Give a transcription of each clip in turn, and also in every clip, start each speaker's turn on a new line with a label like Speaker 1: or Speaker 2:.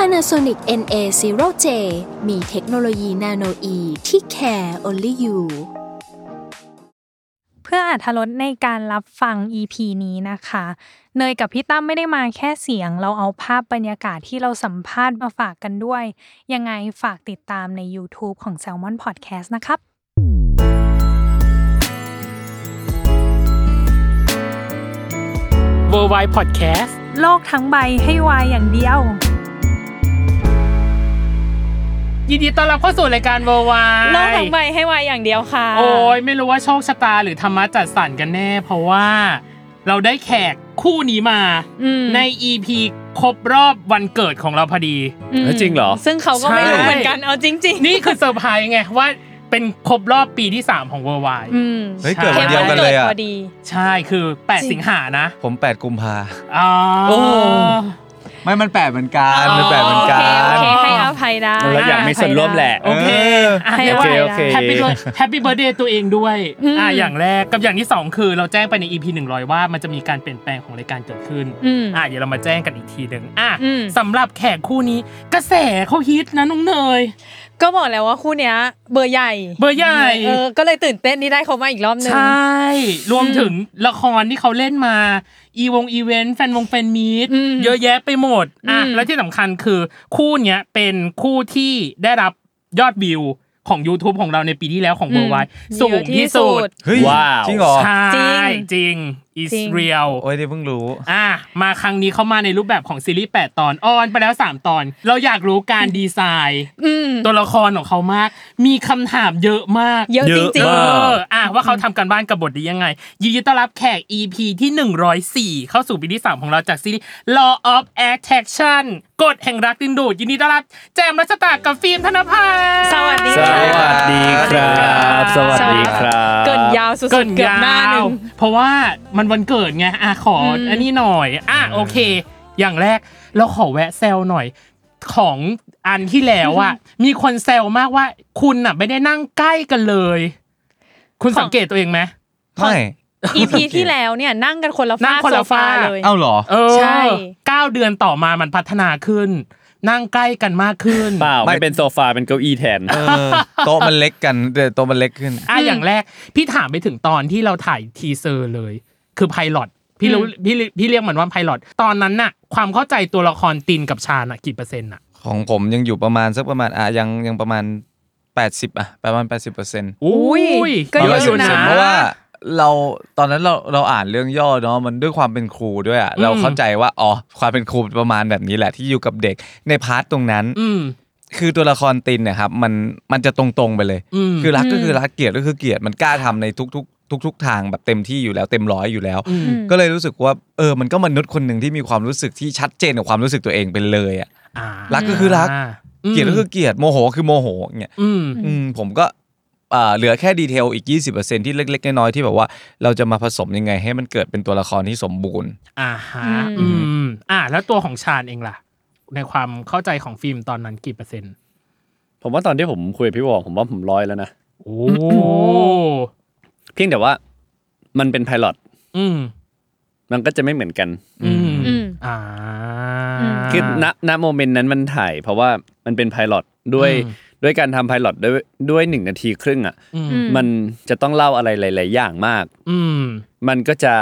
Speaker 1: Panasonic NA0J มีเทคโนโลยีนาโนอีที่ care only you
Speaker 2: เพื่ออาธรสในการรับฟัง EP นี้นะคะ เนยกับพี่ตั้มไม่ได้มาแค่เสียง เราเอาภาพบรรยากาศที่เราสัมภาษณ์มาฝากกันด้วย ยังไงฝากติดตามใน YouTube ของ Salmon Podcast นะครับ
Speaker 3: w o r l d w i d e Podcast
Speaker 2: โลกทั้งใบให้วายอย่างเดียว
Speaker 3: ยินดีต้อนรับเข้าสู่รายการ w o r l d w i d e
Speaker 2: โลกทั้งใบให้วายอย่างเดียวค่ะ
Speaker 3: โอ้ยไม่รู้ว่าโชคชะตาหรือธรรมะจัดสรรกันแน่ เพราะว่าเราได้แขกคู่นี้มา
Speaker 2: อืม
Speaker 3: ใน EP ครบรอบวันเกิดของเราพอดี
Speaker 2: อืม
Speaker 4: เอ้ยจริงเหรอ
Speaker 2: ซึ่งเขาก็ไม่รู้
Speaker 3: ใช่
Speaker 2: เหมือนกันเอาจริง
Speaker 3: นี่คือเซอร์ไพรส์ไงว่าเป็นครบรอบปีที่ 3 ของ w o r l d w i d e
Speaker 2: ๆอืม
Speaker 4: เฮ้ยเกิดวันเดียวกันเลยอ่ะ
Speaker 2: พอดี
Speaker 3: ใช่คือ 8 สิงหานะ
Speaker 4: ผม 8 กุมภา
Speaker 3: อ๋อ
Speaker 4: โอ้ ไม่มัน8เหมือนกันมัน8เหมือนกั
Speaker 2: โอเค
Speaker 4: น
Speaker 2: ให้อภัยได้
Speaker 4: เราอยากมีส่วนร่วมแหละ
Speaker 3: โอเค
Speaker 4: เออ
Speaker 3: อ่ะ
Speaker 2: ให้
Speaker 3: เรียก
Speaker 2: อภั
Speaker 3: ว่า
Speaker 2: ย
Speaker 4: ได้
Speaker 3: Happy Birth- Happy Birthday ตัวเองด้วย
Speaker 2: อืม
Speaker 3: อ่ะอย่างแรกกับอย่างที่สองคือเราแจ้งไปใน EP 100 ว่ามันจะมีการเปลี่ยนแปลงของรายการเกิดขึ้น
Speaker 2: อืม
Speaker 3: อ่ะเดี๋ยวเรามาแจ้งกันอีกทีหนึ่งอ่ะ
Speaker 2: อืม
Speaker 3: สำหรับแขกคู่นี้กระแสเขาฮิตนะน้องเนย
Speaker 2: ก็บอกแล้วว่าคู่เนี้ย เบอร์ใหญ่
Speaker 3: เบอร์ใหญ่
Speaker 2: เออก็เลยตื่นเต้นที่ได้เขามาอีกรอบนึง
Speaker 3: ใช่ รวมถึงละครที่เขาเล่นมา อีวงอีเวนต์แฟนวงแฟนมีต
Speaker 2: อืม
Speaker 3: เยอะแยะไปหมดอ่ะ
Speaker 2: อืม
Speaker 3: แล้วที่สำคัญคือคู่เนี้ยเป็นคู่ที่ได้รับยอดวิวของ YouTube ของเราในปีที่แล้วของเบอร์ไวสูงที่สุด
Speaker 4: เฮ้ย
Speaker 5: ว้าว
Speaker 4: จริงเหรอ
Speaker 3: ใช่
Speaker 2: จริง
Speaker 3: จริง is
Speaker 2: จริง
Speaker 3: real
Speaker 4: โอ้ยเดี๋ยวเพิ่งรู้
Speaker 3: อ่ะมาครั้งนี้เข้ามาในรูปแบบของซีรีส์ 8 ตอนออนไปแล้ว 3 ตอน เราอยากรู้การดีไซน์
Speaker 2: อืม
Speaker 3: ตัวละครของเขามาก มีคำถามเยอะมาก
Speaker 2: เยอะจริง
Speaker 3: เอ
Speaker 4: มาก
Speaker 3: ออ่ะว่าเขาทำกันบ้านกับบทดียังไง ยินดีต้อนรับแขก EP ที่ 104 เข้าสู่ปีที่ 3 ของเราจากซีรีส์ Law of Attraction กฎแห่งรักดึงดูดยินดีต้อนรับ แจมรัชตากับฟิล์มธนพันธ์
Speaker 2: สวัสดี
Speaker 4: ส
Speaker 2: ค่ะ
Speaker 4: วัสดีครับ สวัสดีครั
Speaker 2: ๆ
Speaker 4: บ
Speaker 2: เกินยาวสุด
Speaker 3: เกิน
Speaker 2: ๆเกือบ
Speaker 3: ยา
Speaker 2: หน้าห
Speaker 3: ว
Speaker 2: นึ่ง
Speaker 3: เพราะว่ามันวันเกิดไงอ่ะขอ
Speaker 2: ม
Speaker 3: อันนี้หน่อยอ่ะโอเค อย่างแรกเราขอแวะแซวหน่อยของอันที่แล้วอ่ะมีคนแซวมากว่า คุณอ่ะไม่ได้นั่งใกล้กันเลย คุณสังเกตตัวเองไหม
Speaker 4: ไม่
Speaker 2: EP ที่แล้วเนี่ยนั่งกันคนละ
Speaker 3: นั่
Speaker 2: ฟ้าง
Speaker 3: คนละ
Speaker 2: โซฟา
Speaker 3: ฝ้า
Speaker 2: เลย
Speaker 4: เอ้าเหรอ
Speaker 3: เออ
Speaker 2: ใช่
Speaker 3: เก้าเดือนต่อมามันพัฒนาขึ้น นั่งใกล้กันมากขึ้น
Speaker 6: เปล่า
Speaker 4: ไม่
Speaker 6: ไม่เป็นโซฟาเป็นเก้าอี้แทน
Speaker 4: เออโต๊ะมันเล็กกันเดี๋ยวโต๊ะมันเล็กขึ้น
Speaker 3: อ่ะอย่างแรก พี่ถามไปถึงตอนที่เราถ่ายทีเซอร์เลย คือไพลอตพี่รู้พี่พี่เรียกเหมือนว่าไพลอตตอนนั้นน่ะ ความเข้าใจตัวละครตินกับชาญน่ะกี่เปอร์เซ็นต์น่ะ
Speaker 4: ของผมยังอยู่ประมาณสักประมาณอ่ะยังยังประมาณ 80 อ่ะ ประมาณ 80เปอร์เซ็นต์
Speaker 2: อุ้ยก็
Speaker 3: ก็
Speaker 2: เย
Speaker 3: เย
Speaker 2: อะอ
Speaker 3: อะอยู่ ยู่
Speaker 2: นะ
Speaker 3: นะ
Speaker 4: เพราะว่าเราตอนนั้นเราเราอ่านเรื่องย่อเนาะมันด้วยความเป็นครูด้วยอ่ะเราเข้าใจว่าอ๋อความเป็นครูประมาณแบบนี้แหละที่อยู่กับเด็กในพาร์ทตรงนั้น
Speaker 3: อืม
Speaker 4: คือตัวละครตินเนะครับมันมันจะตรงๆไปเลย
Speaker 3: อืม
Speaker 4: คือรักก็คือรักเกลียดก็คือเกลียดมันกล้าทำในทุกๆ ทุก ๆ ทางแบบเต็มที่อยู่แล้วเต็มร้อยอยู่แล้ว
Speaker 3: อืม
Speaker 4: ก็เลยรู้สึกว่าเออมันก็มนุษย์คนหนึ่งที่มีความรู้สึกที่ชัดเจนกับความรู้สึกตัวเองไปเลยอ่ะ
Speaker 3: อ่า
Speaker 4: รักก็คือรัก
Speaker 3: ม
Speaker 4: เกลียดก็คือเกลียดโมโหคือโมโหอย่างเงี้ย
Speaker 3: อืม
Speaker 4: อืมผมก็อ่าเหลือแค่ดีเทลอีก 20%ที่เล็ก ๆ น้อยๆที่แบบว่าเราจะมาผสมยังไงให้มันเกิดเป็นตัวละครที่สมบูรณ์
Speaker 3: อ่าฮะ
Speaker 2: อื
Speaker 3: อื
Speaker 2: ม
Speaker 3: มอ่าแล้วตัวของชาญเองล่ะ ในความเข้าใจของฟิล์มตอนนั้นกี่เปอร์เซ็นต์
Speaker 6: ผมว่าตอนที่ผมคุยกับพี่วอผมว่าผมร้อยแล้วนะ
Speaker 3: โอ้
Speaker 6: เพียงแต่ว่ามันเป็นไพลอต
Speaker 3: อืม
Speaker 6: มันก็จะไม่เหมือนกัน
Speaker 3: อืม
Speaker 2: อืม
Speaker 3: อ่า
Speaker 2: อืม
Speaker 6: คือณณโมเมนต์นั้นมันถ่าย เพราะว่ามันเป็นไพลอตด้วย
Speaker 3: อืม
Speaker 6: ด้วยการทำไพลอตด้วยด้วยหนึ่งนาทีครึ่งอ่ะ
Speaker 3: อืม
Speaker 6: มันจะต้องเล่าอะไรหลาย ๆ อย่างมาก
Speaker 3: อืม
Speaker 6: มันก็จะ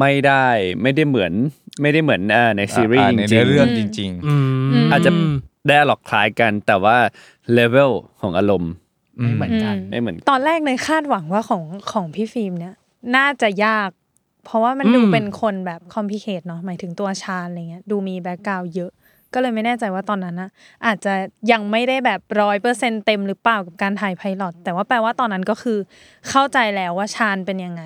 Speaker 6: ไม่ได้ไม่ได้เหมือนไม่ได้เหมือนเอ่อในซีรีส์
Speaker 4: อ่า
Speaker 6: จ
Speaker 4: ใน
Speaker 6: ริ
Speaker 4: เนื้อ
Speaker 6: งๆ
Speaker 4: เรื่องจริง ๆ
Speaker 3: อืม
Speaker 6: อาจจะ ไดอะล็อกคล้ายกันแต่ว่าเลเวลของอารมณ์
Speaker 3: ไม่เหมือนกัน
Speaker 6: ไม่เหมือนกัน
Speaker 2: ตอนแรกเลยคาดหวังว่าของของพี่ฟิล์มเนี่ยน่าจะยาก เพราะว่ามันดู
Speaker 3: อืม
Speaker 2: เป็นคนแบบคอมพิเคทเนาะหมายถึงตัวชาญอะไรเงี้ยดูมีแบ็กกราวเยอะ ก็เลยไม่แน่ใจว่าตอนนั้นนะอาจจะยังไม่ได้แบบร้อยเปอร์เซ็นเต็มหรือเปล่ากับการถ่ายไพลอตแต่ว่าแปลว่าตอนนั้นก็คือเข้าใจแล้วว่าชาญเป็นยังไง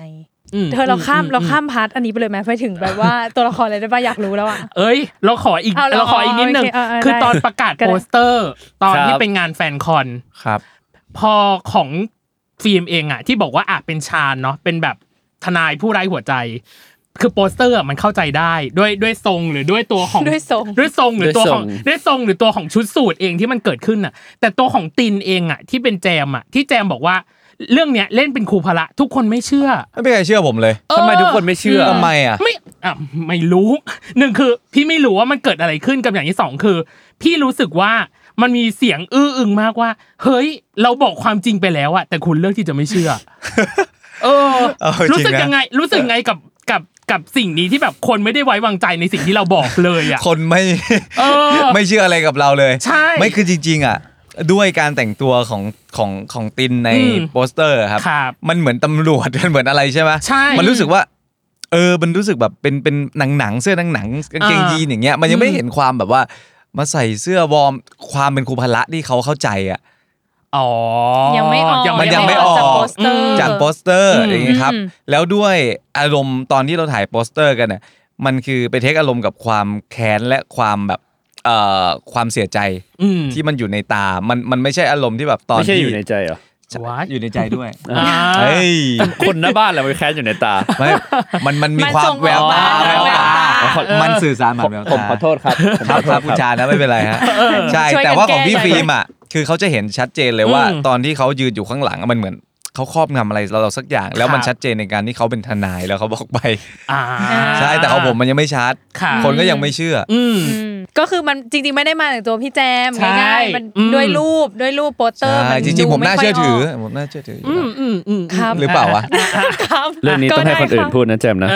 Speaker 3: ม
Speaker 2: เธอเราข้าม
Speaker 3: อื
Speaker 2: เราข้ามพาร์ทอันนี้ไปเลยไหมไปถึงแบบว่าตัวละครอะไรได้บ้างอยากรู้แล้วอ่ะ
Speaker 3: เอ้ย เราขออีก
Speaker 2: เอาเหรอ
Speaker 3: เราขออีกนิดหนึ่ง
Speaker 2: โอเคเออเออ
Speaker 3: คือ
Speaker 2: ได้
Speaker 3: ตอนประกาศ
Speaker 2: ก็ได้
Speaker 3: โปสเตอร์ ตอน
Speaker 6: ครับ
Speaker 3: ที่เป็นงานแฟนคอน
Speaker 4: ครับ
Speaker 3: พอของฟิล์มเองอะที่บอกว่าอาจเป็นชาญเนาะเป็นแบบทนายผู้ไร้หัวใจ คือโปสเตอร์อะมันเข้าใจได้ด้วยด้วยทรงหรือด้วยตัวของ
Speaker 2: ด้วยทรง
Speaker 3: ด้วยทรงหรือตัวของ
Speaker 6: ด้ว
Speaker 3: ด้ว
Speaker 6: ยทรง
Speaker 3: ยทรงหรือตัวของชุดสูตรเองที่มันเกิดขึ้นอะแต่ตัวของตินเองอะที่เป็นแจมอะที่แจมบอกว่าเรื่องเนี้ยเล่นเป็นครูพละทุกคนไม่เชื่อ
Speaker 4: ไม่มีใครเชื่อผมเลย
Speaker 6: ทำไมทุกคนไม่เชื่อ
Speaker 4: ทำไมอ่ะ
Speaker 3: ไม่อ่ะไม่รู้ หนึ่งคือพี่ไม่รู้ว่ามันเกิดอะไรขึ้นกับอย่างที่สองคือ พี่รู้สึกว่ามันมีเสียงอื้ออึงมากว่า เฮ้ย เราบอกความจริงไปแล้วอะแต่คุณเลือกที่จะไม่เชื่อ เออ
Speaker 4: เออจริงนะ
Speaker 3: รู้สึกยังไง รู้สึกไงกับกับกับสิ่งนี้ที่แบบคนไม่ได้ไว้วางใจในสิ่งที่เราบอกเลยอะ
Speaker 4: คนไม่
Speaker 3: เออ
Speaker 4: ไม่เชื่ออะไรกับเราเลย
Speaker 3: ใช่
Speaker 4: ไม่คือจริง ๆ อ่ะ ด้วยการแต่งตัวของของของตินใน
Speaker 3: อืม
Speaker 4: โปสเตอร์ครับ
Speaker 3: ครับ
Speaker 4: มันเหมือนตำรวจ มันเหมือนอะไรใช่ไหม
Speaker 3: ใช่
Speaker 4: มันรู้สึกว่า เออ มันรู้สึกแบบเป็นเป็นหนังหนังๆเสื้อหนังหนังๆกางเกง
Speaker 3: อ่า
Speaker 4: ยีนอย่างเงี้ย มันยังไม่
Speaker 3: อืม
Speaker 4: เห็นความแบบว่า มาใส่เสื้อวอร์มความเป็นครูพละที่เขาเข้าใจอ่ะ
Speaker 3: อ๋อ
Speaker 2: ยังไม่ออก
Speaker 4: มันยังไม่ออก
Speaker 2: จากโปสเตอร์
Speaker 3: อ
Speaker 4: จากโปสเตอร์
Speaker 3: อืม
Speaker 4: อย่างเงี้ยครับ
Speaker 2: อืม
Speaker 4: แล้วด้วยอารมณ์ตอนที่เราถ่ายโปสเตอร์กันเนี่ยมันคือไปเทคอารมณ์กับความแค้นและความแบบเอ่อความเสียใจ
Speaker 3: อืม
Speaker 4: ที่มันอยู่ในตา มัน มันไม่ใช่อารมณ์ที่แบบตอน
Speaker 6: ไม่ใช่
Speaker 4: ที่
Speaker 6: อยู่ในใจเหรอ
Speaker 4: ใช่
Speaker 3: ว้า
Speaker 4: อยู่ในใจด้วย
Speaker 3: อ่า
Speaker 4: เฮ้ย
Speaker 6: คนหน้าบ้านแหละมันแค้นอยู่ในตา
Speaker 4: ไม่ มัน มันมี
Speaker 2: มัน
Speaker 4: ความ
Speaker 2: ส่ง
Speaker 4: แววตา
Speaker 2: ออกมา
Speaker 4: แววตา
Speaker 2: แววตา
Speaker 4: มันสื่อสารผ่านแววตา
Speaker 6: ผมขอโทษครับผม
Speaker 4: ค
Speaker 6: ข
Speaker 4: รับ
Speaker 6: อโท
Speaker 4: ครั
Speaker 6: ษ
Speaker 4: บผู้ชายนะไม่เป็นไรฮะ ใช่
Speaker 2: ช่วยกัน
Speaker 4: แต่ว่าของพี่
Speaker 2: แก้
Speaker 4: ฟิล์มอ่ะ คือเขาจะเห็นชัดเจนเลยว่า
Speaker 3: อืม
Speaker 4: ตอนที่เขายืนอยู่ข้างหลังอะมันเหมือนเขาครอบงำอะไรเราสักอย่าง แล้วมั
Speaker 3: ค
Speaker 4: น
Speaker 3: รับ
Speaker 4: ชัดเจนในการที่เขาเป็นทนายแล้วเขาบอกไป
Speaker 3: อ่า
Speaker 4: ใช่ แต่ของผมมันยังไม่ชัด
Speaker 3: ค่ะ
Speaker 4: คนก็ยังไม่เชื่ออ
Speaker 3: อืม
Speaker 2: อืมก็คือมันจริงๆไม่ได้มาจากตัวพี่แจม
Speaker 3: ใช่
Speaker 2: ง่ายๆมัน
Speaker 3: อืม
Speaker 2: ด้วยรูปด้วยรูปโปสเตอร์ มั
Speaker 4: ใช่
Speaker 2: น
Speaker 4: จริง ๆ ผมน่าเชื่อถือ
Speaker 2: ดูไ
Speaker 4: ผมน่าเชื่อถืออยู่
Speaker 3: อืม
Speaker 4: นะ
Speaker 3: อืมอืม
Speaker 2: ครับ
Speaker 4: หรือเปล่าวะ
Speaker 2: ค่อยออกครับ
Speaker 6: เรื่องนี้ต้องให้คนอื่นพูดนะแจมนะ
Speaker 3: เอ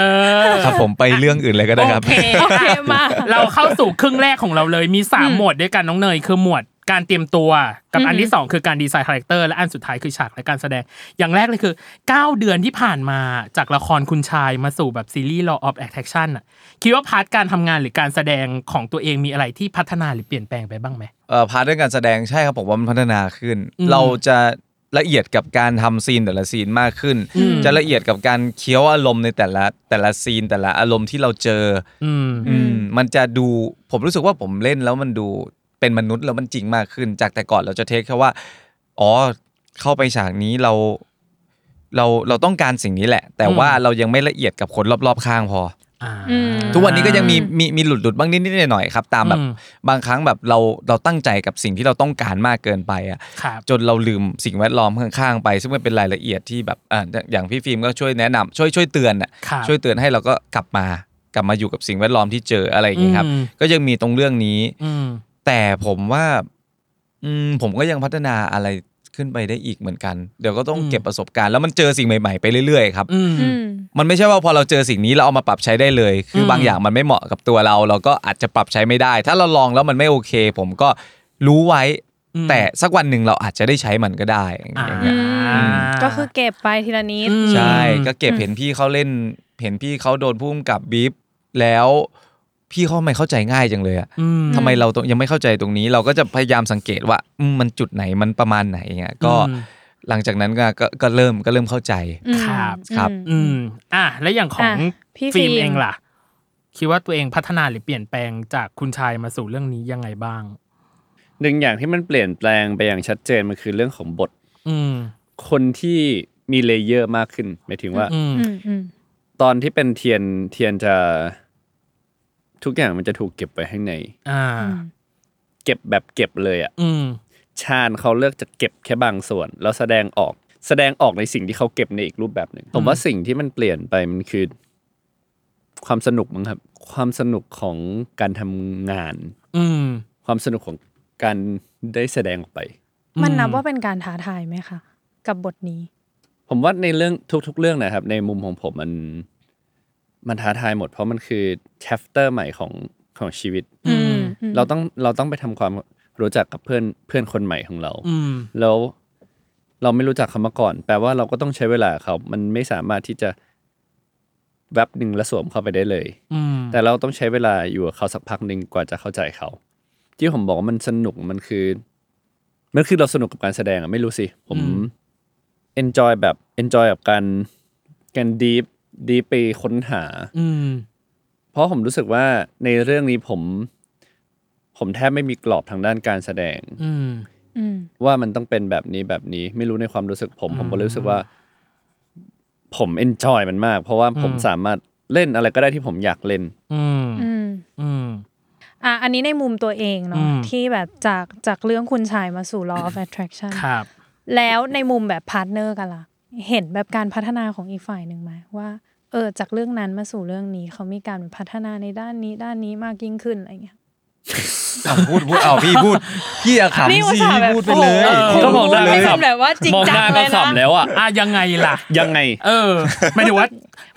Speaker 3: อ
Speaker 4: ครับผมไปเรื่องอื่นเลยก็ได้ครับ
Speaker 3: โอเค
Speaker 2: โอเคมา
Speaker 3: เราเข้าสู่ครึ่งแรกของเราเลย มี
Speaker 2: อื
Speaker 3: 3
Speaker 2: ม
Speaker 3: หมวดด้วยกันน้องเนย คือหมวดการเตรียมตัว กับ
Speaker 2: อืม
Speaker 3: อันที่ 2 คือการดีไซน์คาแรคเตอร์และอันสุดท้ายคือฉากและการแสดง อย่างแรกเลยคือ 9 เดือนที่ผ่านมาจากละครคุณชายมาสู่แบบซีรีส์ Law of Attraction อะคิดว่าพาร์ทการทำงานหรือการแสดงของตัวเองมีอะไรที่พัฒนาหรือเปลี่ยนแปลงไปบ้างไหม
Speaker 4: เอ่อพาร์ทเรื่องการแสดงใช่ครับผมว่ามันพัฒนาขึ้น
Speaker 3: อืม
Speaker 4: เราจะละเอียดกับการทำซีนแต่ละซีนมากขึ้น
Speaker 3: อืม
Speaker 4: จะละเอียดกับการเคี้ยวอารมณ์ในแต่ละแต่ละซีนแต่ละอารมณ์ที่เราเจอ
Speaker 3: อืม
Speaker 4: ออืมมันจะดูผมรู้สึกว่าผมเล่นแล้วมันดูเป็นมนุษย์แล้วมันจริงมากขึ้น จากแต่ก่อนเราจะเทคแค่ว่าอ๋อเข้าไปฉากนี้เรา เราเราต้องการสิ่งนี้แหละ แต่
Speaker 3: อืม
Speaker 4: ว่าเรายังไม่ละเอียดกับคนรอบๆข้างพอ
Speaker 3: อ่า
Speaker 4: ทุกวันนี้ก็ยังมีมีมีหลุดหลุดๆบ้างนิดๆหน่อยๆครับตามแบบ
Speaker 3: อืม
Speaker 4: บางครั้งแบบเราเราตั้งใจกับสิ่งที่เราต้องการมากเกินไปอ่ะ
Speaker 3: ครับ
Speaker 4: จนเราลืมสิ่งแวดล้อมข้างๆไป ซึ่งมันเป็นรายละเอียดที่แบบอ่าอย่างพี่ฟิล์มก็ช่วยแนะนำช่วยช่วยเตือนอ่ะ
Speaker 3: ครับ
Speaker 4: ช่วยเตือนให้เราก็กลับมากลับมาอยู่กับสิ่งแวดล้อมที่เจออะไรอย่างเงี้ยครับ
Speaker 3: อืม
Speaker 4: ก็ยังมีตรงเรื่องนี้
Speaker 3: อืม
Speaker 4: แต่ผมว่า อืมผมก็ยังพัฒนาอะไรขึ้นไปได้อีกเหมือนกัน เดี๋ยวก็ต้อง
Speaker 3: อืม
Speaker 4: เก็บประสบการณ์แล้วมันเจอสิ่งใหม่ๆไปเรื่อยๆครับ
Speaker 3: อืม
Speaker 2: อืม
Speaker 4: มันไม่ใช่ว่าพอเราเจอสิ่งนี้เราเอามาปรับใช้ได้เลย คืออ
Speaker 3: ม
Speaker 4: บางอย่างมันไม่เหมาะกับตัวเรา เราก็อาจจะปรับใช้ไม่ได้ ถ้าเราลองแล้วมันไม่โอเค ผมก็รู้ไว้ แต่สักวันหนึ่งเราอาจจะได้ใช้มันก็ได้
Speaker 3: อ่า
Speaker 4: อย่างเงี้ย
Speaker 2: อืม ก็คือเก็บไปทีละนิด
Speaker 3: ม
Speaker 4: ใช่ก็เก็บเห็นพี่เขาเล่น เห็นพี่เขาโดนพุ่มกับบีบแล้ว พี่เขาทำไม่เข้าใจง่ายจังเลยอะ
Speaker 3: อืม
Speaker 4: ทำไมเรายังไม่เข้าใจตรงนี้ เราก็จะพยายามสังเกตว่าอืมมันจุดไหนมันประมาณไหนเงี้ยก็
Speaker 3: อืม
Speaker 4: หลังจากนั้นก็ก็ก็เริ่มก็เริ่มเข้าใจ
Speaker 3: ครับ
Speaker 4: ครับ
Speaker 3: อืม อ่ะ แล้วอย่างของ
Speaker 2: อ่ะพี่
Speaker 3: ฟิล์
Speaker 2: ฟิ
Speaker 3: ม
Speaker 2: ล์ม
Speaker 3: เองล่ะ คิดว่าตัวเองพัฒนาหรือเปลี่ยนแปลงจากคุณชายมาสู่เรื่องนี้ยังไงบ้าง
Speaker 6: หนึ่งอย่างที่มันเปลี่ยนแปลงไปอย่างชัดเจนมันคือเรื่องของบท
Speaker 3: อืม
Speaker 6: คนที่มีเลเยอร์มากขึ้นหมายถึงว่า
Speaker 3: อืม
Speaker 2: อืมอืม
Speaker 6: ตอนที่เป็นเทียนเทียนจะ ทุกอย่างมันจะถูกเก็บไว้ข้างใน
Speaker 3: อ่า
Speaker 6: เก็บแบบเก็บเลยอะ
Speaker 3: อืม
Speaker 6: ชาญเขาเลือกจะเก็บแค่บางส่วน แล้วแสดงออกแสดงออกในสิ่งที่เขาเก็บในอีกรูปแบบหนึ่งผมว่าสิ่งที่มันเปลี่ยนไปมันคือ ความสนุกมั้งครับ ความสนุกของการทำงาน
Speaker 3: อืม
Speaker 6: ความสนุกของการได้แสดงออกไป
Speaker 2: มันนับว่าเป็นการท้าทายไหมคะกับบทนี้
Speaker 6: ผมว่าในเรื่องทุก ๆ เรื่องนะครับ ในมุมของผมมัน มันท้าทายหมด เพราะมันคือ chapter ใหม่ของของชีวิต
Speaker 3: อืม
Speaker 6: เราต้องเราต้องไปทำความรู้จักกับเพื่อนเพื่อนคนใหม่ของเรา
Speaker 3: อืม
Speaker 6: แล้วเราไม่รู้จักเขามาก่อน แปลว่าเราก็ต้องใช้เวลากับเขา มันไม่สามารถที่จะแวบหนึ่งแล้วสวมเข้าไปได้เลย
Speaker 3: อืม
Speaker 6: แต่เราต้องใช้เวลาอยู่กับเขาสักพักหนึ่งกว่าจะเข้าใจเขา ที่ผมบอกว่ามันสนุกมันคือมันคือเราสนุกกับการแสดงอะไม่รู้สิ ผม
Speaker 3: อืม
Speaker 6: enjoy แบบ enjoy กับการการ deep ดีไปค้นหา
Speaker 3: อืม
Speaker 6: เพราะผมรู้สึกว่าในเรื่องนี้ผม ผมแทบไม่มีกรอบทางด้านการแสดง
Speaker 3: อืม
Speaker 2: อืม
Speaker 6: ว่ามันต้องเป็นแบบนี้แบบนี้ไม่รู้ในความรู้สึกผม ผมก็
Speaker 3: อืม
Speaker 6: รู้สึกว่า ผมเอนจอยมันมาก เพราะว่าผม
Speaker 3: อืม
Speaker 6: สามารถเล่นอะไรก็ได้ที่ผมอยากเล่น
Speaker 3: อืม
Speaker 2: อืม
Speaker 3: อืม
Speaker 2: อ่ะ อันนี้ในมุมตัวเอง
Speaker 3: อื
Speaker 2: เนาะ
Speaker 3: ม
Speaker 2: ที่แบบจากจากเรื่องคุณชายมาสู่ law of attraction
Speaker 3: ครับ
Speaker 2: แล้วในมุมแบบพาร์ทเนอร์กันล่ะ เห็นแบบการพัฒนาของอีกฝ่ายหนึ่งไหมว่า เออ จากเรื่องนั้นมาสู่เรื่องนี้เขามีการพัฒนาในด้านนี้ด้านนี้มากยิ่งขึ้นอะไรเงี้ย
Speaker 4: อ่ะพูดพูดเอาพี่พูดพี่อะขำ
Speaker 2: นี่อุต
Speaker 4: สิ
Speaker 2: ส่าห์
Speaker 4: พี่
Speaker 2: แบบ
Speaker 4: พูดไปเลย
Speaker 2: โอ้โห
Speaker 6: ก็บอกได้
Speaker 2: ไม่
Speaker 6: ครับ
Speaker 2: ทำแบบว่าจริง
Speaker 6: มอง
Speaker 2: จั
Speaker 6: ห
Speaker 2: ง
Speaker 6: น้า
Speaker 2: เล
Speaker 6: ก็
Speaker 2: ยนะ
Speaker 6: ขำแล้วอ่ะ
Speaker 3: อ่ะยังไงล่ะ
Speaker 6: ยังไง
Speaker 3: เออหมายถึงว่า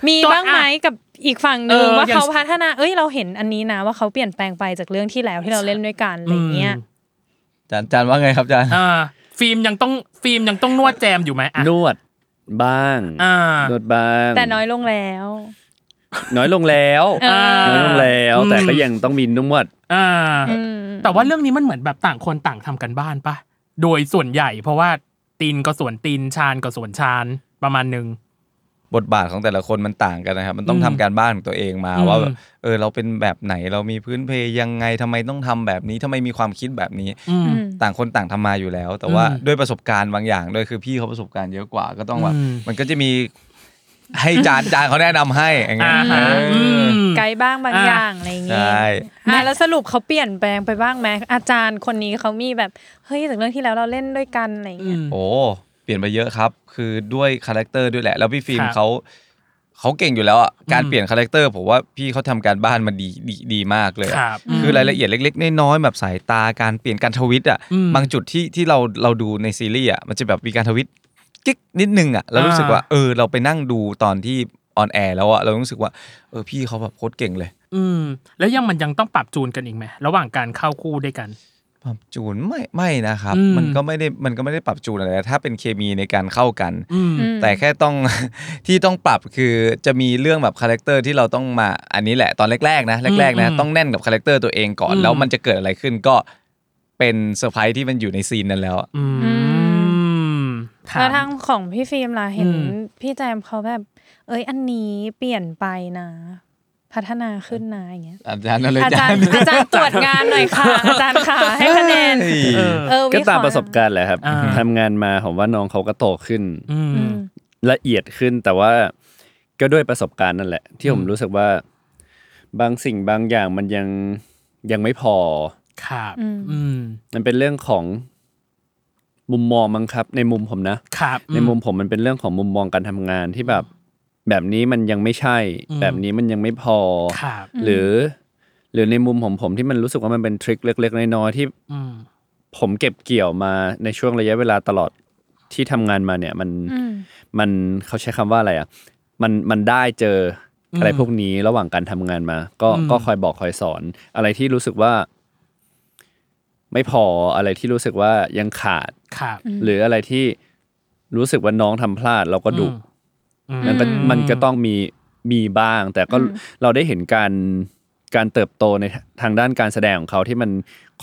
Speaker 2: มี
Speaker 3: ตัว
Speaker 2: บ้างไหม
Speaker 3: อ่ะ
Speaker 2: กับอีกฝั่งหนึ่ง
Speaker 3: เออ
Speaker 2: ว่า
Speaker 3: อย่าง
Speaker 2: เขาพัฒนา เอ้ยเราเห็นอันนี้นะ ว่าเขาเปลี่ยนแปลงไปจากเรื่องที่แล้วที่เราเล่นด้วยกันอะไรเงี้ย
Speaker 4: จานจานว่าไงครับจาน
Speaker 3: อ่า ฟิล์มยังต้องฟิล์มยังต้องนวดแจมอยู่ไหมอ่ะ
Speaker 6: นวดบ้าง
Speaker 3: อ่าน
Speaker 6: วดบ้าง
Speaker 2: แต่น้อยลงแล้ว
Speaker 6: น้อยลงแล้ว
Speaker 2: เออ
Speaker 6: น้อยลงแล้ว แต่ก็ยังต้องมีนวด
Speaker 3: อ่า
Speaker 2: อืม
Speaker 3: แต่ว่าเรื่องนี้มันเหมือนแบบต่างคนต่างทำกันบ้านปะโดยส่วนใหญ่เพราะว่าตีนก็ส่วนตีนชานก็ส่วนชานประมาณหนึ่ง
Speaker 4: บทบาทของแต่ละคนมันต่างกันนะครับ มันต้อง
Speaker 3: อืม
Speaker 4: ทำการบ้านของตัวเองมา
Speaker 3: อืม
Speaker 4: ว่าแบบเออเราเป็นแบบไหนเรามีพื้นเพยังไงทำไมต้องทำแบบนี้ทำไมมีความคิดแบบนี้
Speaker 3: อืม
Speaker 2: อืม
Speaker 4: ต่างคนต่างทำมาอยู่แล้ว แต่ว่า
Speaker 3: อืม
Speaker 4: ด้วยประสบการณ์บางอย่างด้วยคือพี่เขาประสบการณ์เยอะกว่าก็ต้องแบบ
Speaker 3: อืม
Speaker 4: มันก็จะมีให้จานจานเขาแนะนำให้อย่างเงี้
Speaker 3: อ่าย ฮะ
Speaker 4: เอออ
Speaker 3: อืม
Speaker 2: ไกลบ้างบาง
Speaker 3: อ่ะ
Speaker 2: อย่างอะไรเงี้ย
Speaker 4: ใช่
Speaker 2: อ่ะแล้วสรุปเขาเปลี่ยนแปลงไปบ้างไหมอาจารย์คนนี้เขามีแบบเฮ้ยจากเรื่องที่แล้วเราเล่นด้วยกันอะไร
Speaker 3: อื
Speaker 2: เงี้ย
Speaker 3: ม
Speaker 4: โอ้เปลี่ยนไปเยอะครับ คือด้วยคาแรคเตอร์ด้วยแหละ แล้วพี่ฟิล์ม
Speaker 3: ครับ
Speaker 4: เขาเขาเก่งอยู่แล้วอ่ะการ
Speaker 3: อืม
Speaker 4: เปลี่ยนคาแรคเตอร์ผมว่าพี่เขาทำการบ้านมาดีดีดีมากเล
Speaker 3: ค
Speaker 4: ยอะ
Speaker 3: รับ
Speaker 4: คือรายละเอียดเล็กๆ น้อยๆแบบสายตาการเปลี่ยนการทวิตอ่ะ
Speaker 3: อืม
Speaker 4: บางจุดที่ที่เราเราดูในซีรีส์อ่ะมันจะแบบมีการทวิตกิ๊กนิดนึงอ่ะเรารู้สึกว่า
Speaker 3: อ่า
Speaker 4: เออเราไปนั่งดูตอนที่ออนแอร์แล้วอ่ะเรารู้สึกว่าเออพี่เขาแบบโคตรเก่งเลย
Speaker 3: อืม แล้วยังมันยังต้องปรับจูนกันอีกไหมระหว่างการเข้าคู่ด้วยกัน
Speaker 4: ปรับจูนไม่ไม่นะครับ
Speaker 3: อืม
Speaker 4: มันก็ไม่ได้มันก็ไม่ได้ปรับจูนอะไรนะถ้าเป็นเคมีในการเข้ากัน
Speaker 3: อืม
Speaker 4: แต่แค่ต้อง ที่ต้องปรับคือจะมีเรื่องแบบคาแรคเตอร์ที่เราต้องมาอันนี้แหละตอนแรกๆนะแรกๆนะ
Speaker 3: อืม
Speaker 4: ต้องแน่นกับคาแรคเตอร์ตัวเองก่อน
Speaker 3: อืม
Speaker 4: แล้วมันจะเกิดอะไรขึ้นก็เป็นเซอร์ไพรส์ที่มันอยู่ในซีนนั้นแล้วอะ
Speaker 3: อื
Speaker 2: อื
Speaker 3: มถาม
Speaker 2: แล้วทางของพี่ฟิล์มล่ะเห็น
Speaker 3: อืม
Speaker 2: พี่แจมเขาแบบ เอ้ยอันนี้เปลี่ยนไปนะ พัฒนาขึ้นนะอย่างเงี้ย
Speaker 4: อาจารย์นั่นเลย
Speaker 2: อาจารย์อาจารย์ตรวจงานหน่อยค่ะ อาจารย์ค่ะให้คะแนน
Speaker 3: เออ
Speaker 2: เออ
Speaker 6: ก็
Speaker 2: วิเค
Speaker 6: ตาม
Speaker 2: ห์
Speaker 6: ประสบการณ์แหละครับ
Speaker 3: อ่า
Speaker 6: ทำงานมาผมว่าน้องเขาก็โตขึ้น
Speaker 3: อืม
Speaker 6: ละเอียดขึ้นแต่ว่าก็ด้วยประสบการณ์นั่นแหละ ที่ผม
Speaker 3: อืม
Speaker 6: รู้สึกว่า บางสิ่งบางอย่างมันยังยังไม่พอ
Speaker 3: ครับ
Speaker 2: อืม
Speaker 3: อืม
Speaker 6: มันเป็นเรื่องของมุมมองมั้งครับ ในมุมผมนะ
Speaker 3: ครับ
Speaker 6: ในมุมผมมันเป็นเรื่องของมุมมองการทำงานที่แบบ แบบนี้มันยังไม่ใช่
Speaker 3: อืม
Speaker 6: แบบนี้มันยังไม่พอ
Speaker 3: ครับ
Speaker 6: หรือ หรือในมุมของผมที่มันรู้สึกว่ามันเป็นทริคเล็กๆน้อยๆที่
Speaker 3: อืม
Speaker 6: ผมเก็บเกี่ยวมาในช่วงระยะเวลาตลอดที่ทำงานมาเนี่ย มัน
Speaker 2: อืม
Speaker 6: มันเขาใช้คำว่าอะไรอ่ะมันมันได้เจอ
Speaker 3: อืม
Speaker 6: อะไรพวกนี้ระหว่างการทำงานมา ก็
Speaker 3: อืม
Speaker 6: ก็คอยบอกคอยสอน อะไรที่รู้สึกว่า ไม่พออะไรที่รู้สึกว่ายังขาด
Speaker 3: ครับ
Speaker 6: หรืออะไรที่รู้สึกว่าน้องทำพลาด เราก็ดุ
Speaker 3: อืม
Speaker 6: มันก็มันก็ต้องมีมีบ้าง แต่ก็เราได้เห็นการการเติบโตในทางด้านการแสดงของเขาที่มัน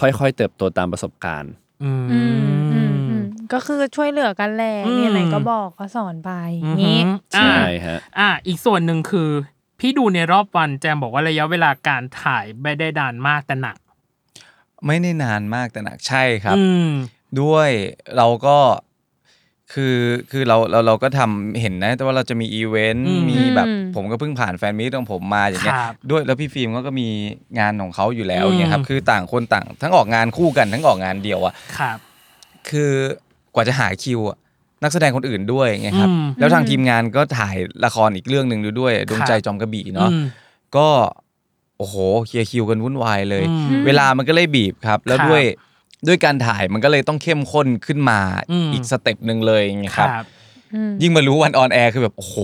Speaker 6: ค่อยๆเติบโตตามประสบการณ์
Speaker 3: อืม
Speaker 2: อืมอืมอืมก็คือช่วยเหลือกันแหละ
Speaker 3: อืม
Speaker 2: มีอะไรก็บอกก็สอนไป
Speaker 3: อืม
Speaker 2: นี้
Speaker 3: อ่า
Speaker 6: ใช่ฮะ
Speaker 3: อ่ะอีกส่วนหนึ่งคือ พี่ดูในรอบวันแจมบอกว่าระยะเวลาการถ่ายไม่ได้ดานมากแต่หนัก
Speaker 4: ไม่ได้นานมากแต่หนักใช่ครับ
Speaker 3: อืม
Speaker 4: ด้วยเราก็คือคือเราเราเราก็ทำเห็นนะแต่ว่าเราจะมีอีเวนต์
Speaker 3: อืม
Speaker 4: มีแบบ
Speaker 2: อืม
Speaker 4: ผมก็เพิ่งผ่านแฟนมีตของผมมาอย่างเงี้ย
Speaker 3: ครับ
Speaker 4: ด้วยแล้วพี่ฟิล์มเขาก็มีงานของเขาอยู่แล้วอย่างเงี้ยครั
Speaker 3: อื
Speaker 4: บ
Speaker 3: ม
Speaker 4: คือต่างคนต่าง ทั้งออกงานคู่กันทั้งออกงานเดียวอะ
Speaker 3: ครับ
Speaker 4: คือกว่าจะหาคิวอะนักแสดงคนอื่นด้วยไงครับ
Speaker 3: อืม
Speaker 4: แล้วทางทีมงานก็ถ่ายละครอีกเรื่องหนึ่งด้วยดวงใจจอมกระบี่เนาะ
Speaker 3: อืม
Speaker 4: ก็โอ้โหเคลียร์คิวกันวุ่นวายเลย
Speaker 3: อืม
Speaker 4: เวลามันก็เลยบีบครับ แล้ว
Speaker 3: ครับ
Speaker 4: ด้วยด้วยการถ่ายมันก็เลยต้องเข้มข้นขึ้นมา
Speaker 3: อืม
Speaker 4: อีกสเต็ปหนึ่งเลยไง
Speaker 3: ค
Speaker 4: ครับ
Speaker 3: รับ
Speaker 2: อืม
Speaker 4: ยิ่งมารู้วันออนแอร์คือแบบโอ้โห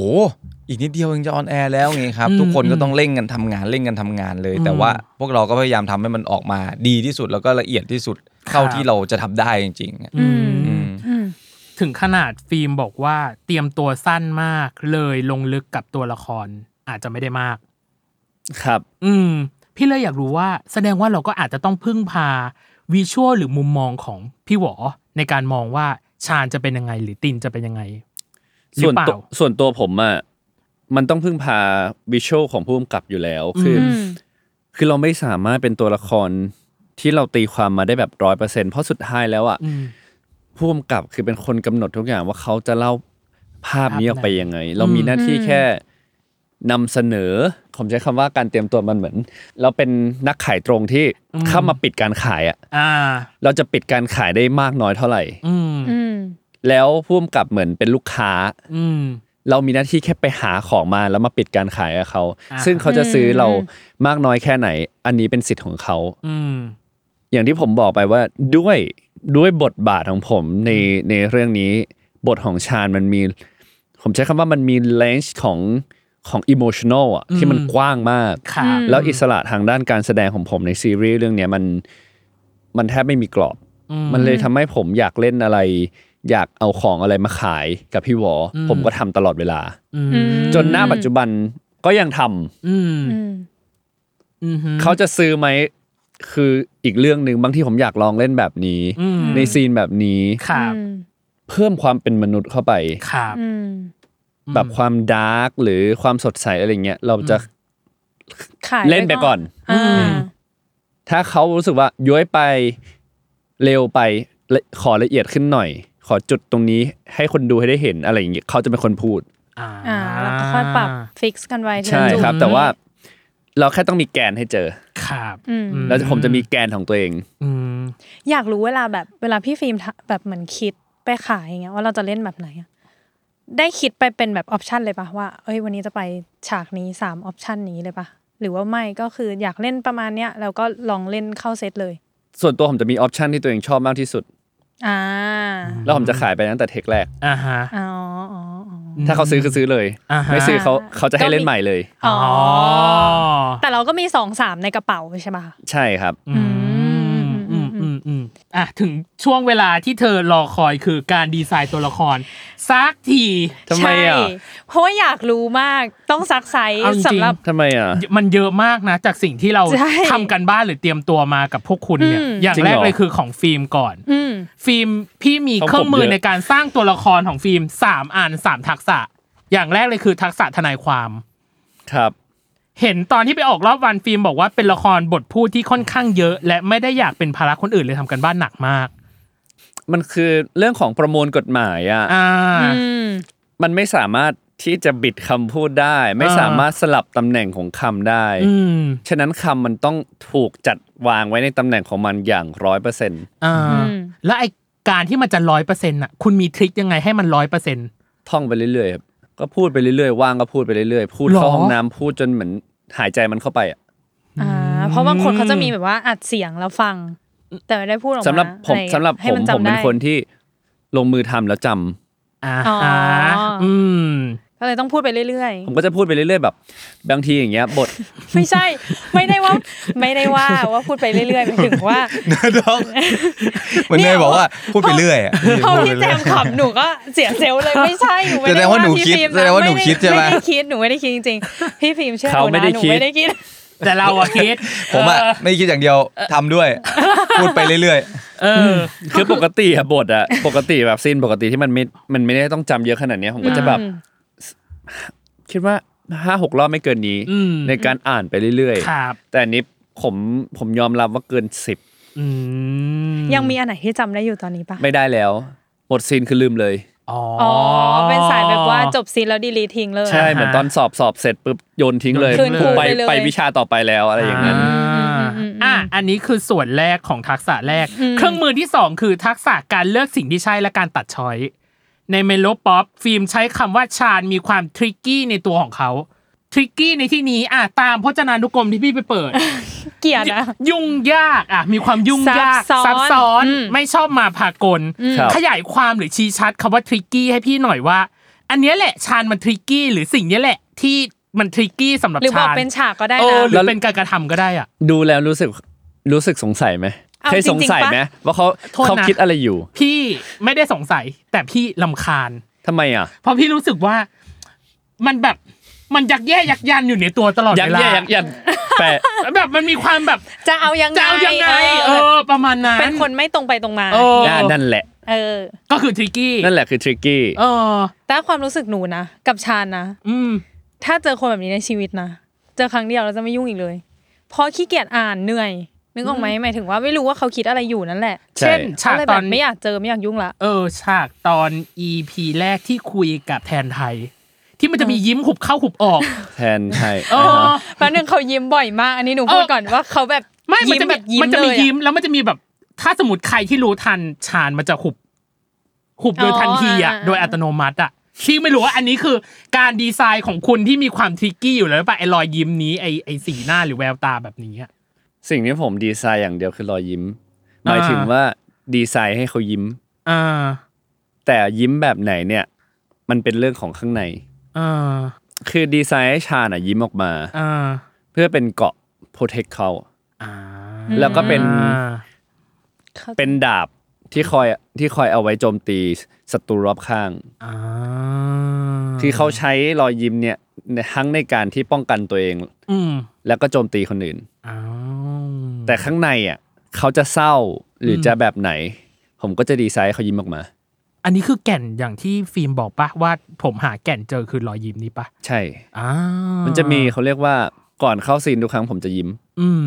Speaker 4: อีกนิดเดียวเองจะออนแอร์แล้วไงครับ
Speaker 3: อืม
Speaker 4: ทุกคนก็ต้องเร่งกันทำงานเร่งกันทำงานเลย
Speaker 3: อืม
Speaker 4: แต่ว่าพวกเราก็พยายามทำให้มันออกมาดีที่สุดแล้วก็ละเอียดที่สุดเท่า
Speaker 3: ครับ
Speaker 4: ที่เราจะทำได้จริงๆอะ
Speaker 3: อืม
Speaker 4: อืม
Speaker 2: อืม
Speaker 3: ถึงขนาดฟิล์มบอกว่าเตรียมตัวสั้นมากเลยลงลึกกับตัวละครอาจจะไม่ได้มาก
Speaker 6: ครับ
Speaker 3: อืม พี่เลยอยากรู้ว่าแสดงว่าเราก็อาจจะต้องพึ่งพาวิชวลหรือมุมมองของพี่หวอในการมองว่าชาญจะเป็นยังไง หรือตินจะเป็นยังไงหรื
Speaker 6: ส่
Speaker 3: อ
Speaker 6: วน
Speaker 3: เปล่า
Speaker 6: ตัวส่วนตัวผมอะ มันต้องพึ่งพาวิชวลของผู้กำกับอยู่แล้วคืออ
Speaker 2: อืม
Speaker 6: คือเราไม่สามารถเป็นตัวละครที่เราตีความมาได้แบบร้อยเปอร์เซ็นเพราะสุดท้ายแล้วอ่ะ
Speaker 3: อืม
Speaker 6: ผู้กำกับคือเป็นคนกำหนดทุกอย่างว่าเขาจะเล่าภาพนี้ออกไปยังไง เรามีหน้าที่แค่นำเสนอ ผมใช้คำว่าการเตรียมตัวมันเหมือน เราเป็นนักขายตรงที่
Speaker 3: อืม
Speaker 6: เข้ามาปิดการขายอ่ะ
Speaker 3: อ่า
Speaker 6: เราจะปิดการขายได้มากน้อยเท่าไหร่
Speaker 3: อืม
Speaker 2: อืม
Speaker 6: แล้วผู้กำกับเหมือนเป็นลูกค้า
Speaker 3: อืม
Speaker 6: เรามีหน้าที่แค่ไปหาของมาแล้วมาปิดการขายกับเขา
Speaker 3: อ่า
Speaker 6: ซึ่งเขาจะซื้ออ
Speaker 2: ม
Speaker 6: เรามากน้อยแค่ไหน อันนี้เป็นสิทธิ์ของเขา
Speaker 3: อืม
Speaker 6: อย่างที่ผมบอกไปว่าด้วยด้วยบทบาทของผมในในเรื่องนี้ บทของชาญมันมี ผมใช้คำว่ามันมีเลนส์ของของอิโมชันอลอ่ะที่มัน
Speaker 3: อืม
Speaker 6: กว้างมาก
Speaker 3: ค่ะ
Speaker 6: แล้วอิสระทางด้านการแสดงของผมในซีรีส์เรื่องเนี้ยมันมันแทบไม่มีกรอบ
Speaker 3: อืม
Speaker 6: มันเลยทำให้ผมอยากเล่นอะไร อยากเอาของอะไรมาขายกับพี่หวออ
Speaker 3: ม
Speaker 6: ผมก็ทำตลอดเวลา
Speaker 3: อืม
Speaker 6: จนหน้าปัจจุบันก็ยังทำ
Speaker 3: อืม
Speaker 2: อืม
Speaker 3: อืม
Speaker 6: เขาจะซื้อไหมคืออีกเรื่องหนึ่งบางที่ผมอยากลองเล่นแบบนี้
Speaker 3: อืม
Speaker 6: ในซีนแบบนี้
Speaker 3: ครับ
Speaker 6: เพิ่มความเป็นมนุษย์เข้าไป
Speaker 3: ครับ
Speaker 2: อืม
Speaker 6: แบบความดาร์กหรือความสดใสอะไรเงี้ยเราจะ
Speaker 2: ขาย
Speaker 6: เล่นไปก่อน
Speaker 2: อ่า
Speaker 6: ถ้าเขารู้สึกว่าย้อยไปเร็วไปละขอละเอียดขึ้นหน่อย ขอจุดตรงนี้ให้คนดูให้ได้เห็นอะไรอย่างเงี้ยเขาจะเป็นคนพูด
Speaker 3: อ่า
Speaker 2: อ่า แล้วก็ค่อยปรับฟิกซ์กันไว้ทีละ
Speaker 6: ใช่
Speaker 2: จุด
Speaker 6: ครับ
Speaker 3: อืม
Speaker 6: แต่ว่าเราแค่ต้องมีแกนให้เจอ
Speaker 3: ครับ
Speaker 2: อืม
Speaker 3: อื
Speaker 6: แล้วผมจะมีแกนของตัวเอง
Speaker 3: อืม
Speaker 2: อยากรู้เวลาแบบเวลาพี่ฟิล์มทะแบบเหมือนคิดไปขายอย่างเงี้ยว่าเราจะเล่นแบบไหนอะได้คิดไปเป็นแบบออปชันเลยปะว่า เอ้ย วันนี้จะไปฉากนี้สามออปชันนี้เลยปะหรือว่าไม่ก็คืออยากเล่นประมาณเนี้ยแล้วก็ลองเล่นเข้าเซตเลย
Speaker 6: ส่วนตัวผมจะมีออปชันที่ตัวเองชอบมากที่สุด
Speaker 2: อ่า
Speaker 6: แล้วผมจะขายไปตั้งแต่เทคแรก
Speaker 3: อ่าฮะ
Speaker 2: อ๋ออ๋ออ๋อ
Speaker 6: ถ้าเขาซื้อคือซื้อเลย
Speaker 3: อ่าฮะ
Speaker 6: ไม่ซื้อเขา
Speaker 2: อ่า
Speaker 6: เขาจะให้เล่นใหม่เลย
Speaker 2: อ๋อ
Speaker 3: อ๋อ
Speaker 2: อแต่เราก็มีสองสามในกระเป๋าใช่ปะ
Speaker 6: ใช่ครับ
Speaker 3: อืมอืมอืมอืมอ่ะถึงช่วงเวลาที่เธอรอคอยคือการดีไซน์ตัวละครซักที
Speaker 6: ทำไมอ่ะ
Speaker 2: ใช่เพราะว่าอยากรู้มากต้องซักไซส์
Speaker 3: เอาจริง
Speaker 2: สำหรับ
Speaker 6: ทำไมอ่ะ
Speaker 3: มันเยอะมากนะจากสิ่งที่เรา
Speaker 2: ใช่
Speaker 3: ทำกันบ้านหรือเตรียมตัวมากับพวกคุณเนี่ย
Speaker 2: อืม
Speaker 3: อย่าง
Speaker 6: จริง
Speaker 3: แร
Speaker 6: เหร
Speaker 3: ก
Speaker 6: อ
Speaker 3: เลยคือของฟิล์มก่อน
Speaker 2: อืม
Speaker 3: ฟิล์มพี่มี
Speaker 6: ของผม
Speaker 3: เครื่องมือ
Speaker 6: เยอะ
Speaker 3: ในการสร้างตัวละครของฟิล์มสามอันสามทักษะ อย่างแรกเลยคือทักษะทนายความ
Speaker 6: ครับ
Speaker 3: เห็นตอนที่ไปออกรอบวันฟิล์มบอกว่าเป็นละครบทพูดที่ค่อนข้างเยอะ และไม่ได้อยากเป็นภาระคนอื่นเลยทำกันบ้านหนักมาก
Speaker 6: มันคือเรื่องของประมวลกฎหมายอ่ะ
Speaker 3: อ่า
Speaker 2: อืม
Speaker 6: มันไม่สามารถที่จะบิดคำพูดได้ ไม่
Speaker 3: อ่า
Speaker 6: สามารถสลับตำแหน่งของคำได้
Speaker 3: อืม
Speaker 6: ฉะนั้นคำมันต้องถูกจัดวางไว้ในตำแหน่งของมันอย่างร้อยเปอร์เซ็นต์
Speaker 3: อ่า
Speaker 2: อืม
Speaker 3: และไอการที่มันจะร้อยเปอร์เซ็นต์อ่ะคุณมีทริคยังไงให้มันร้อยเปอร์เซ็นต์
Speaker 6: ท่องไปเรื่อยๆครับก็พูดไปเรื่อยๆว่างก็พูดไปเรื่อยๆ พูด
Speaker 3: หรอ
Speaker 6: เข้าห้องน้ำพูดจนเหมือนหายใจมันเข้าไปอ่ะ
Speaker 2: อ่า เพราะบางคนเขาจะมีแบบว่าอัดเสียงแล้วฟัง แต่ไม่ได้พูดออกมา
Speaker 6: สำหรับผม
Speaker 2: อะไอย่างเงี้ย
Speaker 6: สำหรับ
Speaker 2: ให้
Speaker 6: ผ
Speaker 2: น
Speaker 6: มผม
Speaker 2: จำ
Speaker 6: เป็น
Speaker 2: ได้
Speaker 6: คนที่ลงมือทำแล้วจำ
Speaker 3: อ่า
Speaker 2: อ๋อ
Speaker 3: ฮะอืม
Speaker 2: ก็เลยต้องพูดไปเรื่อย
Speaker 6: ผมก็จะพูดไปเรื่อยๆแบบ บางทีอย่างเงี้ยบท
Speaker 2: ๆ ไม่ใช่ ไม่ได้ว่าไม่ได้ว่าว่าพูดไปเรื่อยๆหมายถึงว่า
Speaker 4: น้องเห มือนเนยบอกว่าพูดไปเรื่อยอะ
Speaker 2: เท่า
Speaker 4: พูด
Speaker 2: ที่
Speaker 4: ไป
Speaker 2: แจ
Speaker 4: เรื่อย
Speaker 2: มขำหนูก็เสียเซลลเลยไม่ใช่หนูไม่
Speaker 4: แสด
Speaker 2: ได้
Speaker 4: งว่าหนู
Speaker 2: พี่ฟิ
Speaker 4: คิด
Speaker 2: ล์มะ
Speaker 4: แสดงว่าหนู
Speaker 2: ไม่ไ
Speaker 4: คิดใช่ไหม
Speaker 2: ไม่ได้คิดหนูไม่ได้คิดจริงๆพี่ฟิล์มเชื่อห
Speaker 6: เขา
Speaker 2: นู
Speaker 6: ไม่
Speaker 2: นะ
Speaker 6: ได้
Speaker 2: หนู
Speaker 6: คิด
Speaker 2: ไม่ได้คิด
Speaker 3: แต่เราอะคิด
Speaker 4: ผมอ่ะไม่คิดอย่างเดียวทำด้วย พูดไปเรื่อย
Speaker 3: เออ
Speaker 6: คือปกติอะบทอะปกติแบบซีนปกติที่มันไม่มันไม่ได้ต้องจำเยอะขนาดเนี้ยผมก็จะแบบ คิดว่าห้าหกรอบไม่เกินนี้
Speaker 3: อืม
Speaker 6: ในการอ่านไปเรื่อยๆ
Speaker 3: ครับ
Speaker 6: แต่อันนี้ผมผมยอมรับว่าเกินสิบ
Speaker 3: อืม
Speaker 2: ยังมีอันไหนที่จำได้อยู่ตอนนี้ปะ
Speaker 6: ไม่ได้แล้ว หมดซีนคือลืมเลย
Speaker 3: อ๋อ
Speaker 2: อ๋
Speaker 3: อ๋
Speaker 2: อ เป็นสายแบบว่าจบซีนแล้วดีลีทิ้งเลย
Speaker 6: ใช่เหมือนตอนสอบสอบเสร็จปุ๊บโยนทิ้งเลย
Speaker 2: คืน
Speaker 6: กูไป
Speaker 2: ไปเลย
Speaker 6: ไปวิชาต่อไปแล้วอะไรอย่างนั้น
Speaker 3: า
Speaker 2: อืมอืมอืมอืม
Speaker 3: อ่ะอันนี้คือส่วนแรกของทักษะแรก เครื่องมือที่สองคือทักษะการเลือกสิ่งที่ใช่และการตัดช้อย ในเมโลป๊อปฟิล์มใช้คำว่าชาญมีความทริกกี้ในตัวของเขา ทริกกี้ในที่นี้อ่ะตามพจนานุกรมที่พี่ไปเปิด
Speaker 2: เกลียดอะ
Speaker 3: ยุ่งยากอ่ะมีความยุ่งยาก
Speaker 2: ซั
Speaker 3: ซับ
Speaker 2: ซ้
Speaker 3: บ
Speaker 2: อน
Speaker 3: ซ้อน
Speaker 2: อืม
Speaker 3: ไม่ชอบมาพากล
Speaker 6: ครับ
Speaker 3: ขยายความหรือชี้ชัดคำว่าทริกกี้ให้พี่หน่อยว่า อันเนี้ยแหละชาญมันทริกกี้หรือสิ่งเนี้ยแหละที่มันทริกกี้สำหรับ
Speaker 2: หรือบอก
Speaker 3: ชาญ
Speaker 2: เป็นฉากก็ได้
Speaker 3: เอ
Speaker 2: นะ
Speaker 3: อหรือเป็นการกระทำก็ได้อ่ะ
Speaker 6: ดูแล้วรู้สึกรู้สึกสงสัยไหม
Speaker 2: เอา
Speaker 6: เคยสงสัยไหม
Speaker 2: จริง
Speaker 6: ว่าเขา
Speaker 3: โทษนะ
Speaker 6: เขาคิดอะไรอยู่
Speaker 3: พี่ไม่ได้สงสัยแต่พี่ลำคาญ
Speaker 6: ทำไมอ่ะ
Speaker 3: เพราะพี่รู้สึกว่ามันแบบมันยักแย่ยักยันอยู่ในตัวตลอด
Speaker 6: ยัก
Speaker 3: เวลา
Speaker 6: แย่ยักยันแปะ
Speaker 3: แบบมันมีความแบบ
Speaker 2: จะเอายังไง
Speaker 3: จะเอายังไง
Speaker 2: เอ
Speaker 3: เอ
Speaker 2: อ
Speaker 3: อ ประมาณนั้น
Speaker 2: เป็นคนไม่ตรงไปตรงมา
Speaker 3: เออ
Speaker 6: อ่านั่นแหละ
Speaker 2: เออ
Speaker 3: ก็คือทริกกี้
Speaker 6: นั่นแหละคือทริกกี้
Speaker 3: เออ
Speaker 2: แต่ความรู้สึกหนูนะ กับชานนะ
Speaker 3: อืม
Speaker 2: ถ้าเจอคนแบบนี้ในชีวิตนะ เจอครั้งเดียวเราจะไม่ยุ่งอีกเลย เพราะขี้เกียจอ่านเหนื่อย นึกออกไหมหมายถึงว่าไม่รู้ว่าเขาคิดอะไรอยู่นั่นแหละ
Speaker 6: ใช่
Speaker 3: เช่นฉา
Speaker 2: ก็
Speaker 3: ก
Speaker 2: เลย
Speaker 3: ต
Speaker 2: แบ
Speaker 3: อน
Speaker 2: บไม่อยากเจอไม่อยากยุ่งละ
Speaker 3: เออฉากตอน EP แรกที่คุยกับแทนไทย ที่มันจะมียิ้มหุบเข้าหุบออก
Speaker 6: แทนไทย
Speaker 3: เออ
Speaker 6: นะฮะ
Speaker 2: แป๊บนึงเขายิ้มบ่อยมาก อันนี้หนูพูดก่อนว่าเขาแบบ
Speaker 3: ไม่มัน
Speaker 2: ยิ้
Speaker 3: จะ
Speaker 2: แบ
Speaker 3: แบบ บ
Speaker 2: ยิ้ม
Speaker 3: มันจะ
Speaker 2: เล
Speaker 3: มี
Speaker 2: ย
Speaker 3: ยิ้
Speaker 2: อะ
Speaker 3: มแล้วมันจะมีแบบ ถ้าสมมติใครที่รู้ทันชานมันจะหุบ หุบโดยทันทีอ่ะ
Speaker 2: อ๋ออ่า
Speaker 3: โดยอัตโนมัติอ่ะที่ไม่รู้ว่าอันนี้คือการดีไซน์ของคุณที่มีความทริกกี้อยู่แล้วหรือเปล่ะไอ้รอยยิ้มนี้ไอ้ไอ้สีหน้าหรือแววตาแบบนี้อะ
Speaker 6: สิ่งที่ผมดีไซน์อย่างเดียวคือรอยยิ้ม ห
Speaker 3: อ่า
Speaker 6: มายถึงว่าดีไซน์ให้เขายิ้ม
Speaker 3: อ่า
Speaker 6: แต่ยิ้มแบบไหนเนี่ย มันเป็นเรื่องของข้างใน
Speaker 3: อ่า
Speaker 6: คือดีไซน์ให้ชาญอ่ะยิ้มออกมา
Speaker 3: อ่า
Speaker 6: เพื่อเป็นเกราะโปรเทคเขา
Speaker 3: อ่า
Speaker 6: แล้วก็เป็น
Speaker 3: อ่า
Speaker 6: เป็นดาบที่คอยที่คอยเอาไว้โจมตีศัตรูรอบข้าง
Speaker 3: อ่า
Speaker 6: ที่เขาใช้รอยยิ้มเนี่ยในทั้งในการที่ป้องกันตัวเอง
Speaker 3: อืม
Speaker 6: แล้วก็โจมตีคนอื่น
Speaker 3: อ้าว
Speaker 6: แต่ข้างในอ่ะเขาจะเศร้าหรืออ
Speaker 3: ม
Speaker 6: จะแบบไหน ผมก็จะดีไซน์ให้เขายิ้มออกมา
Speaker 3: อันนี้คือแก่นอย่างที่ฟิล์มบอกปะว่าผมหาแก่นเจอคือรอยยิ้มนี้ปะ
Speaker 6: ใช่
Speaker 3: อ่ามั
Speaker 6: มันจะมีเขาเรียกว่าก่อนเข้าซีนทุกครั้งผมจะยิ้ม
Speaker 3: อืม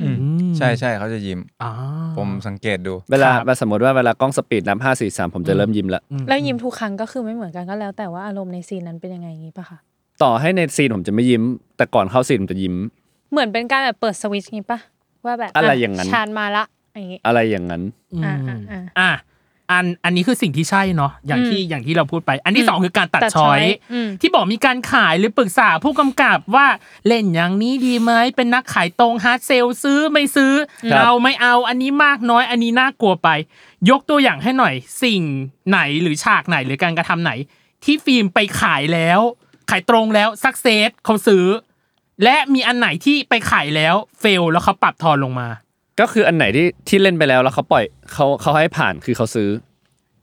Speaker 4: อืมใช่ใช่เขาจะยิ้ม
Speaker 3: อ่า
Speaker 4: ผมสังเกตดู
Speaker 6: เวลา
Speaker 3: ครับ
Speaker 6: สมมติว่าเวลากล้องสปีดนับห้าสี่สามผมจะเริ่มยิ้มละ
Speaker 2: แล้วยิ้มทุกครั้งก็คือไม่เหมือนกันก็แล้ว แต่ว่าอารมณ์ในซีนนั้นเป็นยังไงอย่างงี้ปะคะ
Speaker 6: ต่อให้ในซีนผมจะไม่ยิ้ม แต่ก่อนเข้าซีนผมจะยิ้ม
Speaker 2: เหมือนเป็นการแบบเปิดสวิตช์อย่างงี้ปะว่าแบบ
Speaker 6: อะไรอย่างนั้น
Speaker 2: ชานมาละอย่างงี้
Speaker 6: อะไรอย่างนั้น
Speaker 3: อืม
Speaker 2: อ่าอ่าอ่า
Speaker 3: อ่ะอันอันนี้คือสิ่งที่ใช่เนาะอย่างที่อย่างที่เราพูดไป อันที่
Speaker 2: อืม
Speaker 3: สองคือการตัด
Speaker 2: ตัด
Speaker 3: ช้
Speaker 2: ช้
Speaker 3: อย
Speaker 2: อยอืม
Speaker 3: ที่บอกมีการขายหรือปรึกษาผู้กำกับว่าเล่นอย่างนี้ดีไหมเป็นนักขายตรงฮาร์ดเซลซื้อไม่ซื้อ
Speaker 6: ครับ
Speaker 3: เราไม่เอาอันนี้มากน้อยอันนี้น่ากลัวไป ยกตัวอย่างให้หน่อยสิ่งไหนหรือฉากไหนหรือการกระทำไหน ที่ฟิล์มไปขายแล้ว ขายตรงแล้วสักเซสเขาซื้อ และมีอันไหนที่ไปขายแล้วเฟลแล้วเขาปรับทอนลงมา
Speaker 6: ก็คืออันไหนที่ที่เล่นไปแล้วแล้วเขาปล่อยเขาเขาให้ผ่านคือเขาซื้อ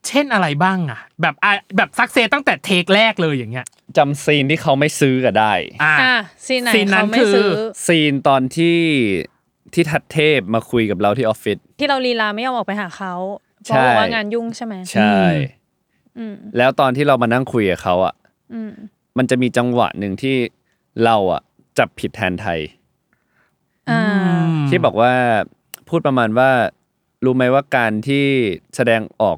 Speaker 3: เช่นอะไรบ้างอ่ะ แบบอ่ะแบบสักเซสตั้งแต่เทคแรกเลยอย่างเงี้ย
Speaker 6: จำซีนที่เขาไม่ซื้อก็ได้
Speaker 3: อ่า
Speaker 2: อ่ะซีนไหน
Speaker 3: ซีนนั้
Speaker 2: เขา
Speaker 3: น
Speaker 2: ไม่ซื้อ
Speaker 3: คือ
Speaker 6: ซีนตอนที่ที่ทัดเทพมาคุยกับเราที่ออฟฟิศ
Speaker 2: ที่เราลีลาไม่ยอมออกไปหาเขาเพ
Speaker 6: ใช่
Speaker 2: ราะบอกว่างานยุ่งใช่ไหม
Speaker 6: ใช่
Speaker 2: อืม
Speaker 6: แล้วตอนที่เรามานั่งคุยกับเขาอ่ะ
Speaker 2: อืม
Speaker 6: มันจะมีจังหวะหนึ่งที่เราอ่ะจับผิดแทนไทย
Speaker 2: อ่า
Speaker 6: ที่บอกว่าพูดประมาณว่า รู้ไหมว่าการที่แสดงออก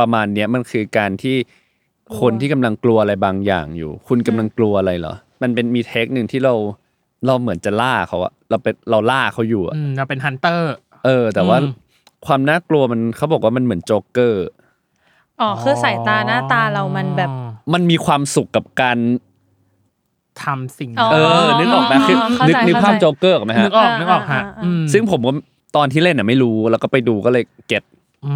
Speaker 6: ประมาณเนี้ยมันคือการที่คนที่กำลังกลัวอะไรบางอย่างอยู่ คุณกำลังกลัวอะไรเหรอ มันเป็นมีเทคหนึ่งที่เราเราเหมือนจะล่าเขาอะเราเป็นเราล่าเขาอยู่อะ
Speaker 3: อืมเราเป็นฮันเตอร์
Speaker 6: เออ แต่ว่า
Speaker 3: อืม
Speaker 6: ความน่ากลัวมันเขาบอกว่ามันเหมือนโจ๊กเกอร์
Speaker 2: อ๋อคือสายตาหน้าตาเรามันแบบ
Speaker 6: มันมีความสุขกับการ
Speaker 3: ทำสิ่ง
Speaker 2: อ๋อ
Speaker 6: เออ นึกออกไหมคือ
Speaker 2: เข้า
Speaker 6: นึก
Speaker 2: ใจ
Speaker 6: นึกภาพ
Speaker 2: เข้าใจ
Speaker 6: โจ๊กเกอร์ออกไหม
Speaker 3: นึ
Speaker 6: ฮะ
Speaker 3: กออกนึกออกฮะ
Speaker 2: อ่าอ่าอ่า
Speaker 3: อืม
Speaker 6: ซึ่งผมก็ตอนที่เล่นน่ะไม่รู้แล้วก็ไปดูก็เลยเก็ต
Speaker 3: อื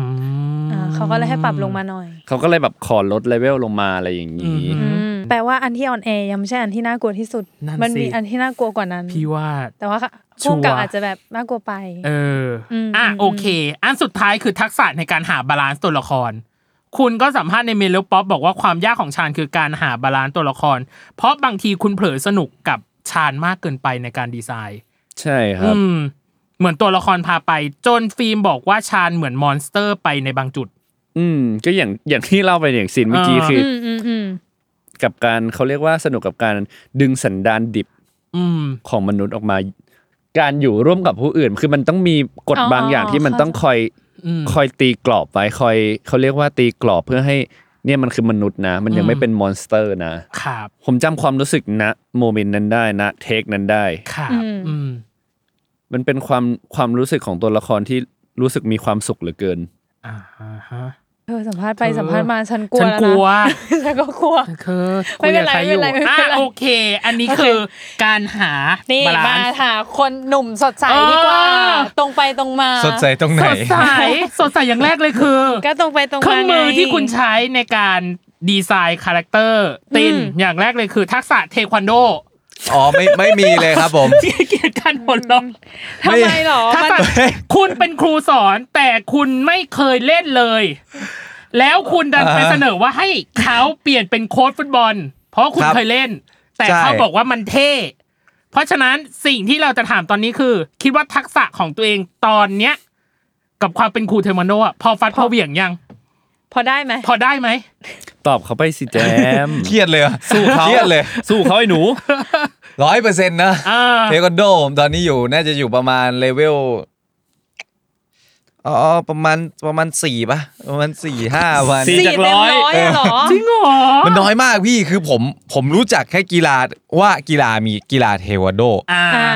Speaker 3: ม
Speaker 2: อ่าเขาก็เลยให้ปรับลงมาหน่อย
Speaker 6: เขาก็เลยแบบขอลดเลเวลลงมาอะไรอย่างนี้
Speaker 3: อื
Speaker 2: อืมแปลว่าอันที่ออนแอร์ยังไม่ใช่อันที่น่ากลัวที่สุด
Speaker 3: นั่น
Speaker 2: มั
Speaker 3: สิ
Speaker 2: มีอันที่น่ากลัวกว่านั้น
Speaker 3: พี่ว่า
Speaker 2: แต่ว่า
Speaker 3: ชัวร์
Speaker 2: พุ่มกับอาจจะแบบน่ากลัวไป
Speaker 3: เอออ
Speaker 2: ม
Speaker 3: อ่ะ
Speaker 2: อืม
Speaker 3: โอเค อันสุดท้ายคือทักษะในการหาบาลานซ์ตัวละคร คุณก็สัมภาษณ์ในเมลป๊อปบอกว่าความยากของชานคือการหาบาลานซ์ตัวละคร เพราะบางทีคุณเผลอสนุกกับชานมากเกินไปในการดีไซน์
Speaker 6: ใช่ครับ
Speaker 3: อืมเหมือนตัวละครพาไป จนฟิล์มบอกว่าชาญเหมือนมอนสเตอร์ไปในบางจุด
Speaker 6: อืม ก็อย่างอย่างที่เล่าไปอย่างซีนเมื่อกี้
Speaker 3: อ่า
Speaker 6: คืออ
Speaker 2: อืมอืมอืม
Speaker 6: กับการเขาเรียกว่าสนุกกับการดึงสันดานดิบ
Speaker 3: อืม
Speaker 6: ของมนุษย์ออกมา การอยู่ร่วมกับผู้อื่น คือมันต้องมีกฎบางอย่างที่มันต้องคอย
Speaker 3: อืม
Speaker 6: คอยตีกรอบไว้คอยเขาเรียกว่าตีกรอบเพื่อให้เนี่ยมันคือมนุษย์นะ มันยั
Speaker 3: อื
Speaker 6: ง
Speaker 3: ม
Speaker 6: ไม่เป็นมอนสเตอร์นะ
Speaker 3: ครับ
Speaker 6: ผมจำความรู้สึกนะโมเมนต์นั้นได้นะเทคนั้นได้
Speaker 3: ครับอืม
Speaker 6: มันเป็นความความรู้สึกของตัวละครที่รู้สึกมีความสุขเหลือเกิน
Speaker 3: อ่าฮะ
Speaker 2: เออสัมภาษณ์ไป
Speaker 3: เธอ
Speaker 2: สัมภาษณ์มาฉันกลัว
Speaker 3: ฉัน
Speaker 2: แล้ว
Speaker 3: ก
Speaker 2: น
Speaker 3: ลัว
Speaker 2: ะ ฉันก็กลัว
Speaker 3: คือ
Speaker 2: ไม่เป็นไร
Speaker 3: คุยกับใคอยู่
Speaker 2: ไม่เป็นไร
Speaker 3: อ่ะ
Speaker 2: ไม่เป็นไร
Speaker 3: โอเค อันนี้คือการหา
Speaker 2: นี่
Speaker 3: บาลาม
Speaker 2: าน
Speaker 3: ซ์
Speaker 2: หาคนหนุ่มสดใสดีกว่า
Speaker 3: เออ
Speaker 2: ตรงไปตรงมา
Speaker 4: สดใสตรงไหน
Speaker 3: สดใส สดใสอย่างแรกเลยคือ
Speaker 2: ก็ตรงไปตรงมา
Speaker 3: เครื่องมือ
Speaker 2: ไ
Speaker 3: ที่คุณใช้ในการดีไซน์คาแรคเตอร์ตินอย่างแรกเลยคือทักษะเทควันโด
Speaker 4: อ๋อไม่ไม่มีเลยครับผม
Speaker 3: เกียรติการผลลัพ
Speaker 2: ทำไมหรอ
Speaker 3: ถ้า
Speaker 2: มัน
Speaker 3: ตัดคุณเป็นครูสอนแต่คุณไม่เคยเล่นเลย แล้วคุณดันไป
Speaker 4: อ่า
Speaker 3: เสนอว่าให้เขาเปลี่ยนเป็นโค้ชฟุตบอล เพราะคุณ
Speaker 4: ครับ
Speaker 3: เคยเล่น แต่
Speaker 4: ใช่
Speaker 3: เขาบอกว่ามันเท่ เพราะฉะนั้นสิ่งที่เราจะถามตอนนี้คือ คิดว่าทักษะของตัวเองตอนเนี้ย กับความเป็นครูเทอร์โมโนอะพอฟัดพอเหวี่ยงยัง
Speaker 2: พอได้ไหม
Speaker 3: พอได้ไหม
Speaker 6: ตอบเขาไปสิแจม
Speaker 4: เครียดเลยอะ
Speaker 6: สู้เขา
Speaker 4: เครียดเลย
Speaker 6: สู้เขาไอ้หนู
Speaker 4: ร้อยเปอร์เซ็นต์นะ
Speaker 3: อ่า
Speaker 4: เทควันโดผมตอนนี้อยู่น่าจะอยู่ประมาณเลเวลอ๋อประมาณประมาณสี่ปะประมาณสี่ห้าวัน
Speaker 6: สี่
Speaker 2: สี่
Speaker 6: จากร้
Speaker 2: เต็ม
Speaker 6: อย
Speaker 2: ร้อยอะเหรอ
Speaker 3: จริงเหรอ
Speaker 4: มันน้อยมากพี่คือผมผมรู้จักแค่กีฬาว่ากีฬามีกีฬาเทควันโด
Speaker 3: อ่า
Speaker 2: อ่า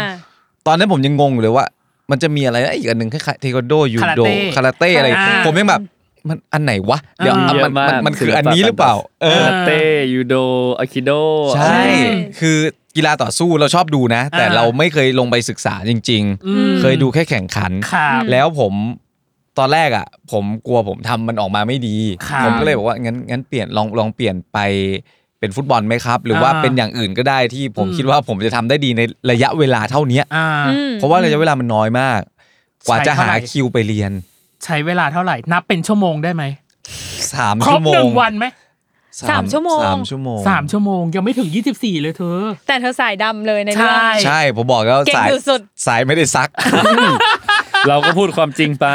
Speaker 4: ตอนนั้นผมยังงงอยู่เลยว่า มันจะมีอะไรนะอีกอันหนึ่งคล้ายๆเทควันโดยูโดคา
Speaker 3: คา
Speaker 4: รา
Speaker 3: ราเต้
Speaker 4: เต้อะไร
Speaker 3: อ่า
Speaker 4: ผมยังแบบมันอันไหนวะ เดี๋ยว
Speaker 3: อ่า
Speaker 4: อ่ะมันมันมันคืออันนี้หรือเปล่า เอ
Speaker 6: เอ
Speaker 4: อ
Speaker 6: อเต้ยูโดอะคิโด
Speaker 4: ใช่ คือกีฬาต่อสู้เราชอบดูนะ แต่
Speaker 3: อ่า
Speaker 4: เราไม่เคยลงไปศึกษาจริง
Speaker 3: อืม
Speaker 4: ๆ เคยดูแค่แข่งขัน
Speaker 3: ครับ
Speaker 4: แล้วผมตอนแรกอ่ะ ผมกลัวผมทำมันออกมาไม่ดี
Speaker 3: ครับ
Speaker 4: ผมก็เลยบอกว่างั้นงั้นเปลี่ยนลองลองเปลี่ยนไปเป็นฟุตบอลไหมครับ หรือว่าเป็นอย่างอื่นก็ได้ที่ผมคิดว่าผมจะทำได้ดีในระยะเวลาเท่าเนี้ย
Speaker 3: อ่า
Speaker 4: เพราะว่าระยะเวลามันน้อยมาก กว่าจะหา
Speaker 3: ใช้เท่าไหร่
Speaker 4: คิวไปเรียน
Speaker 3: ใช้เวลาเท่าไหร่ นับเป็นชั่วโมงได้ไหม
Speaker 4: สาม
Speaker 3: คร
Speaker 4: ชั่
Speaker 3: บ
Speaker 4: วโม
Speaker 3: หนึ่
Speaker 4: ง
Speaker 3: งวันไหม
Speaker 2: สามชั่วโมง
Speaker 4: สามชั่วโมง
Speaker 3: สามชั่วโมงยังไม่ถึง 24 เลยเธอ
Speaker 2: แต่เธอสายดำเลยในเรื่อง
Speaker 3: ใช่
Speaker 4: ใช่ผมบอกแล้ว
Speaker 2: เก่ง
Speaker 4: สาย
Speaker 2: สุด
Speaker 4: สายไม่ได้ซัก
Speaker 6: เราก็พูดความจริงไป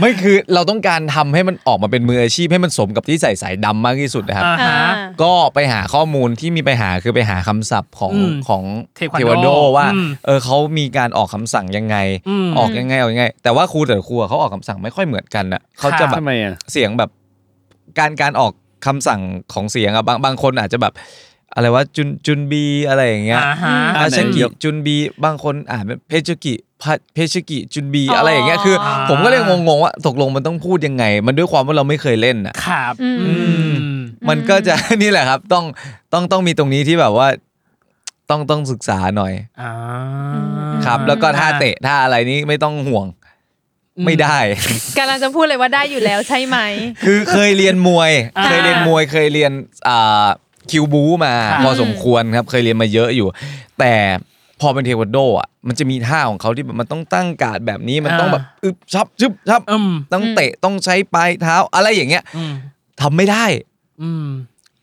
Speaker 4: ไม่คือเราต้องการทำให้มันออกมาเป็นมืออาชีพให้มันสมกับที่ใส่สายดำมากที่สุดนะครับ
Speaker 3: อ่า
Speaker 2: อ่า
Speaker 3: ฮะ
Speaker 4: ก็ไปหาข้อมูลที่มีไปหาคือไปหาคำศัพท์ของ
Speaker 3: อืม
Speaker 4: ของ
Speaker 3: เทควันโด
Speaker 4: วันโดว่า
Speaker 3: อืม
Speaker 4: เออเขามีการออกคำสั่งยังไง
Speaker 3: อืม
Speaker 4: ออกยังไงออกยังไง แต่ว่าครูแต่ละครูอะเขาออกคำสั่งไม่ค่อยเหมือนกันอ่ะเขาจะ
Speaker 3: ค่ะ
Speaker 4: แบบ
Speaker 6: ทำไมอ่ะ
Speaker 4: เสียงแบบการการออกคำสั่งของเสียงอะบางบางคนอาจจะแบบ อะไรว่าจุนจุนบีอะไรอย่างเงี้ย
Speaker 3: อ่าฮะ
Speaker 4: อาชกิ
Speaker 6: ยก
Speaker 4: จุนบีบางคนอ่านเป็นเพชกิพะเพชกิจุนบี
Speaker 2: อ๋ออ
Speaker 4: อะไรอย่างเงี้ยคือ
Speaker 3: อ่า
Speaker 4: ผมก็เลยงงๆว่าตกลงมันต้องพูดยังไง มันด้วยความว่าเราไม่เคยเล่นอ่ะ
Speaker 3: ครับ
Speaker 2: อืม
Speaker 3: อืม
Speaker 4: มันก็จะ นี่แหละครับ ต้องต้องต้องมีตรงนี้ที่แบบว่า ต้องต้องศึกษาหน่อย
Speaker 3: อ่า
Speaker 4: ครับ แล้วก็ท่าเตะท่าอะไรนี้ไม่ต้องห่วง
Speaker 3: อื
Speaker 4: ไม่ได้
Speaker 2: ๆกำลังจะพูดเลยว่าได้อยู่แล้วใช่ไหม
Speaker 4: คือเคยเรียนมวย
Speaker 3: อ่า
Speaker 4: เคยเรียนมวยเคยเรียนอ่าคิวบูมา
Speaker 3: ครับ
Speaker 4: พอสมควรครับ เคยเรียนมาเยอะอยู่ แต่พอเป็นเทควันโดอ่ะมันจะมีท่าของเขาที่แบบมันต้องตั้งการ์ดแบบนี้มันต้องแบบอึบชับชึบชับ
Speaker 3: อืม
Speaker 4: ต้องเตะต้องใช้ปลายเท้า อะไรอย่างเงี้ย
Speaker 3: อืม
Speaker 4: ทำไม่ได้
Speaker 3: อืม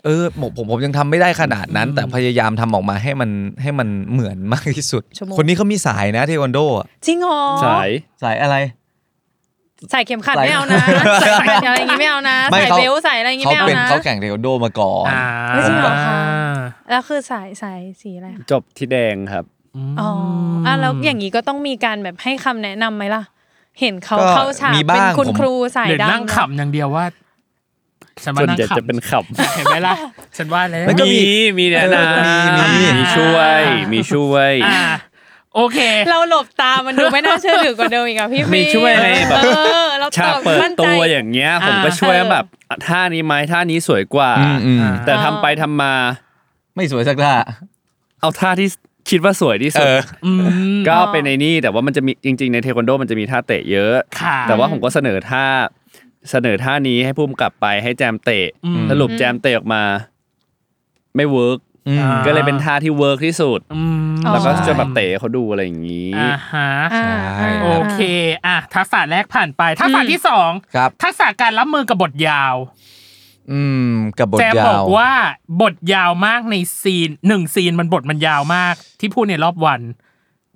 Speaker 4: เออผมผมผมยังทำไม่ได้ขนาดนั้น
Speaker 3: อืม
Speaker 4: แต่พยายามทำออกมาให้มันให้มันเหมือนมากที่สุด
Speaker 2: ชั่วโมง
Speaker 4: คนนี้เขามีสายนะเทควันโดอะ
Speaker 2: จริงเหรอ
Speaker 6: สาย
Speaker 4: สายอะไร
Speaker 2: ใส่เข็มขัด
Speaker 4: สาย
Speaker 2: ไม่เอานะ
Speaker 4: สาย
Speaker 2: ใส่อะไรอย่างงี้ไม่เอานะ
Speaker 4: ไม่
Speaker 2: ใส่
Speaker 4: เขา
Speaker 2: เบลต์ใส่อะไรอย่างงี้
Speaker 4: เขา
Speaker 2: ไม่เอา
Speaker 4: เป็น
Speaker 2: นะ
Speaker 4: เขาแข่งเทควันโดมาก่อน
Speaker 3: อ่า
Speaker 2: เฮ้ยจริงเหรอคะ แล้วคือสายสายสีอะไรคะ
Speaker 6: จบที่แดงครับ
Speaker 3: ม
Speaker 2: อ๋ออ่ะแล้วอย่างงี้ก็ต้องมีการแบบให้คำแนะนำไหมล่ะ เห็นเขา
Speaker 4: ก็
Speaker 2: เข้าฉาก
Speaker 4: มี
Speaker 2: เป็น
Speaker 4: บ้าง
Speaker 2: คุณ
Speaker 4: ผม
Speaker 2: ครูสาย
Speaker 3: เดี๋ยว
Speaker 2: ดำ
Speaker 3: นั่งขำอย่างเดียวว่าฉันว่า
Speaker 6: ส่วน
Speaker 3: นั่ง
Speaker 6: ใหญ่
Speaker 3: ขำ
Speaker 6: จะเป็นขำ
Speaker 3: เห็นไหมล่ะ ฉันว่าแล้ว
Speaker 4: มันก็มี
Speaker 6: มีมีแนะน
Speaker 4: เออมีมี
Speaker 6: ำมีช่วย มีช่วย
Speaker 3: อ่า โอเค
Speaker 2: เราหลบตามันดูไม่น่าเชื่อถือกว่าเดิมอีกอะพี่
Speaker 6: มี
Speaker 2: ฟี
Speaker 6: ช่วยในแบบ
Speaker 2: เออเรา
Speaker 6: ฉา
Speaker 2: ต
Speaker 6: ก
Speaker 2: อบ
Speaker 6: เปิด
Speaker 2: มั่นใจ
Speaker 6: ตัวอย่างเงี้ย ผมก็ช่วยแบบอ่ะท่านี้ไหมท่านี้สวยกว่า
Speaker 4: อืมอืม
Speaker 6: แต่ทำไปทำมา
Speaker 4: ไม่สวยสักท่า
Speaker 6: เอาท่าที่คิดว่าสวยที่สุด
Speaker 4: เออ
Speaker 3: อืม
Speaker 6: ก็เป็นในนี่แต่ว่ามันจะมีจริง ๆ ในเทควันโดมันจะมีท่าเตะเยอะ
Speaker 3: ค่ะ
Speaker 6: แต่ว่าผมก็เสนอท่าเสนอท่านี้ให้พุ่มกลับไปให้แจมเตะ
Speaker 3: อืม
Speaker 6: สรุปแจมเตะออกมา ไม่เวิร์ก
Speaker 4: อืม
Speaker 3: อ่า
Speaker 6: ก็เลยเป็นท่าที่เวิร์กที่สุด
Speaker 3: อืม
Speaker 2: อ๋อ
Speaker 6: แล้วก็จะแบบเตะให้เขาดูอะไรอย่างนี้
Speaker 3: อ่าฮะ
Speaker 2: อ่า
Speaker 4: ใช่
Speaker 2: า
Speaker 3: โอเค อ่ะ ทักษะแรกผ่านไป ทักษะที่สอง
Speaker 4: ครับ
Speaker 3: ทักษะการรับมือกับบทยาว
Speaker 4: อืมกับบท
Speaker 3: แจม
Speaker 4: ยา
Speaker 3: บอก
Speaker 4: ว
Speaker 3: ว่าบทยาวมากในซีนหนึ่งซีนมันบทมันยาวมาก ที่พูดในรอบวัน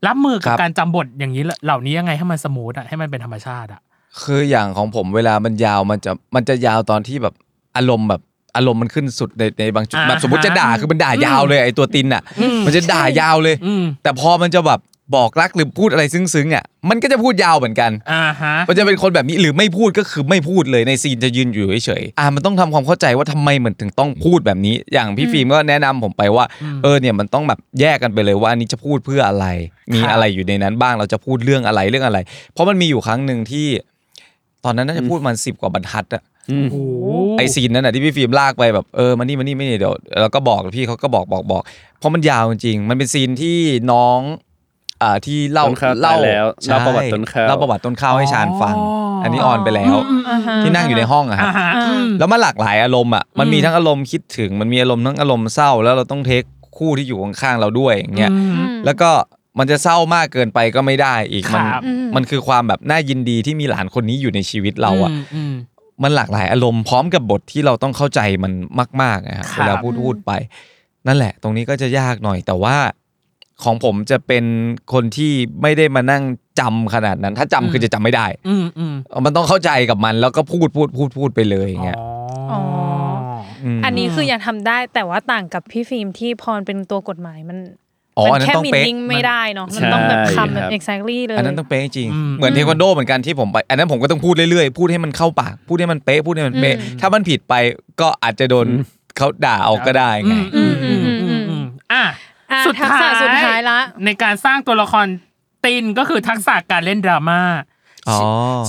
Speaker 3: รับมือกับ
Speaker 4: ครับ
Speaker 3: การจำบทอย่างนี้เหล่าเหล่านี้ยังไงให้มันสมูทอ่ะให้มันเป็นธรรมชาติอ่ะ
Speaker 4: คืออย่างของผมเวลามันยาวมันจะมันจะยาวตอนที่แบบอารมณ์แบบอารมณ์มันขึ้นสุดในในบางจุด
Speaker 3: อ่า
Speaker 4: แบบสมมติ
Speaker 3: ฮะ
Speaker 4: จะด่าคือมันด่ายาวเลยไอตัวตินอ่ะ
Speaker 3: อืม
Speaker 4: มันจะด่ายาวเลย
Speaker 3: อืม
Speaker 4: แต่พอมันจะแบบบอกรักหรือพูดอะไรซึ้งๆอ่ะมันก็จะพูดยาวเหมือนกัน
Speaker 3: อ่าฮะ
Speaker 4: มันจะเป็นคนแบบนี้หรือไม่พูดก็คือไม่พูดเลยในซีนจะยืนอยู่เฉยๆอ่ะมันต้องทำความเข้าใจว่าทำไมเหมือนถึงต้องพูดแบบนี้ อย่างพี่ฟิล์มก็แนะนำผมไปว่า
Speaker 3: อืม
Speaker 4: เออเนี่ยมันต้องแบบแยกกันไปเลยว่าอันนี้จะพูดเพื่ออะไร มี
Speaker 3: ครับ
Speaker 4: อะไรอยู่ในนั้นบ้างเราจะพูดเรื่องอะไรเรื่องอะไร เพราะมันมีอยู่ครั้งหนึ่งที่ ตอนนั้นน่าจะพูดมันสิบกว่าบรรทัดอะ
Speaker 6: อืม
Speaker 3: โอ้
Speaker 4: ไอซีนนั้นอะที่พี่ฟิล์มลากไปแบบเออมานี่มานี่มานี่เดี๋ยวแล้วก็บอกพี่เขาก็บอกบอกบอกเพราะมันยาวจริงๆมันเป็นซีนที่น้องอ่าที่เล่า
Speaker 6: ต้นข้าวตาย
Speaker 4: เล่า
Speaker 6: แล้ว
Speaker 4: ใช่
Speaker 6: เล่าประวัติต้นข้าว
Speaker 4: เล่าประวัติต้นข้าวให้ชานฟัง
Speaker 3: อ๋ออั
Speaker 4: อันนี้ออนไปแล้ว
Speaker 2: อ่าฮะ
Speaker 4: ที่นั่งอยู่ในห้องอะครับ
Speaker 3: อ่าฮะอืม
Speaker 4: แล้วมันหลากหลายอารมณ์อ่ะ มันมีทั้งอารมณ์คิดถึง มันมีอารมณ์ทั้งอารมณ์เศร้า แล้วเราต้องเทคคู่ที่อยู่ข้างๆเราด้วยอย่างเงี้ย
Speaker 2: อืม
Speaker 4: แล้วก็มันจะเศร้ามากเกินไปก็ไม่ได้อีก มัน
Speaker 3: ครับ
Speaker 4: มันคือความแบบน่ายินดีที่มีหลานคนนี้อยู่ในชีวิตเราอ่ะ
Speaker 3: มม
Speaker 4: มันหลากหลายอารมณ์พร้อมกับบทที่เราต้องเข้าใจมันมากๆนะครับ
Speaker 3: ครับ
Speaker 4: เวลาพูดพูดไป นั่นแหละ ตรงนี้ก็จะยากหน่อย แต่ว่าของผมจะเป็นคนที่ไม่ได้มานั่งจำขนาดนั้น ถ้าจำคือจะจำไม่ได้
Speaker 3: อืมอืม
Speaker 4: มันต้องเข้าใจกับมันแล้วก็พูดพูดพูดพูดไปเลยอย่างเงี้ย
Speaker 3: อ๋อ
Speaker 2: อ
Speaker 4: ม
Speaker 2: อันนี้คือยังทำได้แต่ว่าต่างกับพี่ฟิล์มที่พรเป็นตัวกฎหมายมัน
Speaker 4: อ๋อ
Speaker 2: มั
Speaker 4: อันนั้น
Speaker 2: แค่
Speaker 4: ต้อง
Speaker 2: มิน
Speaker 4: เป๊ะ
Speaker 2: นิ่งไม่ได้เนาะมันต้อง
Speaker 6: ใช่
Speaker 2: แบบคำแบบ
Speaker 6: ครับ
Speaker 2: exactly เลย
Speaker 4: อันนั้นต้องเป๊ะจริง
Speaker 3: อืม
Speaker 4: เหมือนเทควันโดเหมือนกันที่ผมไป อันนั้นผมก็ต้องพูดเรื่อยๆ พูดให้มันเข้าปาก พูดให้มันเป๊ะพูดให้มันเป๊ะ
Speaker 2: อืม
Speaker 4: ถ้ามันผิดไปก็อาจจะโดนเขาด่าเอาก็ได้ไง
Speaker 3: อืมอืมอืมอืมอืมอ่ะ
Speaker 2: อ่ะ
Speaker 3: สุด
Speaker 2: ทัก
Speaker 3: ท้าย
Speaker 2: ษะสุดท้ายละ
Speaker 3: ในการสร้างตัวละครตินก็คือทักษะการเล่นดราม่า
Speaker 4: อ๋อ
Speaker 3: ชี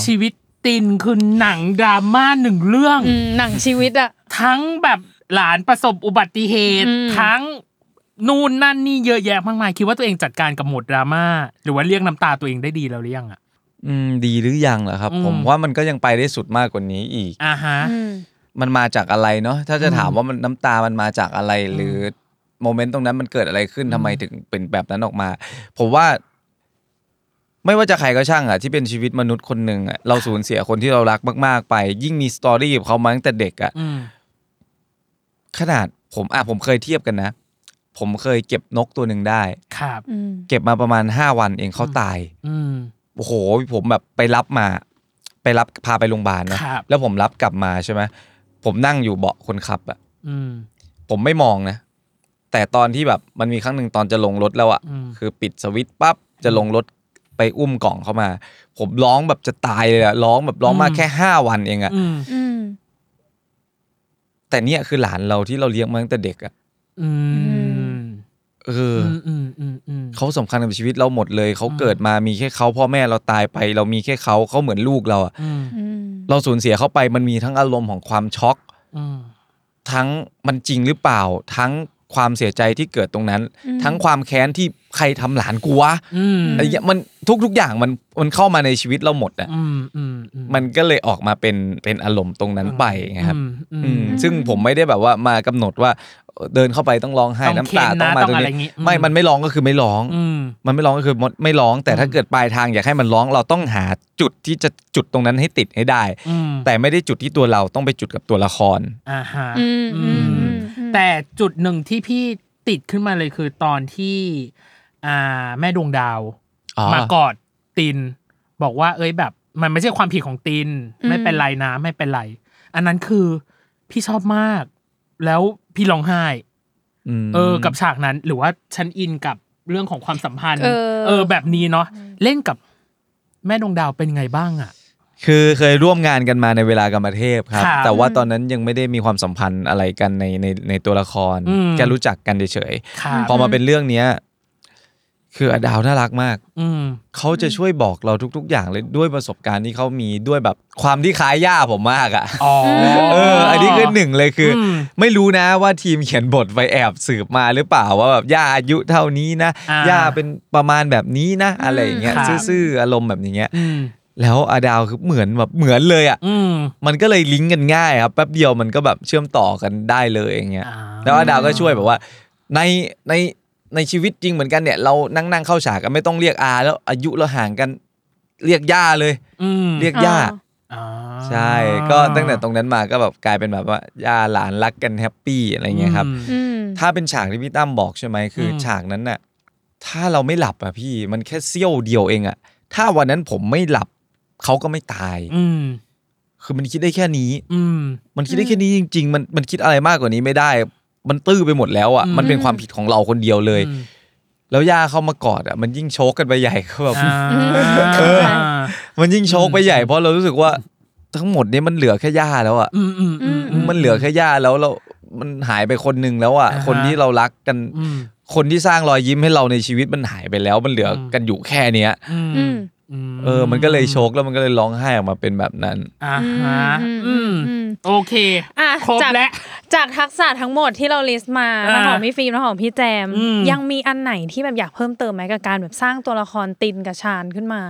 Speaker 3: ชีวิตตินคือหนังดราม่าหนึ่งเรื่อง
Speaker 2: อืมหนังชีวิตอะ
Speaker 3: ทั้งแบบหลานประสบอุบัติเหตุ
Speaker 2: อืม
Speaker 3: ทั้งนู่นนั่นนี่เยอะแยะมากมาย คิดว่าตัวเองจัดการกับโหมดดราม่าหรือว่าเรียกน้ำตาตัวเองได้ดีแล้วหรือยังอ่ะ
Speaker 4: อืมดีหรือยังเหรอครับ
Speaker 3: อืม
Speaker 4: ผมว่ามันก็ยังไปได้สุดมากกว่านี้อีก
Speaker 3: อ่าฮะ
Speaker 2: อืม
Speaker 4: มันมาจากอะไรเนาะถ้าจะ
Speaker 3: อืม
Speaker 4: ถามว่ามันน้ำตามันมาจากอะไร หรือโมเมนต์ตรงนั้นมันเกิดอะไรขึ้น
Speaker 3: อืม
Speaker 4: ทำไมถึงเป็นแบบนั้นออกมา ผมว่า ไม่ว่าจะใครก็ช่างอะที่เป็นชีวิตมนุษย์คนหนึ่งอะเราสูญเสียคนที่เรารักมาก ๆ ไป ยิ่งมีสตอรี่กับเขามาตั้งแต่เด็กอะ
Speaker 3: อืม
Speaker 4: ขนาดผมอ่ะผมเคยเทียบกันนะ ผมเคยเก็บนกตัวหนึ่งได้
Speaker 3: ครับ
Speaker 2: อืม
Speaker 4: เก็บมาประมาณห้าวันเองเขาตาย
Speaker 3: อืม
Speaker 4: โอ้โหผมแบบไปรับมา ไปรับพาไปโรงพยาบาลนะครับ แล้วผมรับกลับมาใช่ไหมผมนั่งอยู่เบาะคนขับอะ
Speaker 3: อืม
Speaker 4: ผมไม่มองนะ แต่ตอนที่แบบมันมีครั้งหนึ่งตอนจะลงรถแล้วอะ
Speaker 3: อืม
Speaker 4: คือปิดสวิตช์ปั๊บจะลงรถไปอุ้มกล่องเข้ามา ผมร้องแบบจะตายเลยอะร้องแบบร้องมาแค่ห้าวันเองอะ
Speaker 3: อืม
Speaker 2: อืม
Speaker 4: แต่เนี่ยคือหลานเราที่เราเลี้ยงมาตั้งแต่เด็กอะ
Speaker 3: อืม
Speaker 4: เออ
Speaker 3: อื
Speaker 4: อ
Speaker 3: มอืมอืมอืม
Speaker 4: เขาสำคัญกับชีวิตเราหมดเลยเขา
Speaker 3: อืม
Speaker 4: เกิดมามีแค่เขาพ่อแม่เราตายไป เรามีแค่เขาเขาเหมือนลูกเราอะ
Speaker 3: อืม
Speaker 2: อืม
Speaker 4: เราสูญเสียเขาไปมันมีทั้งอารมณ์ของความช็อก
Speaker 3: อืม
Speaker 4: ทั้งมันจริงหรือเปล่า ทั้งความเสียใจที่เกิดตรงนั้น
Speaker 2: อืม
Speaker 4: ทั้งความแค้นที่ใครทำหลานกูวะ
Speaker 3: อืม
Speaker 4: ไอ้เหี้ยมันทุกทุกอย่างมันมันเข้ามาในชีวิตเราหมดอ่ะ
Speaker 3: อืมอืมอืม
Speaker 4: มันก็เลยออกมาเป็นเป็นอารมณ์ตรงนั้นไปไงครับ
Speaker 3: อืมอืม
Speaker 4: อืมซึ่งผมไม่ได้แบบว่ามากำหนดว่าเอ่อเดินเข้าไปต้องร้องไห้
Speaker 3: ต้อ
Speaker 4: น้ำ
Speaker 3: ง
Speaker 4: ตา
Speaker 3: เค้นนะ
Speaker 4: ต้องมา
Speaker 3: ต้อง
Speaker 4: ตรง
Speaker 3: อะไรอย่างงี้
Speaker 4: นี้
Speaker 3: อืม
Speaker 4: ไม่มันไม่ร้องก็คือไม่ร้อง
Speaker 3: อืม
Speaker 4: มันไม่ร้องก็คือมดไม่ร้อง แต่ถ้า
Speaker 3: อืม
Speaker 4: เกิดปลายทางอยากให้มันร้องเราต้องหาจุดที่จะจุดตรงนั้นให้ติดให้ได้
Speaker 3: อืม
Speaker 4: แต่ไม่ได้จุดที่ตัวเราต้องไปจุดกับตัวละคร
Speaker 3: อ่าฮะ
Speaker 2: อืมอืมอืม
Speaker 3: แต่จุดหนึ่งที่พี่ติดขึ้นมาเลยคือตอนที่อ่าแม่ดวงดาว
Speaker 4: อ๋อ
Speaker 3: มากอดติน บอกว่าเอ้ยแบบ มันไม่ใช่ความผิดของติน
Speaker 2: อืม
Speaker 3: ไม่เป็นไรนะไม่เป็นไร อันนั้นคือพี่ชอบมาก แล้วพี่ร้องไห้
Speaker 4: ม
Speaker 3: เออ กับฉากนั้นหรือว่าฉันอินกับเรื่องของความสัมพันธ์
Speaker 2: เออ
Speaker 3: อแบบนี้เนาะเล่นกับแม่ดวงดาวเป็นไงบ้างอ่ะ
Speaker 4: คือเคยร่วมงานกันมาในเวลากรรมเทพครับ
Speaker 3: ครับ
Speaker 4: แต่ว่าตอนนั้นยังไม่ได้มีความสัมพันธ์อะไรกันในในในตัวละคร
Speaker 3: อืม
Speaker 4: แค่รู้จักกันเฉยๆ
Speaker 3: ค่ะ
Speaker 4: พอมาเป็นเรื่องเนี้ยคืออดาวน่ารักมาก
Speaker 3: อืม
Speaker 4: เขาจะช่วยบอกเราทุก ๆ อย่างเลยด้วยประสบการณ์ที่เขามีด้วยแบบความที่คล้ายย่าผมมากอ่ะ
Speaker 3: อ๋อ
Speaker 4: เออ อันนี้คือหนึ่งเลยคืออ
Speaker 3: ม
Speaker 4: ไม่รู้นะว่าทีมเขียนบทไปแอบสืบมาหรือเปล่าว่าแบบย่าอายุเท่านี้นะ
Speaker 3: อ่า
Speaker 4: ย่าเป็นประมาณแบบนี้นะ อะไรอย่างเงี้ย
Speaker 3: ครับ
Speaker 4: ซื่อๆอารมณ์แบบอย่างเงี้ย
Speaker 3: อืม
Speaker 4: แล้วอดาวคือเหมือนแบบเหมือนเลยอ่ะ
Speaker 3: อืม
Speaker 4: มันก็เลยลิงก์กันง่ายครับแป๊บเดียวมันก็แบบเชื่อมต่อกันได้เลยอย่างเงี้ย
Speaker 3: อ่า
Speaker 4: แล้วอาดาวก็ช่วยแบบว่า ในในในชีวิตจริงเหมือนกันเนี่ย เรานั่งนั่งเข้าฉากกันไม่ต้องเรียกอาแล้วอายุเราห่างกัน เรียกย่าเลย
Speaker 3: อืม
Speaker 4: เรียกย่า
Speaker 3: อ่า
Speaker 4: ใช่ ก็ตั้งแต่ตรงนั้นมาก็แบบกลายเป็นแบบว่าย่าหลานรักกันแฮปปี้อะไรเงี้ยครับ
Speaker 3: อืม
Speaker 2: อืม
Speaker 4: ถ้าเป็นฉากที่พี่ตั้มบอกใช่ไหมคืออ
Speaker 3: ม
Speaker 4: ฉากนั้นน่ะถ้าเราไม่หลับอะพี่มันแค่เสี้ยวเดียวเองอะถ้าวันนั้นผมไม่หลับเขาก็ไม่ตาย
Speaker 3: อืม
Speaker 4: คือมันคิดได้แค่นี้
Speaker 3: อืม
Speaker 4: มันคิดได้แค่นี้จริง ๆ มันมันคิดอะไรมากกว่านี้ไม่ได้ มันตื้อไปหมดแล้วอ่ะ
Speaker 3: อืม
Speaker 4: มันเป็นความผิดของเราคนเดียวเลย
Speaker 3: อืม
Speaker 4: แล้วย่าเข้ามากอดอ่ะ มันยิ่งโชกกันไปใหญ่ ก็แบบ
Speaker 3: อ่า
Speaker 4: มันยิ่งโชกไปใหญ่เพราะเรารู้สึกว่าทั้งหมดเนี้มันเหลือแค่ย่าแล้วอ่ะ
Speaker 3: อืมอืมอืมอื
Speaker 4: มันเหลือแค่ย่าแล้วเรา มันหายไปคนหนึ่งแล้วอ่ะ
Speaker 3: อ่าฮะ
Speaker 4: คนที่เรารักกัน
Speaker 3: อืม
Speaker 4: คนที่สร้างรอยยิ้มให้เราในชีวิตมันหายไปแล้ว มันเหลืออ
Speaker 3: ม
Speaker 4: กันอยู่แค่เนี้ย
Speaker 3: อืม
Speaker 2: อืม
Speaker 3: ม
Speaker 4: เออ มันก็เลยโชกแล้วมันก็เลยร้องไห้ออกมาเป็นแบบนั้น
Speaker 3: อ่าฮะ
Speaker 2: อืมอื
Speaker 3: อื
Speaker 2: ม
Speaker 3: ม
Speaker 2: อืม
Speaker 3: โอเค
Speaker 2: อ่ะ
Speaker 3: ครบ
Speaker 2: จาก
Speaker 3: แล้ว
Speaker 2: จากทักษะทั้งหมดที่เราลิสต์มา
Speaker 3: อ่า
Speaker 2: ทั้งของพี่ฟิล์มทั้งของพี่แจม
Speaker 3: อืม
Speaker 2: ยังมีอันไหนที่แบบอยากเพิ่มเติมไหมกับการแบบสร้างตัวละครตินกับชาญขึ้นมา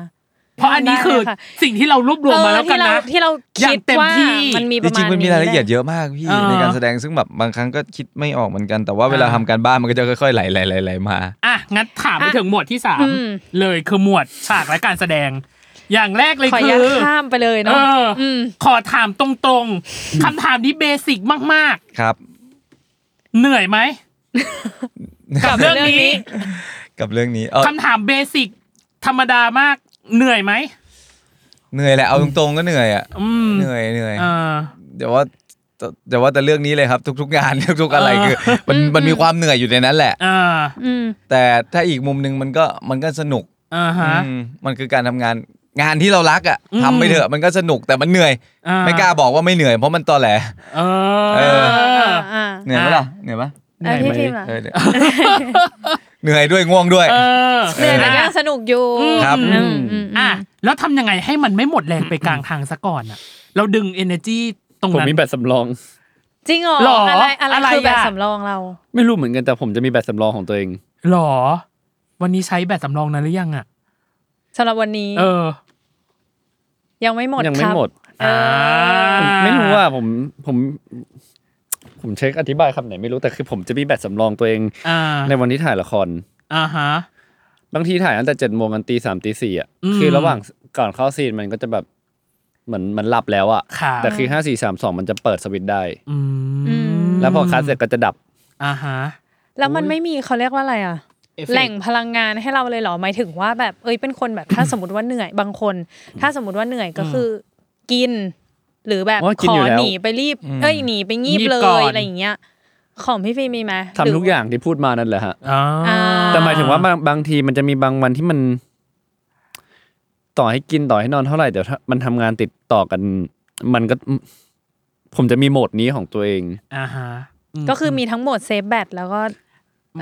Speaker 3: เพราะอันนี้คือ
Speaker 2: ได้เลยะ
Speaker 3: สิ่งที่เรารวบรวมมาแล้วกัน
Speaker 2: เออ
Speaker 3: นะ
Speaker 2: ที่เรา
Speaker 3: อย่า
Speaker 2: ที่
Speaker 3: ง
Speaker 2: เรา
Speaker 3: เต็
Speaker 2: คิด
Speaker 3: ม
Speaker 2: ว่า
Speaker 3: ที่
Speaker 2: มันมีป
Speaker 4: จ
Speaker 2: ระมาณ
Speaker 4: ริงๆมันมีรายละเอียดเยอะมากพี่
Speaker 3: อ่า
Speaker 4: ในการแสดงซึ่งแบบบางครั้งก็คิดไม่ออกเหมือนกันแต่ว่าเวลา
Speaker 3: อ่า
Speaker 4: ทำการบ้านมันก็จะค่อยๆไหลไหลไหลไหลมา
Speaker 3: อ่ะงั้นถามไปถึงหมวดที่สาม
Speaker 2: อืม
Speaker 3: เลยคือหมวดฉากและการแสดง อย่างแรกเลย
Speaker 2: ขออ
Speaker 3: คื
Speaker 2: นุญา
Speaker 3: อ
Speaker 2: ตข้ามไปเลย
Speaker 3: เอ
Speaker 2: เนาะ
Speaker 3: ออ
Speaker 2: ม
Speaker 3: ขอถามตรงๆคำถามที่เบสิกมาก
Speaker 4: ครับ
Speaker 3: ๆ เหนื่อยไหม กับเรื่องนี้
Speaker 4: กับเรื่องนี้เออ
Speaker 3: คำถามเบสิกธรรมดามากเหนื่อยไหม
Speaker 4: เหนื่อยแหละเอาตรงๆก็เหนื่อยอ่ะ
Speaker 3: อืม
Speaker 4: เหนื่อยเหนื่อย
Speaker 3: เออ
Speaker 4: แต่ว่า แต่ว่าแต่เรื่องนี้เลยครับ ทุก ๆ งาน ทุกๆอะไรคือมันมันมีความเหนื่อยอยู่ในนั้นแหละ
Speaker 3: อ่า
Speaker 2: อืม
Speaker 4: แต่ถ้าอีกมุมหนึ่งมันก็มันก็สนุก
Speaker 3: อ่าฮะ
Speaker 4: อืมมันคือการทำงานงานที่เรารักอ่ะ
Speaker 3: อืม
Speaker 4: ทำไปเถอะมันก็สนุกแต่มันเหนื่อย
Speaker 3: อ่
Speaker 4: ไม่กล้าบอกว่าไม่เหนื่อยเพราะมันตอแหล
Speaker 3: เอ
Speaker 4: เอ
Speaker 3: อ
Speaker 2: อ่า
Speaker 4: เหนื่อยปะล่ะเหนื่อยปะ
Speaker 2: อ่า
Speaker 6: เหนื่
Speaker 2: พี่
Speaker 6: อย
Speaker 2: พิมพ์
Speaker 6: ไหม
Speaker 2: ล่ะ
Speaker 4: เออเหนื่อย เหนื่อยด้วยง่วงด้วย
Speaker 3: เออ
Speaker 2: เหนื่อยแต่ก็ยังสนุกอยู่
Speaker 4: ครับ
Speaker 2: อืมอืม
Speaker 3: อ่ะแล้วทำยังไงให้มันไม่หมดแรงไปกลางทางซะก่อนอ่ะ เราดึง energy ตรง
Speaker 6: ผม
Speaker 3: นั้น
Speaker 6: มีแบตสำรอง
Speaker 2: จริงเหรอ
Speaker 3: หรอ
Speaker 2: อะไรอะไร
Speaker 3: อะไร
Speaker 2: คือแบบ
Speaker 3: อะ
Speaker 2: สำรองเรา
Speaker 6: ไม่รู้เหมือนกันแต่ผมจะมีแบตสำรองของตัวเอง
Speaker 3: หรอ วันนี้ใช้แบตสำรองนั้นหรือยังอ่ะ
Speaker 2: สำหรับวันนี้
Speaker 3: เออ
Speaker 2: ยังไม่หมด
Speaker 6: ยัง
Speaker 2: ค
Speaker 6: ไม่
Speaker 2: รับ
Speaker 6: หมด
Speaker 3: อ่า
Speaker 6: ผมไม่รู้ว่าผมผม ผมเช็คอธิบายคำไหนไม่รู้แต่คือผมจะมีแบตสำรองตัวเอง
Speaker 3: อ่า
Speaker 6: ในวันที่ถ่ายละคร
Speaker 3: อ่าฮะ
Speaker 6: บางทีถ่ายตั้งแต่เจ็ดโมงกันตีสามตีสี่อ่ะ
Speaker 3: อืม
Speaker 6: คือระหว่างก่อนเข้าซีนมันก็จะแบบเหมือนเหมันหลับแล้วอ่ะ
Speaker 3: ค่ะ
Speaker 6: แต่คือห้าสี่สามสองมันจะเปิดสวิตช์ได้
Speaker 3: อืม
Speaker 6: แล้วพอคัสเสร็จก็จะดับ
Speaker 3: อ่าฮะ
Speaker 2: แล้วมันไม่มีเขาเรียกว่าอะไรอ่ะ แหล่งพลังงานให้เราเลยเหรอหมายถึงว่าแบบเอ้ยเป็นคน แบบถ้าสมมติว่าเหนื่อยบางคน ถ้าสมมติว่าเหนื่อยก็คืออกิน หรือแบบ
Speaker 6: โอ้ยกิ
Speaker 2: ข
Speaker 6: น
Speaker 2: อ
Speaker 6: อยู่แล้ว
Speaker 2: หนีไปรีบ เอ้ยหนีไปงีบ
Speaker 3: งีบ
Speaker 2: เล
Speaker 3: ก่อย น
Speaker 2: อะไรอย่างเงี้ยของพี่ฟิล์มมีไหม
Speaker 6: ทำทุก
Speaker 2: หรื
Speaker 6: อย่างที่พูดมานั่นแหละฮะ
Speaker 3: อ่า
Speaker 2: อ่า
Speaker 6: แต่หมายถึงว่าบางบางทีมันจะมีบางวันที่มัน ต่อให้กินต่อให้นอนเท่าไหร่เดี๋ยวถ้ามันทำงานติดต่อกัน มันก็ ผมจะมีโหมดนี้ของตัวเอง
Speaker 3: อ่าฮะม
Speaker 2: ก็คือมีทั้งหมดเซฟแบตแล้วก็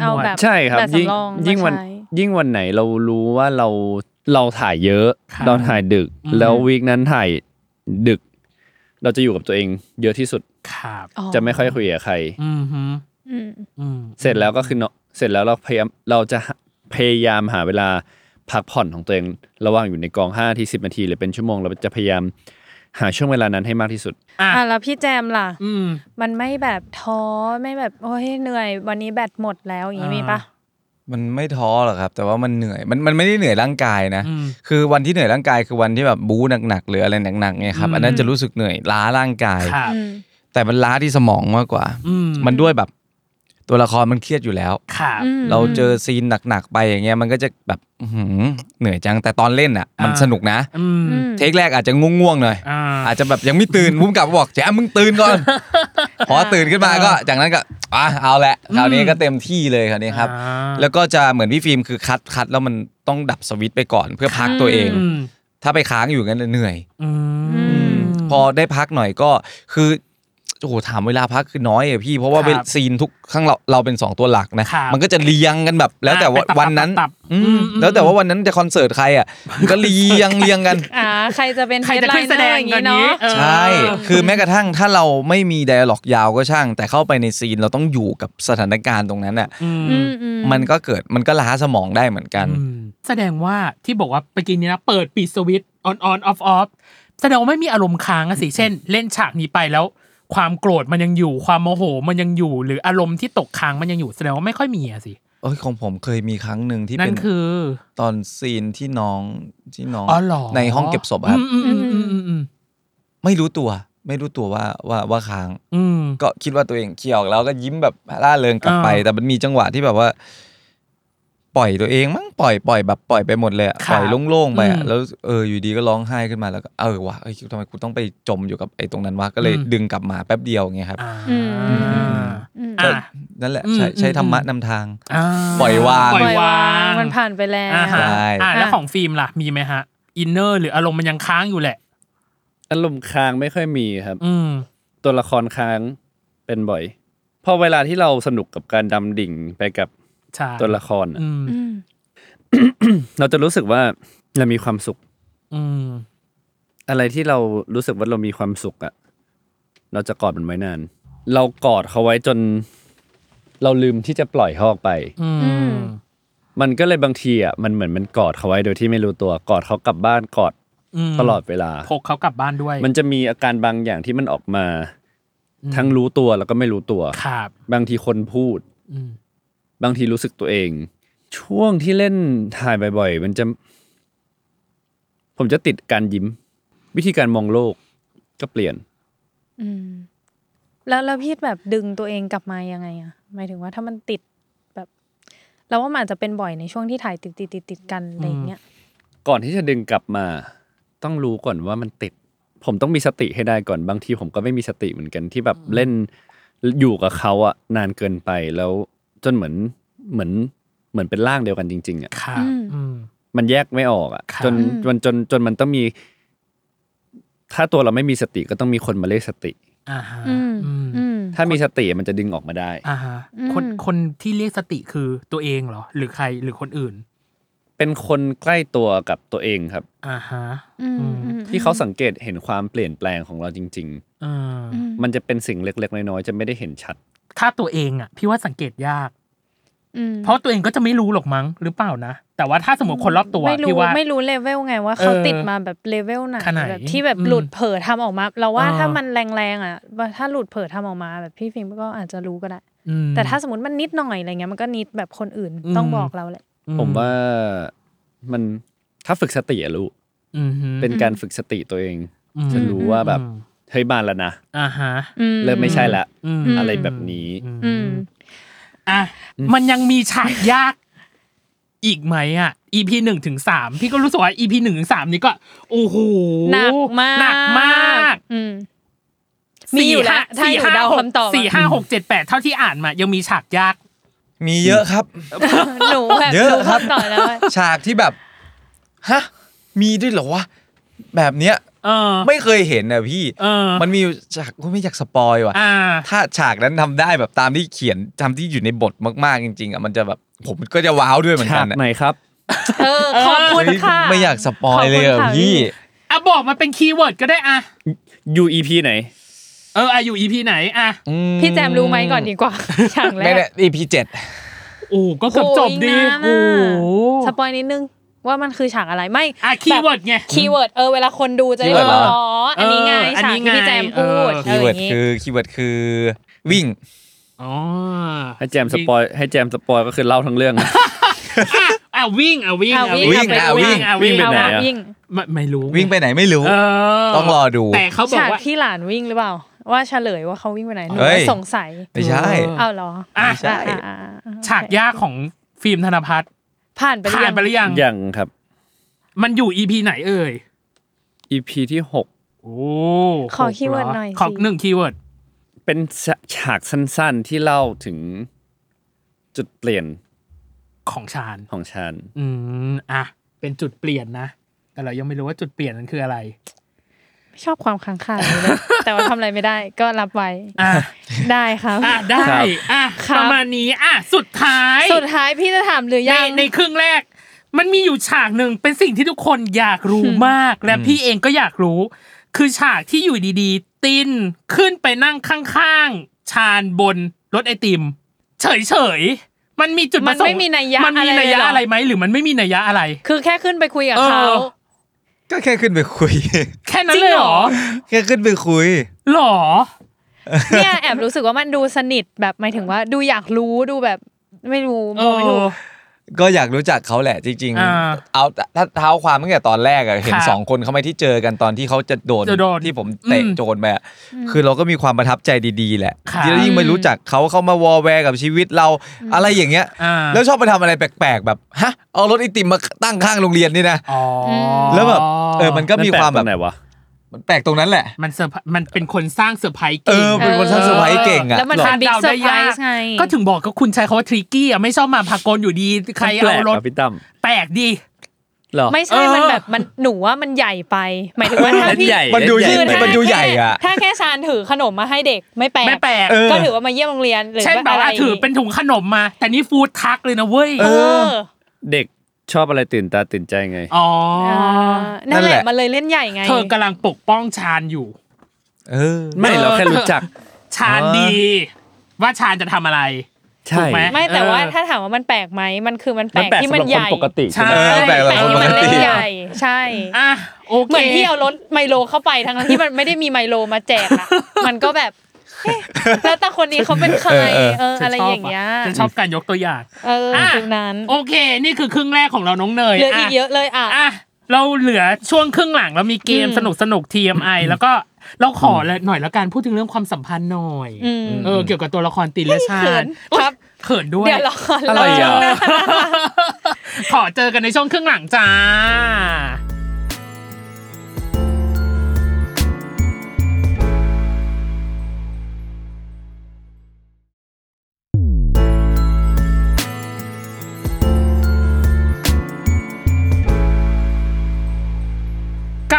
Speaker 2: เอาแบบ
Speaker 6: ใช่ครับ
Speaker 2: แต
Speaker 6: ยิ่ง
Speaker 2: สำรอง
Speaker 6: ยิ่งวัน
Speaker 2: มาใช้
Speaker 6: ยิ่งวันไหนเรารู้ว่าเราเราถ่ายเยอะ
Speaker 3: ครับ
Speaker 6: เราถ่ายดึก
Speaker 3: อืม
Speaker 6: แล้ววีคนั้นถ่ายดึก เราจะอยู่กับตัวเอง เยอะที่สุด
Speaker 3: ครับ
Speaker 2: อ๋อ
Speaker 6: จะไม่ค่อยคุยกับใคร
Speaker 3: อืมฮึ
Speaker 2: อืม
Speaker 3: อืม
Speaker 6: เสร็จแล้วก็คือเนาะเสร็จแล้วเราพยายามเราจะหาพยายามหาเวลาพักผ่อนของตัวเองระหว่างอยู่ในกองห้าที่สิบนาทีหรือเป็นชั่วโมง เราจะพยายามหาช่วงเวลานั้นให้มากที่สุด
Speaker 3: อ่ะ
Speaker 2: อ่ะแล้วพี่แจมล่ะ
Speaker 3: อืม
Speaker 2: มันไม่แบบท้อไม่แบบโอ้ยเหนื่อย วันนี้แบตหมดแล้วอย่างงี้
Speaker 3: อ่ามี
Speaker 2: มีปะ
Speaker 4: มันไม่ท้อหรอกครับ แต่ว่ามันเหนื่อยมันมันไม่ได้เหนื่อยร่างกายนะ
Speaker 3: อืม
Speaker 4: คือวันที่เหนื่อยร่างกายคือวันที่แบบบู๊หนักๆหรืออะไรหนักๆเนี่ยครับ
Speaker 3: อืม
Speaker 4: อันนั้นจะรู้สึกเหนื่อยล้าร่างกาย
Speaker 3: ครับ
Speaker 2: อืม
Speaker 4: แต่มันล้าที่สมองมากกว่า
Speaker 3: อืม
Speaker 4: มันด้วยแบบตัวละครมันเครียดอยู่แล้ว
Speaker 3: ครับ
Speaker 2: อืม
Speaker 4: เราเจอซีนหนักๆไปอย่างเงี้ยมันก็จะแบบอื้อหือเหนื่อยจังแต่ตอนเล่นอ่ะ มันสนุกนะ
Speaker 3: อืม
Speaker 2: อืม
Speaker 4: เทคแรกอาจจะง่วงๆหน่อย
Speaker 3: อ่า
Speaker 4: อาจจะแบบยังไม่ตื่นพุ่มกลับบอกแจ๊ะมึงตื่นก่อน พอตื่นขึ้นมาก็จากนั้นก็อ่ะเอาละคราวนี้ก็เต็มที่เลยคราวนี้ครับ
Speaker 3: อ่า
Speaker 4: แล้วก็จะเหมือนพี่ฟิล์มคือคัดคัดแล้วมันต้องดับสวิตช์ไปก่อนเพื่อพักตัวเอง
Speaker 3: อืม
Speaker 4: ถ้าไปค้างอยู่งั้นเหนื่อย
Speaker 3: อืม
Speaker 4: พอได้พักหน่อยก็คือโอ้โหถามเวลาพักคือน้อยอะพี่ เพราะว่า
Speaker 3: ครับ
Speaker 4: ซีนทุกข้างเราเราเป็นสองตัวหลักนะครับ มันก็จะเรียงกันแบบ แล้วแต่ว่า
Speaker 3: ไปตับ
Speaker 4: วันนั้น
Speaker 3: ตับตับ
Speaker 4: อืม
Speaker 3: อืมอืม
Speaker 4: แล้วแต่ว่าวันนั้นจะคอนเสิร์ตใครอ่ะก็เรียงเรียงกัน
Speaker 2: อ่าใครจะเป็น
Speaker 3: ใครจะขึ้นแสดง
Speaker 2: เฮดไลเนอร์อย่าง
Speaker 3: กั
Speaker 2: งี้
Speaker 3: น
Speaker 2: เนาะ
Speaker 3: นี้เออ
Speaker 4: ใช่ คือแม้กระทั่งถ้าเราไม่มีไดอะล็อกยาวก็ช่าง แต่เข้าไปในซีนเราต้องอยู่กับสถานการณ์ตรงนั้นอ่ะ
Speaker 2: อืมอืม
Speaker 4: มันก็เกิดมันก็ล้าสมองได้เหมือนกัน
Speaker 3: แสดงว่าที่บอกว่าไปกินนี้นะเปิดปิดสวิตออนออนออฟออฟแสดงว่าไม่มีอารมณ์ค้างอะสิ เช่น เล่นฉากนี้ไปแล้ว ความโกรธมันยังอยู่ ความโมโหมันยังอยู่ หรืออารมณ์ที่ตกค้างมันยังอยู่แสดงว่าไม่ค่อยมีอะสิ
Speaker 4: เอ้ยของผมเคยมีครั้งหนึ่งที่
Speaker 3: นั่
Speaker 4: เป็น น
Speaker 3: คือ
Speaker 4: ตอนซีนที่น้องที่น้อง
Speaker 3: อ๋อเหรอ
Speaker 4: ในห้องเก็บศพอะครับ
Speaker 3: อืมอืมอืมอืมอืม
Speaker 4: ไม่รู้ตัว ไม่รู้ตัวว่าว่าว่าค้าง
Speaker 3: อืม
Speaker 4: ก็คิดว่าตัวเองเคี่ยวแล้วก็ยิ้มแบบร่าเริงกลับไป
Speaker 3: อ่า
Speaker 4: แต่มันมีจังหวะที่แบบว่า ปล่อยตัวเองมั้งปล่อยปล่อยแบบปล่อยไปหมดเลยอะ
Speaker 3: ครับ
Speaker 4: ปล่อยโล่งๆไปอะ
Speaker 3: อืม
Speaker 4: แล้วเอออยู่ดีก็ร้องไห้ขึ้นมาแล้วก็เออวะเอ้ยทำไมกูต้องไปจมอยู่กับไอ้ตรงนั้นวะก็เลย
Speaker 3: อืม
Speaker 4: ดึงกลับมาแป๊บเดียวไงครับ
Speaker 3: อ่า
Speaker 2: อืม
Speaker 3: อืม
Speaker 4: ก็
Speaker 3: อ่า
Speaker 4: นั่นแหละ
Speaker 3: อืม
Speaker 4: ใช้ใช้
Speaker 3: อืม
Speaker 4: ธรรมะนำทาง
Speaker 3: อ่า
Speaker 4: ปล่อยวาง
Speaker 3: ปล่อ
Speaker 2: ป
Speaker 3: ย
Speaker 2: ล่อยว
Speaker 3: าว
Speaker 2: าง
Speaker 3: ง
Speaker 2: มันผ่านไปแล้ว
Speaker 3: อ่าฮะ
Speaker 4: ใช่
Speaker 3: อ่าแล้ว
Speaker 2: อ่ะ
Speaker 3: ของฟิล์มล่ะมีไหมฮะอินเนอร์หรืออารมณ์มันยังค้างอยู่แหละ
Speaker 6: อารมณ์ค้างไม่ค่อยมีครับ
Speaker 3: อืม
Speaker 6: ตัวละครค้างเป็นบ่อย พอเวลาที่เราสนุกกับการดำดิ่งไปกับ
Speaker 3: ใช่
Speaker 6: ตัวละครอะ
Speaker 3: อืม
Speaker 2: อืม
Speaker 6: เราจะรู้สึกว่าเรามีความสุข
Speaker 3: อืม
Speaker 6: อะไรที่เรารู้สึกว่าเรามีความสุขอะเราจะกอดมันไว้นาน เรากอดเขาไว้จน เราลืมที่จะปล่อยเขาออกไป
Speaker 3: อืม
Speaker 6: มันก็เลยบางทีอะมันเหมือนมันกอดเขาไว้โดยที่ไม่รู้ตัวกอดเขากลับบ้านกอด
Speaker 3: ม
Speaker 6: ตลอดเวลา
Speaker 3: พกเขากลับบ้านด้วย
Speaker 6: มันจะมีอาการบางอย่างที่มันออกมา ทั้งรู้ตัวแล้วก็ไม่รู้ตัว
Speaker 3: ครับ
Speaker 6: บางทีคนพูด
Speaker 3: อืม
Speaker 6: บางทีรู้สึกตัวเอง ช่วงที่เล่นถ่ายบ่อยๆ มันจะ ผมจะติดการยิ้ม วิธีการมองโลกก็เปลี่ยน
Speaker 2: อืมแล้วแล้วพี่แบบดึงตัวเองกลับมายังไงอะหมายถึงว่าถ้ามันติดแบบเราว่ามันอาจจะเป็นบ่อยในช่วงที่ถ่ายติดติดติดติดๆๆๆกันอะไรอย่างเงี้ย
Speaker 6: ก่อนที่จะดึงกลับมา ต้องรู้ก่อนว่ามันติด ผมต้องมีสติให้ได้ก่อนบางทีผมก็ไม่มีสติเหมือนกันที่แบบเล่นอยู่กับเขาอะนานเกินไปแล้วจนเหมือนเหมือนเหมือนเป็นร่างเดียวกันจริงๆอะ
Speaker 3: ค่ะ
Speaker 2: อืม
Speaker 3: อืม
Speaker 6: มันแยกไม่ออกอ่ะ
Speaker 3: ค่ะ
Speaker 6: จน
Speaker 2: อืม
Speaker 6: จนจนจนมันต้องมี ถ้าตัวเราไม่มีสติก็ต้องมีคนมาเรียกสติ
Speaker 3: อ่าฮะ
Speaker 2: อืม
Speaker 3: อืม
Speaker 2: อืม
Speaker 6: ถ้ามีสติมันจะดึงออกมาได้
Speaker 3: อ่าฮะ
Speaker 2: อืม
Speaker 3: คนคนที่เรียกสติคือตัวเองเหรอ หรือใครหรือคนอื่น
Speaker 6: เป็นคนใกล้ตัวกับตัวเองครับ
Speaker 3: อ่าฮะ
Speaker 2: อืมอืม
Speaker 6: ที่เขาสังเกตเห็นความเปลี่ยนแปลงของเราจริง
Speaker 3: อืม
Speaker 2: อืม
Speaker 6: ๆ มันจะเป็นสิ่งเล็ก ๆ น้อยๆจะไม่ได้เห็นชัด
Speaker 3: ถ้าตัวเองอ่ะ พี่ว่าสังเกตยาก
Speaker 2: อืม
Speaker 3: เพราะตัวเองก็จะไม่รู้หรอกมั้งหรือเปล่านะ แต่ว่าถ้าสมมติคนรอบตัว
Speaker 2: ไม่
Speaker 3: พี่
Speaker 2: รู้
Speaker 3: ว่า
Speaker 2: ไม่รู้เลเวลไงว่าเขา
Speaker 3: เออ
Speaker 2: ติดมาแบบเลเวลไหน
Speaker 3: ขนาด
Speaker 2: แบบที่แบบหลุดเผลอทำออกมา เราว่า
Speaker 3: อ่า
Speaker 2: ถ้ามันแรงๆอ่ะว่าถ้าหลุดเผลอทำออกมาแบบพี่ฟิล์มก็อาจจะรู้ก็ได้
Speaker 3: อืม
Speaker 2: แต่ถ้าสมมติมันนิดหน่อยอะไรเงี้ยมันก็นิดแบบคนอื่น
Speaker 3: อืม
Speaker 2: ต้องบอกเราแหละ
Speaker 3: อื
Speaker 6: ผมว่ามันถ้าฝึกสติอะรู้
Speaker 3: อืมฮึ
Speaker 6: เป็นการฝึกสติตัวเอง
Speaker 3: อืม
Speaker 6: จะรู้ว่าแบบเฮ้ยบานแล้วนะ
Speaker 3: อ่าฮะ
Speaker 6: เริ่มไม่ใช่ละ
Speaker 3: อืม
Speaker 6: อะไรแบบนี้
Speaker 2: อืม
Speaker 3: อ่ะมันยังมีฉากยากอีกไหมอ่ะ EP หนึ่งถึงสามพี่ก็รู้สึกว่า EP หนึ่งถึงสามนี่ก็โอ้โห
Speaker 2: หนักมาก
Speaker 3: หนักมาก
Speaker 2: อืม มีอยู่ละถ้า
Speaker 3: สี่
Speaker 2: อยู่
Speaker 3: ห้า
Speaker 2: เดา
Speaker 3: หก
Speaker 2: คำตอบอะ
Speaker 3: สี่ห้าหกเจ็ดแปดเท่าที่อ่านมา ยังมีฉากยาก
Speaker 4: มีเยอะครับ
Speaker 2: หนูแบบ
Speaker 4: เยอะ
Speaker 2: รู้
Speaker 4: ครับ
Speaker 2: คำตอบแล้วว่า
Speaker 4: ฉากที่แบบฮะมีด้วยเหรอวะแบบเนี้ย
Speaker 3: เออ
Speaker 4: ไม่เคยเห็นนะพี่
Speaker 3: เออ
Speaker 4: มันมีอยู่ฉากกูไม่อยากสปอยว่ะ
Speaker 3: อ่า
Speaker 4: ถ้าฉากนั้นทำได้แบบตามที่เขียนตามที่อยู่ในบทมากๆจริงๆอ่ะมันจะแบบผมก็จะว้าวด้วยเหมือน
Speaker 6: ฉา
Speaker 4: กั
Speaker 6: ก
Speaker 4: นอะ
Speaker 6: ไหนครับ
Speaker 2: เออขอบคุณค่ะ
Speaker 4: ไม่อยากสปอยเลย
Speaker 2: ขอบคุณ
Speaker 4: อ่ะ
Speaker 2: ค่ะ
Speaker 4: พี่
Speaker 3: อ่ะบอกมาเป็นคีย์เวิร์ดก็ได้อ่ะ
Speaker 6: อยู่ EP ไหน
Speaker 3: เอออายุ EP ไหนอ่ะ
Speaker 2: พี่แจมรู้ไหมก่อนดีกว่า อย่างแร
Speaker 4: ไม่ได้
Speaker 2: ก
Speaker 4: EP เจ็ด
Speaker 3: โอ้ก็เกือบจบดี
Speaker 2: โอ้
Speaker 3: โอ้
Speaker 2: ยนานอะ
Speaker 3: โห
Speaker 2: สปอยนิดนึงว่ามันคือฉากอะไรไม่
Speaker 3: อ่ะคีย์เวิร์ดไง
Speaker 2: คีย์เวิร์ดเออเวลาคนดูจะได้
Speaker 3: คีย์
Speaker 2: รู้
Speaker 3: เวิร์ดเหรอ
Speaker 2: อ๋ออันนี้ไง
Speaker 3: เอออัน
Speaker 2: ฉาก
Speaker 3: นี้
Speaker 2: ที่
Speaker 3: ไง
Speaker 2: พี่แจมพูด
Speaker 4: คีย์
Speaker 2: อ
Speaker 4: เวิร์ด
Speaker 2: ย่างงี้
Speaker 4: คือคีย์เวิร์ดคือ วิ่ง
Speaker 3: อ๋อ
Speaker 6: ให้แจมสปอยให้แจมสปอยก็คือเล่าทั้งเรื่อง
Speaker 3: อ่ะวิ่งอ่ะวิ่ง
Speaker 2: เอาวิ่ง
Speaker 4: วิ่ง
Speaker 2: เอาไป
Speaker 3: วิ่งอ่ะวิ่ง
Speaker 6: วิ่งไป
Speaker 2: เอา
Speaker 6: ไหน
Speaker 2: มา
Speaker 6: อะ
Speaker 2: วิ่ง
Speaker 3: ไม่ไม่รู้
Speaker 4: วิ่งไปไหนไม่รู้
Speaker 3: เออ
Speaker 4: ต้องรอดู
Speaker 3: แต่เขาบอก
Speaker 2: ฉาก
Speaker 3: ว่า
Speaker 2: ที่หลานวิ่งหรือเปล่า ว่าเฉลยว่าเขาวิ่งไปไหนหนู
Speaker 4: เฮ้ย
Speaker 2: สงสัย
Speaker 4: ไม่ใช่
Speaker 3: อ
Speaker 2: เอาเหรอ
Speaker 3: อ่ะ
Speaker 4: ไม่ใช่
Speaker 2: อ่ะอ่ะอ่ะอ่ะ
Speaker 3: ฉากยากของฟิล์มธนพัฒน์
Speaker 2: ผ่านไปหรือ
Speaker 3: ผ่า
Speaker 2: ยั
Speaker 3: น
Speaker 2: ง
Speaker 3: ไปหรือยัง
Speaker 6: ยังครับ
Speaker 3: มันอยู่ EP ไหนเอ่ย
Speaker 6: EP ที่หก
Speaker 3: โอ้
Speaker 2: ขอคีย์เวิร์ดหน่อย
Speaker 3: ขอหนึ่งคีย์เวิร์ด
Speaker 6: เป็นฉาฉากสั้นๆที่เล่าถึงจุดเปลี่ยน
Speaker 3: ของชาญ
Speaker 6: ของชาญ
Speaker 3: อืมอ่ะเป็นจุดเปลี่ยนนะ แต่เรายังไม่รู้ว่าจุดเปลี่ยนนั้นคืออะไร
Speaker 2: ชอบความค้างคาอยู่ เลยแต่ว่าทำอะไรไม่ได้ก็รับไว้
Speaker 3: อ่ะ
Speaker 2: ได้ครับ
Speaker 3: อ่ะได้อ่ะ
Speaker 2: ครับ
Speaker 3: ประมาณนี้อ่ะสุดท้าย
Speaker 2: สุดท้ายพี่จะถามหรือ
Speaker 3: ใน
Speaker 2: ยัง
Speaker 3: ในครึ่งแรก มันมีอยู่ฉากหนึ่งเป็นสิ่งที่ทุกคนอยากรู้มาก และพี่เองก็อยากรู้ คือฉากที่อยู่ดีๆ ตินขึ้นไปนั่งข้างๆ ชานบนรถไอติม เฉยๆ มันมีจุดประสง
Speaker 2: มัน
Speaker 3: ค์
Speaker 2: ไม่มีนัยยะ
Speaker 3: มันมีนัยยะ
Speaker 2: อะไรเลยเหรออ
Speaker 3: อะไรไหมหรือมันไม่มีนัยยะอะไร
Speaker 2: คือแค่ขึ้นไปคุยกับเขา
Speaker 3: เออ
Speaker 4: ก็แค่ขึ้นไปคุย
Speaker 3: แค่นั้นเลยเหรอ
Speaker 4: แค่ขึ้นไปคุย
Speaker 3: หรอ
Speaker 2: เนี่ยแอบรู้สึกว่ามันดูสนิทแบบหมายถึงว่าดูอยากรู้ดูแบบไม่รู้ม
Speaker 3: เอ
Speaker 2: องไม่ถู
Speaker 3: อ
Speaker 2: ก
Speaker 4: ก็อยากรู้จักเขาแหละจริง
Speaker 3: อ่า
Speaker 4: ๆ เอาถ้าเท้าความตั้งแต่ตอนแรกอะเห็น
Speaker 3: ครับ
Speaker 4: สองคนเขาไม่ที่เจอกันตอนที่เขาจะโดน
Speaker 3: จะโดน
Speaker 4: ที่ผมเตะ
Speaker 3: อืม
Speaker 4: โจนไปอะคือเราก็มีความประทับใจดีๆ แหละ
Speaker 3: ครับ
Speaker 4: ที่เรายิ่งไม่รู้จักเขาเขามาวอแวร์กับชีวิตเราอะไรอย่างเงี้ย
Speaker 3: อ่า
Speaker 4: แล้วชอบไปทำอะไรแปลกๆ แบบฮะเอารถไอติมมาตั้งข้างโรงเรียนนี่นะ
Speaker 3: อ๋ออ
Speaker 2: ม
Speaker 4: แล้วแบบเออมันก็มีความแบบ
Speaker 6: นปลกตรงไหนวะ
Speaker 4: มันแปลกตรงนั้นแหละ
Speaker 3: มันเซอร์ไพรส์มันเป็นคนสร้างเซอร์ไพรส์
Speaker 4: เอ
Speaker 3: เก่ง
Speaker 4: อเป็นคนสร้างเซอร์ไพรส์เก่งอะ
Speaker 2: แล้วมันเป็นบิ๊กเซอร์ไพรส์ไง
Speaker 3: ก็ถึงบอกก็คุณชายเขาว่าทริกกี้อ่ะไม่ชอบมาพากลอยู่ดี ใคร
Speaker 6: แปล
Speaker 3: เอา
Speaker 6: ก
Speaker 3: รถ
Speaker 6: อะพี่ตั้ม
Speaker 3: แปลกดี
Speaker 6: หรอ
Speaker 2: ไม่ใช่มันแบบมันหนูว่ามันใหญ่ไป หมายถึงว่าถ้า
Speaker 6: เล่น
Speaker 2: พี่
Speaker 6: ใหญ่
Speaker 4: มันดู
Speaker 6: เล่
Speaker 4: ยิ่ง
Speaker 6: ใหญ่
Speaker 2: ถ้า
Speaker 4: มันดูใหญ่อะ
Speaker 2: แค่ถ้าแค่ชานถือขนมมาให้เด็กไม่แปลก
Speaker 3: ไม่แปลก
Speaker 4: เออ
Speaker 2: ก็ถือว่ามาเยี่ยมโรงเรียนหรือ
Speaker 3: เช่นแบ
Speaker 2: ว่า
Speaker 3: บ
Speaker 2: อะไร
Speaker 3: ว่าถือเป็นถุงขนมมา แต่นี่ฟู้ดทรักเลยนะเว้ย
Speaker 2: เออ
Speaker 6: เด็กชอบอะไรตื่นตาตื่นใจไง
Speaker 3: อ๋อ
Speaker 2: อ่า
Speaker 4: นั่
Speaker 2: นั่น
Speaker 4: น
Speaker 2: แห
Speaker 4: แหละ
Speaker 2: ละมันเลยเล่นใหญ่ไง
Speaker 3: เธอกำลังปกป้องชาญอยู่
Speaker 4: เออ
Speaker 6: ไม่เราแค่รู้จัก
Speaker 3: ชาญ
Speaker 4: อ๋อ
Speaker 3: ดี ว่าชาญจะทำอะไร ถู
Speaker 6: ใช่
Speaker 3: กไหม
Speaker 2: ไม่แต่
Speaker 3: เออ
Speaker 2: ว่าถ้าถามว่ามันแปลกไหมมันคือมันแปล
Speaker 6: มั
Speaker 2: ก
Speaker 6: นแปลก
Speaker 2: ที่
Speaker 6: สำห
Speaker 2: มั
Speaker 6: รั
Speaker 2: น
Speaker 6: บค
Speaker 2: ให
Speaker 6: น
Speaker 2: ญ่
Speaker 6: ปกติ
Speaker 3: ใช่
Speaker 6: ไหม
Speaker 4: เออแปลก
Speaker 2: แปลกที่มัน
Speaker 4: ปก
Speaker 2: เล่น
Speaker 4: ติ
Speaker 2: ใหญ่ใช่
Speaker 3: อ่ะโอเค
Speaker 2: เหมือนที่เอารถไมโลเข้าไปทั้งที่มันไม่ได้มีไมโลมาแจกอะ มันก็แบบเอ๊ะแล้วแต่คนนี้เขาเป็นใคร
Speaker 4: เออ
Speaker 2: เอ
Speaker 4: เออ
Speaker 2: ออะไรอย่างเงี้ย
Speaker 3: จะชอบการยกตัวอย่าง
Speaker 2: เออ
Speaker 3: อ่ะ
Speaker 2: ตรงนั้น
Speaker 3: โอเค นี่คือครึ่งแรกของเราน้องเนย
Speaker 2: เหลืออีก
Speaker 3: ะ
Speaker 2: เยอะเลยอ่ะ
Speaker 3: อ่ะเราเหลือช่วงครึ่งหลังเรามีเกม
Speaker 2: อืม
Speaker 3: สนุกสนุก TMI แล้วก็เราขอละหน่อยละกันพูดถึงเรื่องความสัมพันธ์หน่อย
Speaker 2: อืม
Speaker 3: เออเกี่ยวกับตัวละครตินและชา
Speaker 2: เขิ
Speaker 3: ญ
Speaker 2: นครับ
Speaker 3: เขินด้วย
Speaker 2: เดี๋ยวรอก่อน
Speaker 6: อะไร
Speaker 2: รอช่ว
Speaker 6: อ่ะ
Speaker 2: งหน้า
Speaker 3: ขอเจอกันในช่วงครึ่งหลังจ้า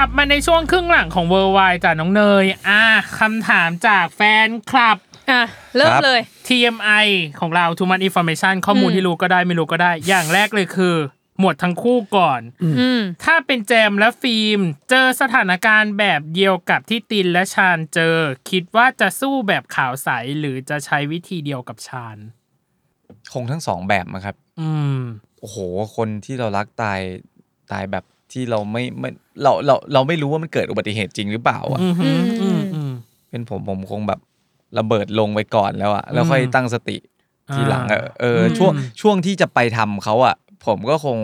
Speaker 3: ลับมาในช่วงครึ่งหลังของเวอร์ไวจากน้องเนย อ่ะคำถามจากแฟนคลับ
Speaker 2: อ่ะเริ่มเลย
Speaker 3: TMI ของเรา Too Much Information ข้อมูล
Speaker 2: อืม
Speaker 3: ที่รู้ก็ได้ไม่รู้ก็ได้ อย่างแรกเลยคือ หมวดทั้งคู่ก่อน
Speaker 2: อืม
Speaker 3: ถ้าเป็นแจมและฟิล์ม เจอสถานการณ์แบบเดียวกับที่ตินและชาญเจอ คิดว่าจะสู้แบบขาวใสหรือจะใช้วิธีเดียวกับชาญ
Speaker 4: คงทั้งสองแบบมั้งครับ
Speaker 3: อืม
Speaker 4: โอ้โห คนที่เรารักตายตายแบบที่เราไม่ไม่เราเราเราไม่รู้ว่ามันเกิดอุบัติเหตุจริงหรือเปล่าอ่ะ
Speaker 3: อืมอืมอืมอืม
Speaker 4: เป็นผมผมคงแบบระเบิดลงไปก่อนแล้วอะแล้วค่อย
Speaker 3: อืม
Speaker 4: ตั้งสติทีหลังอะ
Speaker 3: อ่า
Speaker 4: เอออ
Speaker 3: ม
Speaker 4: ช่วงช่วงที่จะไปทำเขาอะผมก็คง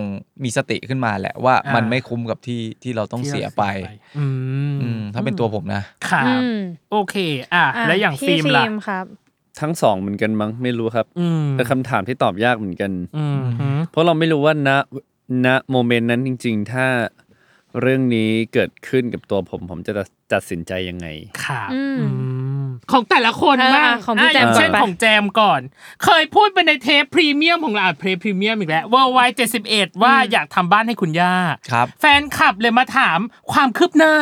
Speaker 4: มีสติขึ้นมาแหละว่า
Speaker 3: อ่ามั
Speaker 4: มันไม่คุ้มกับที่ที่เราต้องเสียไป
Speaker 3: อืม
Speaker 4: อืมถ้าเป็นตัวผมนะ
Speaker 3: ครับ
Speaker 2: อืม
Speaker 3: โอเค อ่ะ
Speaker 2: อ่
Speaker 3: และอย่าง
Speaker 2: พี่
Speaker 3: ฟิล์มล่ะ
Speaker 2: ครับ
Speaker 6: ทั้งสองเหมือนกันมั้งไม่รู้ครับ
Speaker 3: อืม
Speaker 6: แต่คำถามที่ตอบยากเหมือนกัน
Speaker 3: อืมอืม
Speaker 6: เพราะเราไม่รู้ว่าณณโมเมนต์นั้นจริง ๆ ถ้าเรื่องนี้เกิดขึ้นกับตัวผม ผมจะตัดสินใจยังไง
Speaker 3: ครับ
Speaker 2: อืม
Speaker 3: อืมของแต่ละคน
Speaker 2: อ่า
Speaker 3: บ้าง
Speaker 2: ของพี่แจม
Speaker 3: ะย่าเช่น
Speaker 2: ก่อนปะ
Speaker 3: ของแจมก่อน เคยพูดไปในเทปพรีเมียมของเราเทปพรีเมียมอีกแล้วเวอร์ไวเจ็ดสิบเอ็ดว่าอยากทำบ้านให้คุณย่า
Speaker 4: ครับ
Speaker 3: แฟนคลับเลยมาถามความคืบหน้า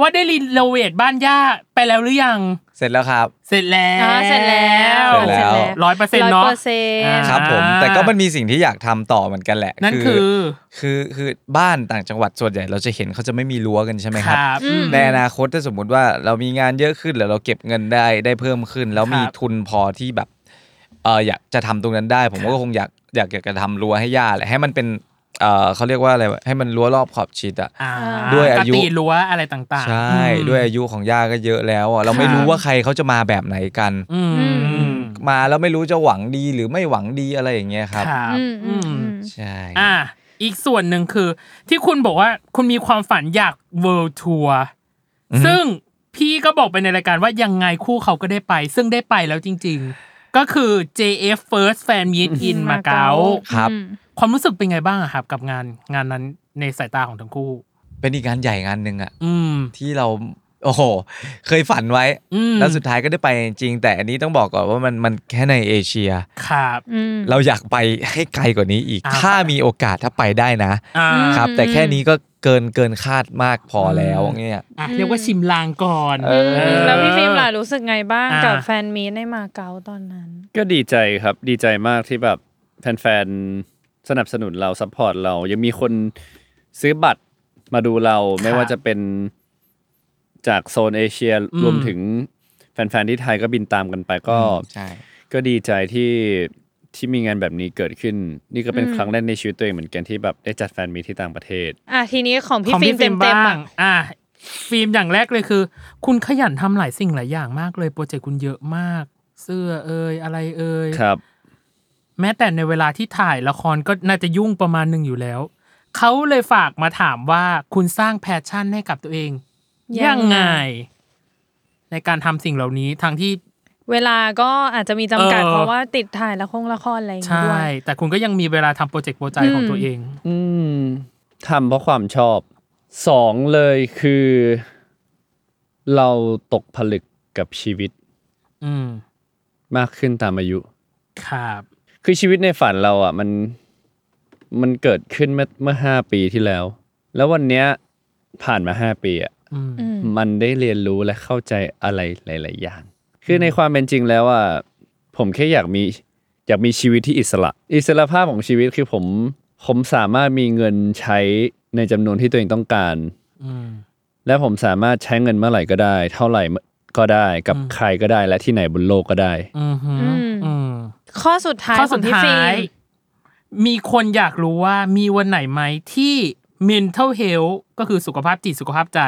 Speaker 3: ว่าได้รีโนเวทบ้านย่าไปแล้วหรือยัง
Speaker 4: เสร็จแล้วครับ
Speaker 3: เสร็จแล้ว
Speaker 2: อ่าเสร็จแล้ว
Speaker 4: เสร็จแล้ว
Speaker 3: ร้อยเปอร์เซ็นต์เนาะ
Speaker 2: ร้อยเปอร์เซ็นต์
Speaker 3: อ่า
Speaker 4: ครับผมแต่ก็มันมีสิ่งที่อยากทำต่อเหมือนกันแหละ
Speaker 3: นั่นคือ
Speaker 4: คือคือบ้านต่างจังหวัดส่วนใหญ่เราจะเห็นเขาจะไม่มีรั้วกันใช่ไหมครับ
Speaker 2: อืม
Speaker 4: ในอนาคตถ้าสมมุติว่าเรามีงานเยอะขึ้นหรือเราเก็บเงินได้ได้เพิ่มขึ้น แล้วมี
Speaker 3: ครับ
Speaker 4: ทุนพอที่แบบเอออยากจะทำตรงนั้นได้ ผมก็คงอยากอยากอยากจะทำรั้วให้ย่าแหละให้มันเป็นเออเขาเรียกว่าอะไรวะให้มันรั้วรอบขอบชิดอ่ะ
Speaker 3: า
Speaker 4: ด้วยอายุ
Speaker 3: กระตีรั้วอะไรต่างๆ
Speaker 4: ใช่ ด้วยอายุของย่าก็เยอะแล้วอะเราไม่รู้ว่าใครเขาจะมาแบบไหนกัน
Speaker 3: อืมอืม
Speaker 4: มาแล้วไม่รู้จะหวังดีหรือไม่หวังดีอะไรอย่างเงี้ยครับ
Speaker 3: ครับ
Speaker 2: อืมอื
Speaker 3: อื
Speaker 2: ม
Speaker 3: ม
Speaker 2: อืม
Speaker 4: ใช่
Speaker 3: อ่า อีกส่วนหนึ่งคือ ที่คุณบอกว่าคุณมีความฝันอยากเวิลด์ทัวร์ซึ่งพี่ก็บอกไปในรายการว่ายังไงคู่เขาก็ได้ไป ซึ่งได้ไปแล้วจริง ๆ ก็คือ JF First Fan Meet in มาเก๊า
Speaker 4: ครับ
Speaker 3: ความรู้สึกเป็นไงบ้างอะครับกับงานงานนั้นในสายตาของทั้งคู่
Speaker 4: เป็นอีกงานใหญ่งานหนึ่งอ่ะ
Speaker 3: อืม
Speaker 4: ที่เราโอ้โหเคยฝันไว้
Speaker 3: อืม
Speaker 4: แล้วสุดท้ายก็ได้ไปจริง แต่อันนี้ต้องบอกก่อนว่ามันมันแค่ในเอเชีย
Speaker 3: ครับ
Speaker 4: เราอยากไปให้ไกลกว่านี้อีก
Speaker 3: อ่า
Speaker 4: ถ้ามีโอกาสถ้าไปได้นะ
Speaker 3: อ่า
Speaker 4: ครับ แต่แค่นี้ก็เกินเกินคาดมากพอแล้ว
Speaker 3: อืม
Speaker 4: เนี่ย
Speaker 3: อ่ะเรียกว่าชิมลางก่อน
Speaker 4: เออ
Speaker 2: แล้วพี่ฟิล์มล่ะรู้สึกไงบ้าง
Speaker 3: อ่า
Speaker 2: กับแฟนมีตในมาเก๊าตอนนั้น
Speaker 6: ก็ดีใจครับดีใจมากที่แบบแฟนๆสนับสนุนเราซัพพอร์ตเรา ยังมีคนซื้อบัตรมาดูเรา ไม่ว่าจะเป็นจากโซนเอเชีย
Speaker 3: อืม
Speaker 6: รวมถึงแฟนๆที่ไทยก็บินตามกันไปก็
Speaker 4: ใช่
Speaker 6: ก็ดีใจที่ที่มีงานแบบนี้เกิดขึ้น นี่ก็เป็น
Speaker 2: อืม
Speaker 6: ครั้งแรกในชีวิตตัวเองเหมือนกันที่แบบได้จัดแฟนมีตที่ต่างประเทศ
Speaker 2: อ่ะทีนี้ของพี่
Speaker 3: ของ
Speaker 2: ฟิล์
Speaker 3: พี่
Speaker 2: ม
Speaker 3: ฟิล์ม
Speaker 2: เต็ม
Speaker 3: บ้า
Speaker 2: ๆอ่ะ
Speaker 3: งอ่ะฟิล์มอย่างแรกเลยคือ คุณขยันทำหลายสิ่งหลายอย่างมากเลยโปรเจกต์คุณเยอะมาก เสื้อเอ่ยอะไรเอ่ย
Speaker 6: ครับ
Speaker 3: แม้แต่ในเวลาที่ถ่ายละครก็น่าจะยุ่งประมาณหนึ่งอยู่แล้ว เขาเลยฝากมาถามว่าคุณสร้างแพชชั่นให้กับตัวเอง ยังไง ในการทำสิ่งเหล่านี้ทั้งที่
Speaker 2: เวลาก็อาจจะมีจำกัด
Speaker 3: เออ
Speaker 2: เพราะว่าติดถ่ายละครละครอะไรอย่างงี้
Speaker 3: ใช่
Speaker 2: ด้วย
Speaker 3: แต่คุณก็ยังมีเวลาทำโปรเจกต์โปรใจของตัวเอง
Speaker 6: อืมทำเพราะความชอบสองเลยคือ เราตกผลึกกับชีวิต
Speaker 3: อืม
Speaker 6: มากขึ้นตามอายุ
Speaker 3: ครับ
Speaker 6: คือชีวิตในฝันเราอ่ะ มันมันเกิดขึ้นเมื่อเมื่อห้าปีที่แล้ว แล้ววันเนี้ยผ่านมาห้าปีอ่ะ
Speaker 3: อืม
Speaker 2: อืม
Speaker 6: มันได้เรียนรู้และเข้าใจอะไรหลาย ๆ อย่าง คือในความเป็นจริงแล้วอ่ะผมแค่อยากมีอยากมีชีวิตที่อิสระ อิสระภาพของชีวิตคือผมผมสามารถมีเงินใช้ในจำนวนที่ตัวเองต้องการ
Speaker 3: อืม
Speaker 6: และผมสามารถใช้เงินเมื่อไหร่ก็ได้ เท่าไหร่ก็ได้กับ
Speaker 3: อืม
Speaker 6: ใครก็ได้และที่ไหนบนโลกก็ได้
Speaker 3: อืมฮึ
Speaker 2: อืม
Speaker 3: อืม
Speaker 2: ข้อสุดท้าย
Speaker 3: ข้อ
Speaker 2: ข
Speaker 3: สุ
Speaker 2: อ
Speaker 3: ด
Speaker 2: งพี่
Speaker 3: ท้า
Speaker 2: ฟิล์
Speaker 3: ย
Speaker 2: ม
Speaker 3: มีคนอยากรู้ว่ามีวันไหนไหมที่ mental health ก็คือสุขภาพจิตสุขภาพใจ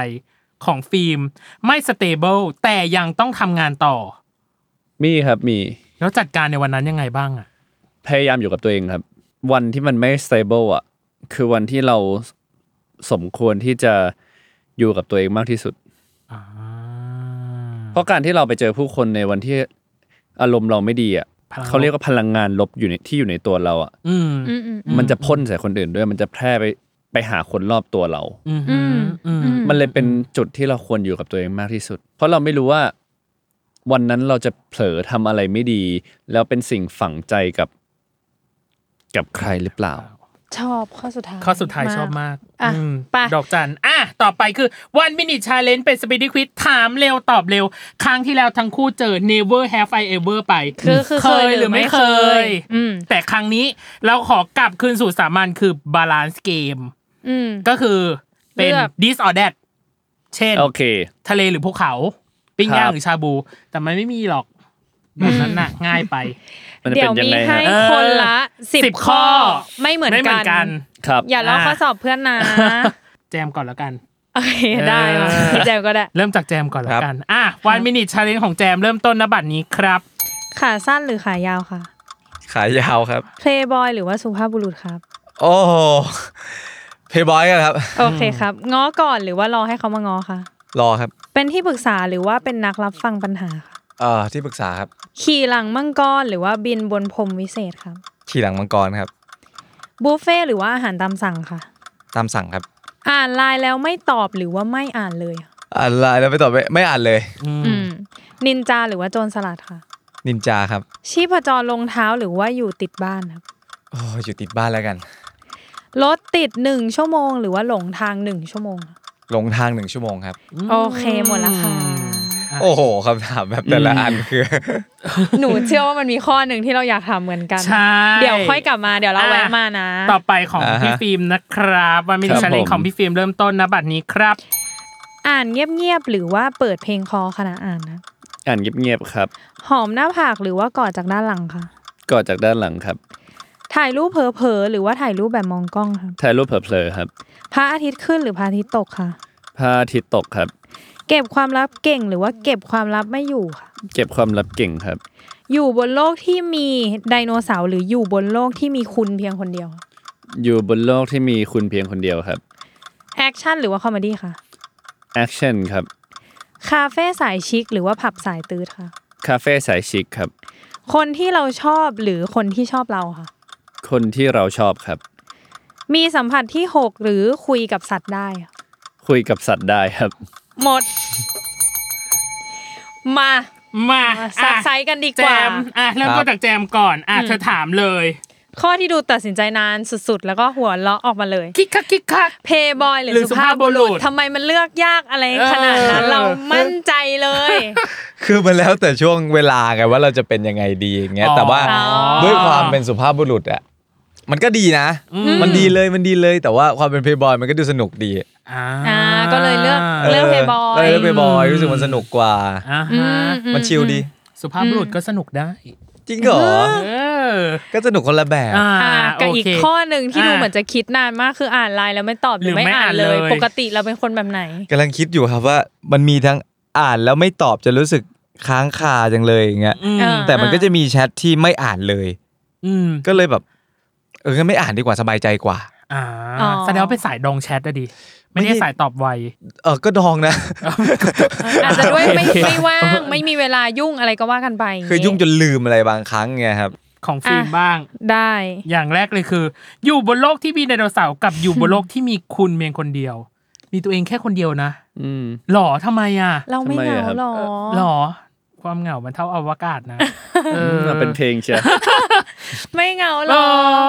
Speaker 3: ของฟิล์ม ไม่ stable แต่ยังต้องทำงานต่อ
Speaker 6: มีครับมี
Speaker 3: แล้วจัดการในวันนั้นยังไงบ้างอ่ะ
Speaker 6: พยายามอยู่กับตัวเองครับ วันที่มันไม่ stable อ่ะคือวันที่เราสมควรที่จะอยู่กับตัวเองมากที่สุด
Speaker 3: อ่า
Speaker 6: เพราะการที่เราไปเจอผู้คนในวันที่อารมณ์เราไม่ดีอ่ะเขาเรียกว่าพลังงานลบอยู่ในที่อยู่ในตัวเราอ่ะ
Speaker 3: อืม
Speaker 2: อืมอืม
Speaker 6: มันจะพ่นใส่คนอื่นด้วย มันจะแพร่ไปไปหาคนรอบตัวเรา
Speaker 3: อืม
Speaker 2: อืม
Speaker 3: อืม
Speaker 6: มันเลยเป็นจุดที่เราควรอยู่กับตัวเองมากที่สุด เพราะเราไม่รู้ว่าวันนั้นเราจะเผลอทำอะไรไม่ดี แล้วเป็นสิ่งฝังใจกับ กับใครหรือเปล่า
Speaker 2: ชอบข้อสุดท้าย
Speaker 3: ข้อสุดท้ายชอบมาก
Speaker 2: อ่ะ
Speaker 3: ม
Speaker 2: ไป
Speaker 3: ดอกจัน อ่ะ ต่อไปคือ one minute challenge เป็น speed quiz ถามเร็วตอบเร็ว ครั้งที่แล้วทั้งคู่เจอ never have I ever ไป
Speaker 2: คือคือเคย
Speaker 3: หรือไม่เคย
Speaker 2: อืม
Speaker 3: แต่ครั้งนี้เราขอกลับคืนสู่สามัญคือ balance game
Speaker 2: อืม
Speaker 3: ก็คือเป็น
Speaker 2: เลือก
Speaker 3: this or that เช่น
Speaker 6: โอเค
Speaker 3: ทะเลหรือภูเขา ปิ้งย่าง
Speaker 6: ครับ
Speaker 3: หรือชาบู แต่มันไม่มีหรอกแบบนั้นน่ะง่ายไป
Speaker 6: มันจะ
Speaker 2: เดี๋
Speaker 6: เป็
Speaker 2: ยวน
Speaker 6: ยัง
Speaker 2: มี
Speaker 6: ไง
Speaker 2: ให้
Speaker 6: ฮะ
Speaker 2: คนละสิบ
Speaker 3: สิบข้
Speaker 2: ข้
Speaker 3: อ
Speaker 2: อ ไม่เหมือน
Speaker 3: ไม่เหมื
Speaker 2: กั
Speaker 3: อนกัน น
Speaker 6: ครับ
Speaker 2: อย่าลอก
Speaker 3: อ่า
Speaker 2: ข้อสอบเพื่อน นะ
Speaker 3: แจมก่อนแล้วกัน
Speaker 2: โอเค ได้มา
Speaker 3: เออ
Speaker 2: พี่แจมก็ได้
Speaker 3: เริ่มจากแจมก่อนแล้ว
Speaker 4: ครับ
Speaker 3: กัน อ่ะวันมินิชาเลนของแจมเริ่มต้นนบัตรนี้ครับ
Speaker 2: ขาสั้นหรือขายาวคะ
Speaker 4: ขายาวครับ
Speaker 2: เพลย์บอยหรือว่าสุภาพบุรุษครับ
Speaker 4: โอ้โหเพย์บอยครับ
Speaker 2: โอเคครับ ง้อก่อนหรือว่ารอให้เขามาง้อคะ
Speaker 4: รอครับ
Speaker 2: เป็นที่ปรึกษาหรือว่าเป็นนักรับฟังปัญหาค่ะ
Speaker 4: เอ่อที่ปรึกษาครับ
Speaker 2: ขี่หลังมังกรหรือว่าบินบนพรมวิเศษครับ
Speaker 4: ขี่หลังมังกรครับ
Speaker 2: บุฟเฟ่ต์หรือว่าอาหารตามสั่งค่ะ
Speaker 4: ตามสั่งครับ
Speaker 2: อ่านไลน์แล้วไม่ตอบหรือว่าไม่อ่านเลย
Speaker 4: อ่านไลน์แล้วไปตอบไม่ไม่อ่านเลย
Speaker 2: อืม นินจาหรือว่าโจรสลัดค่ะ
Speaker 4: นินจาครับ
Speaker 2: ชีพจรลงเท้าหรือว่าอยู่ติดบ้านครับ
Speaker 4: โอ้ยอยู่ติดบ้านแล้วกัน
Speaker 2: รถติดหนึ่งชั่วโมง หรือว่าหลงทางหนึ่งชั่วโมงครับ
Speaker 4: ลงทางหนึ่งชั่วโมงครับ
Speaker 2: โอเคหมดละค่ะ
Speaker 3: อ่ะ
Speaker 4: โอ้โหคำถามแบบแต่ละอันคือ
Speaker 2: หนูเชื่อว่ามันมีข้อหนึ่งที่เราอยากทำเหมือนกัน
Speaker 3: ใช่
Speaker 2: เดี๋ยวค่อยกลับมาเดี๋ยวเรา
Speaker 3: อ่ะ
Speaker 2: แวะมานะ
Speaker 3: ต่อไปของ
Speaker 4: อ่าฮะ
Speaker 3: พี่ฟิล์มนะครับ วันมิ
Speaker 6: ค
Speaker 3: นิ
Speaker 6: รับ
Speaker 3: ชาเลน
Speaker 6: ผม
Speaker 3: ของพี่ฟิล์มเริ่มต้นนบัตรนี้ครับ
Speaker 2: อ่านเงียบๆหรือว่าเปิดเพลงคอขณะอ่านนะ
Speaker 6: อ่านเงียบๆครับ
Speaker 2: หอมหน้าผากหรือว่ากอดจากด้านหลังค่ะ
Speaker 6: ก่อนจากด้านหลังครับ
Speaker 2: ถ่ายรูปเผลอๆหรือว่าถ่ายรูปแบบมองกล้องครับ
Speaker 6: ถ่ายรูปเผลอๆครับ
Speaker 2: พระอาทิตย์ขึ้นหรือพระอาทิตย์ตกค่ะ
Speaker 6: พระอาทิตย์ตกครับ
Speaker 2: เก็บความลับเก่งหรือว่าเก็บความลับไม่อยู่ค่ะ
Speaker 6: เก็บความลับเก่งครับ
Speaker 2: อยู่บนโลกที่มีไดโนเสาร์หรืออยู่บนโลกที่มีคุณเพียงคนเดียวค่ะ
Speaker 6: อยู่บนโลกที่มีคุณเพียงคนเดียวครับ
Speaker 2: แอคชั่นหรือว่าคอมเมดี้ค่ะ
Speaker 6: แอคชั่นครับ
Speaker 2: คาเฟ่สายชิคหรือว่าผับสายตืดค่ะ
Speaker 6: คาเฟ่สายชิคครับ
Speaker 2: คนที่เราชอบหรือคนที่ชอบเราค่ะ
Speaker 6: คนที่เราชอบครับ
Speaker 2: มีสัมผัสที่ 6 หรือคุยกับสัตว์ได้ค่ะ
Speaker 6: คุยกับสัตว์ได้ครับ
Speaker 2: หมด มา
Speaker 3: มา
Speaker 2: มาซักไซ
Speaker 3: อ่ะ
Speaker 2: ส์กันดี
Speaker 3: แจ
Speaker 2: กว่า
Speaker 3: มอ่ะเริ่มต้นจากแจมก่อนอ่ะเธอถามเลย
Speaker 2: ข้อที่ดูตัดสินใจนานสุดๆ แล้วก็หัวเราะออกมาเลย
Speaker 3: คิกคักคิกคัก
Speaker 2: เพย์บอยหรือ
Speaker 3: หรือ
Speaker 2: สุภาพบุ
Speaker 3: สุ
Speaker 2: รุ
Speaker 3: ภาพบุรุ
Speaker 2: ษ
Speaker 3: ษ
Speaker 2: ทำไมมันเลือกยากอะไรขนาดนั้น
Speaker 3: เออ
Speaker 2: เรามั่นใจเลย
Speaker 4: คือมันแล้วแต่ช่วงเวลาไงว่าเราจะเป็นยังไงดีอย่างเงี้ย แต่ว่า
Speaker 3: อ๋อ
Speaker 4: ด้วยความเป็นสุภาพบุรุษอะมันก็ดีนะ มันดีเลยมันดีเลย แต่ว่าความเป็นเพย์บอยมันก็ดูสนุกดี
Speaker 3: อ่า
Speaker 2: อ่าก็เลยเลือกเลือกเพย์บอย
Speaker 4: เเลือกเพย์บอยรู้สึกมันสนุกกว่า
Speaker 3: อ่า
Speaker 2: อื
Speaker 3: ฮะ
Speaker 2: ม
Speaker 4: มันชิลดี
Speaker 3: สุภาพบุรุษก็สนุกได้
Speaker 4: จริงเหรอ
Speaker 3: เออ
Speaker 4: ก็สนุกคนละแบบ
Speaker 3: อ่า
Speaker 2: อ่ากับอีก
Speaker 3: โเค
Speaker 2: ข้อหนึ่งที่
Speaker 3: อ่า
Speaker 2: ดูเหมือนจะคิดนานมากคืออ่านไลน์แล้วไม่ตอบหรือ
Speaker 3: หรือ
Speaker 2: ไม่
Speaker 3: ไม่
Speaker 2: อ่า
Speaker 3: อ่าน น
Speaker 2: เลย
Speaker 3: เลย
Speaker 2: ปกติเราเป็นคนแบบไหน
Speaker 4: กำลังคิดอยู่ครับว่ามันมีทั้งอ่านแล้วไม่ตอบจะรู้สึกค้างคาจังเลยอย่างเงี้ย
Speaker 3: อืม
Speaker 2: เออ
Speaker 4: แต่มันก็จะมีแชทที่ไม่อ่านเลย
Speaker 3: อืม
Speaker 4: ก็เลยแบบ เอองั้นไม่อ่านดีกว่าสบายใจกว่า
Speaker 3: อ่า
Speaker 2: อ๋อ
Speaker 3: แสดงว่าเป็นสายดองแชทอะดิไม่
Speaker 4: ไม่
Speaker 3: ได้
Speaker 4: ได้
Speaker 3: สายตอบไว
Speaker 4: เออก็ดองนะ
Speaker 2: อาจจะด้วย ไม่ไม่ว่างไม่มีเวลายุ่งอะไรก็ว่ากันไป
Speaker 4: คือยุ่งจนลืมอะไรบางครั้งไงครับ
Speaker 3: ของฟิล์มบ้าง
Speaker 2: ได้
Speaker 3: อย่างแรกเลยคือ อยู่บนโลกที่มีไดโนเสาร์กับอยู่บนโลกที่มีคุณเพียงคนเดียว มีตัวเองแค่คนเดียวนะ
Speaker 6: อืม
Speaker 3: หรอทำไมอ่ะ
Speaker 2: เราไม่เหงา
Speaker 6: ทำไมอะครับ
Speaker 2: หรอ
Speaker 3: หรอ ความเหงามันเท่าอวกาศนะเออ
Speaker 6: มาเป็นเพลงเชียร์
Speaker 2: ไม่เหงาห
Speaker 3: ห
Speaker 2: ร
Speaker 3: ร
Speaker 2: อ
Speaker 3: อ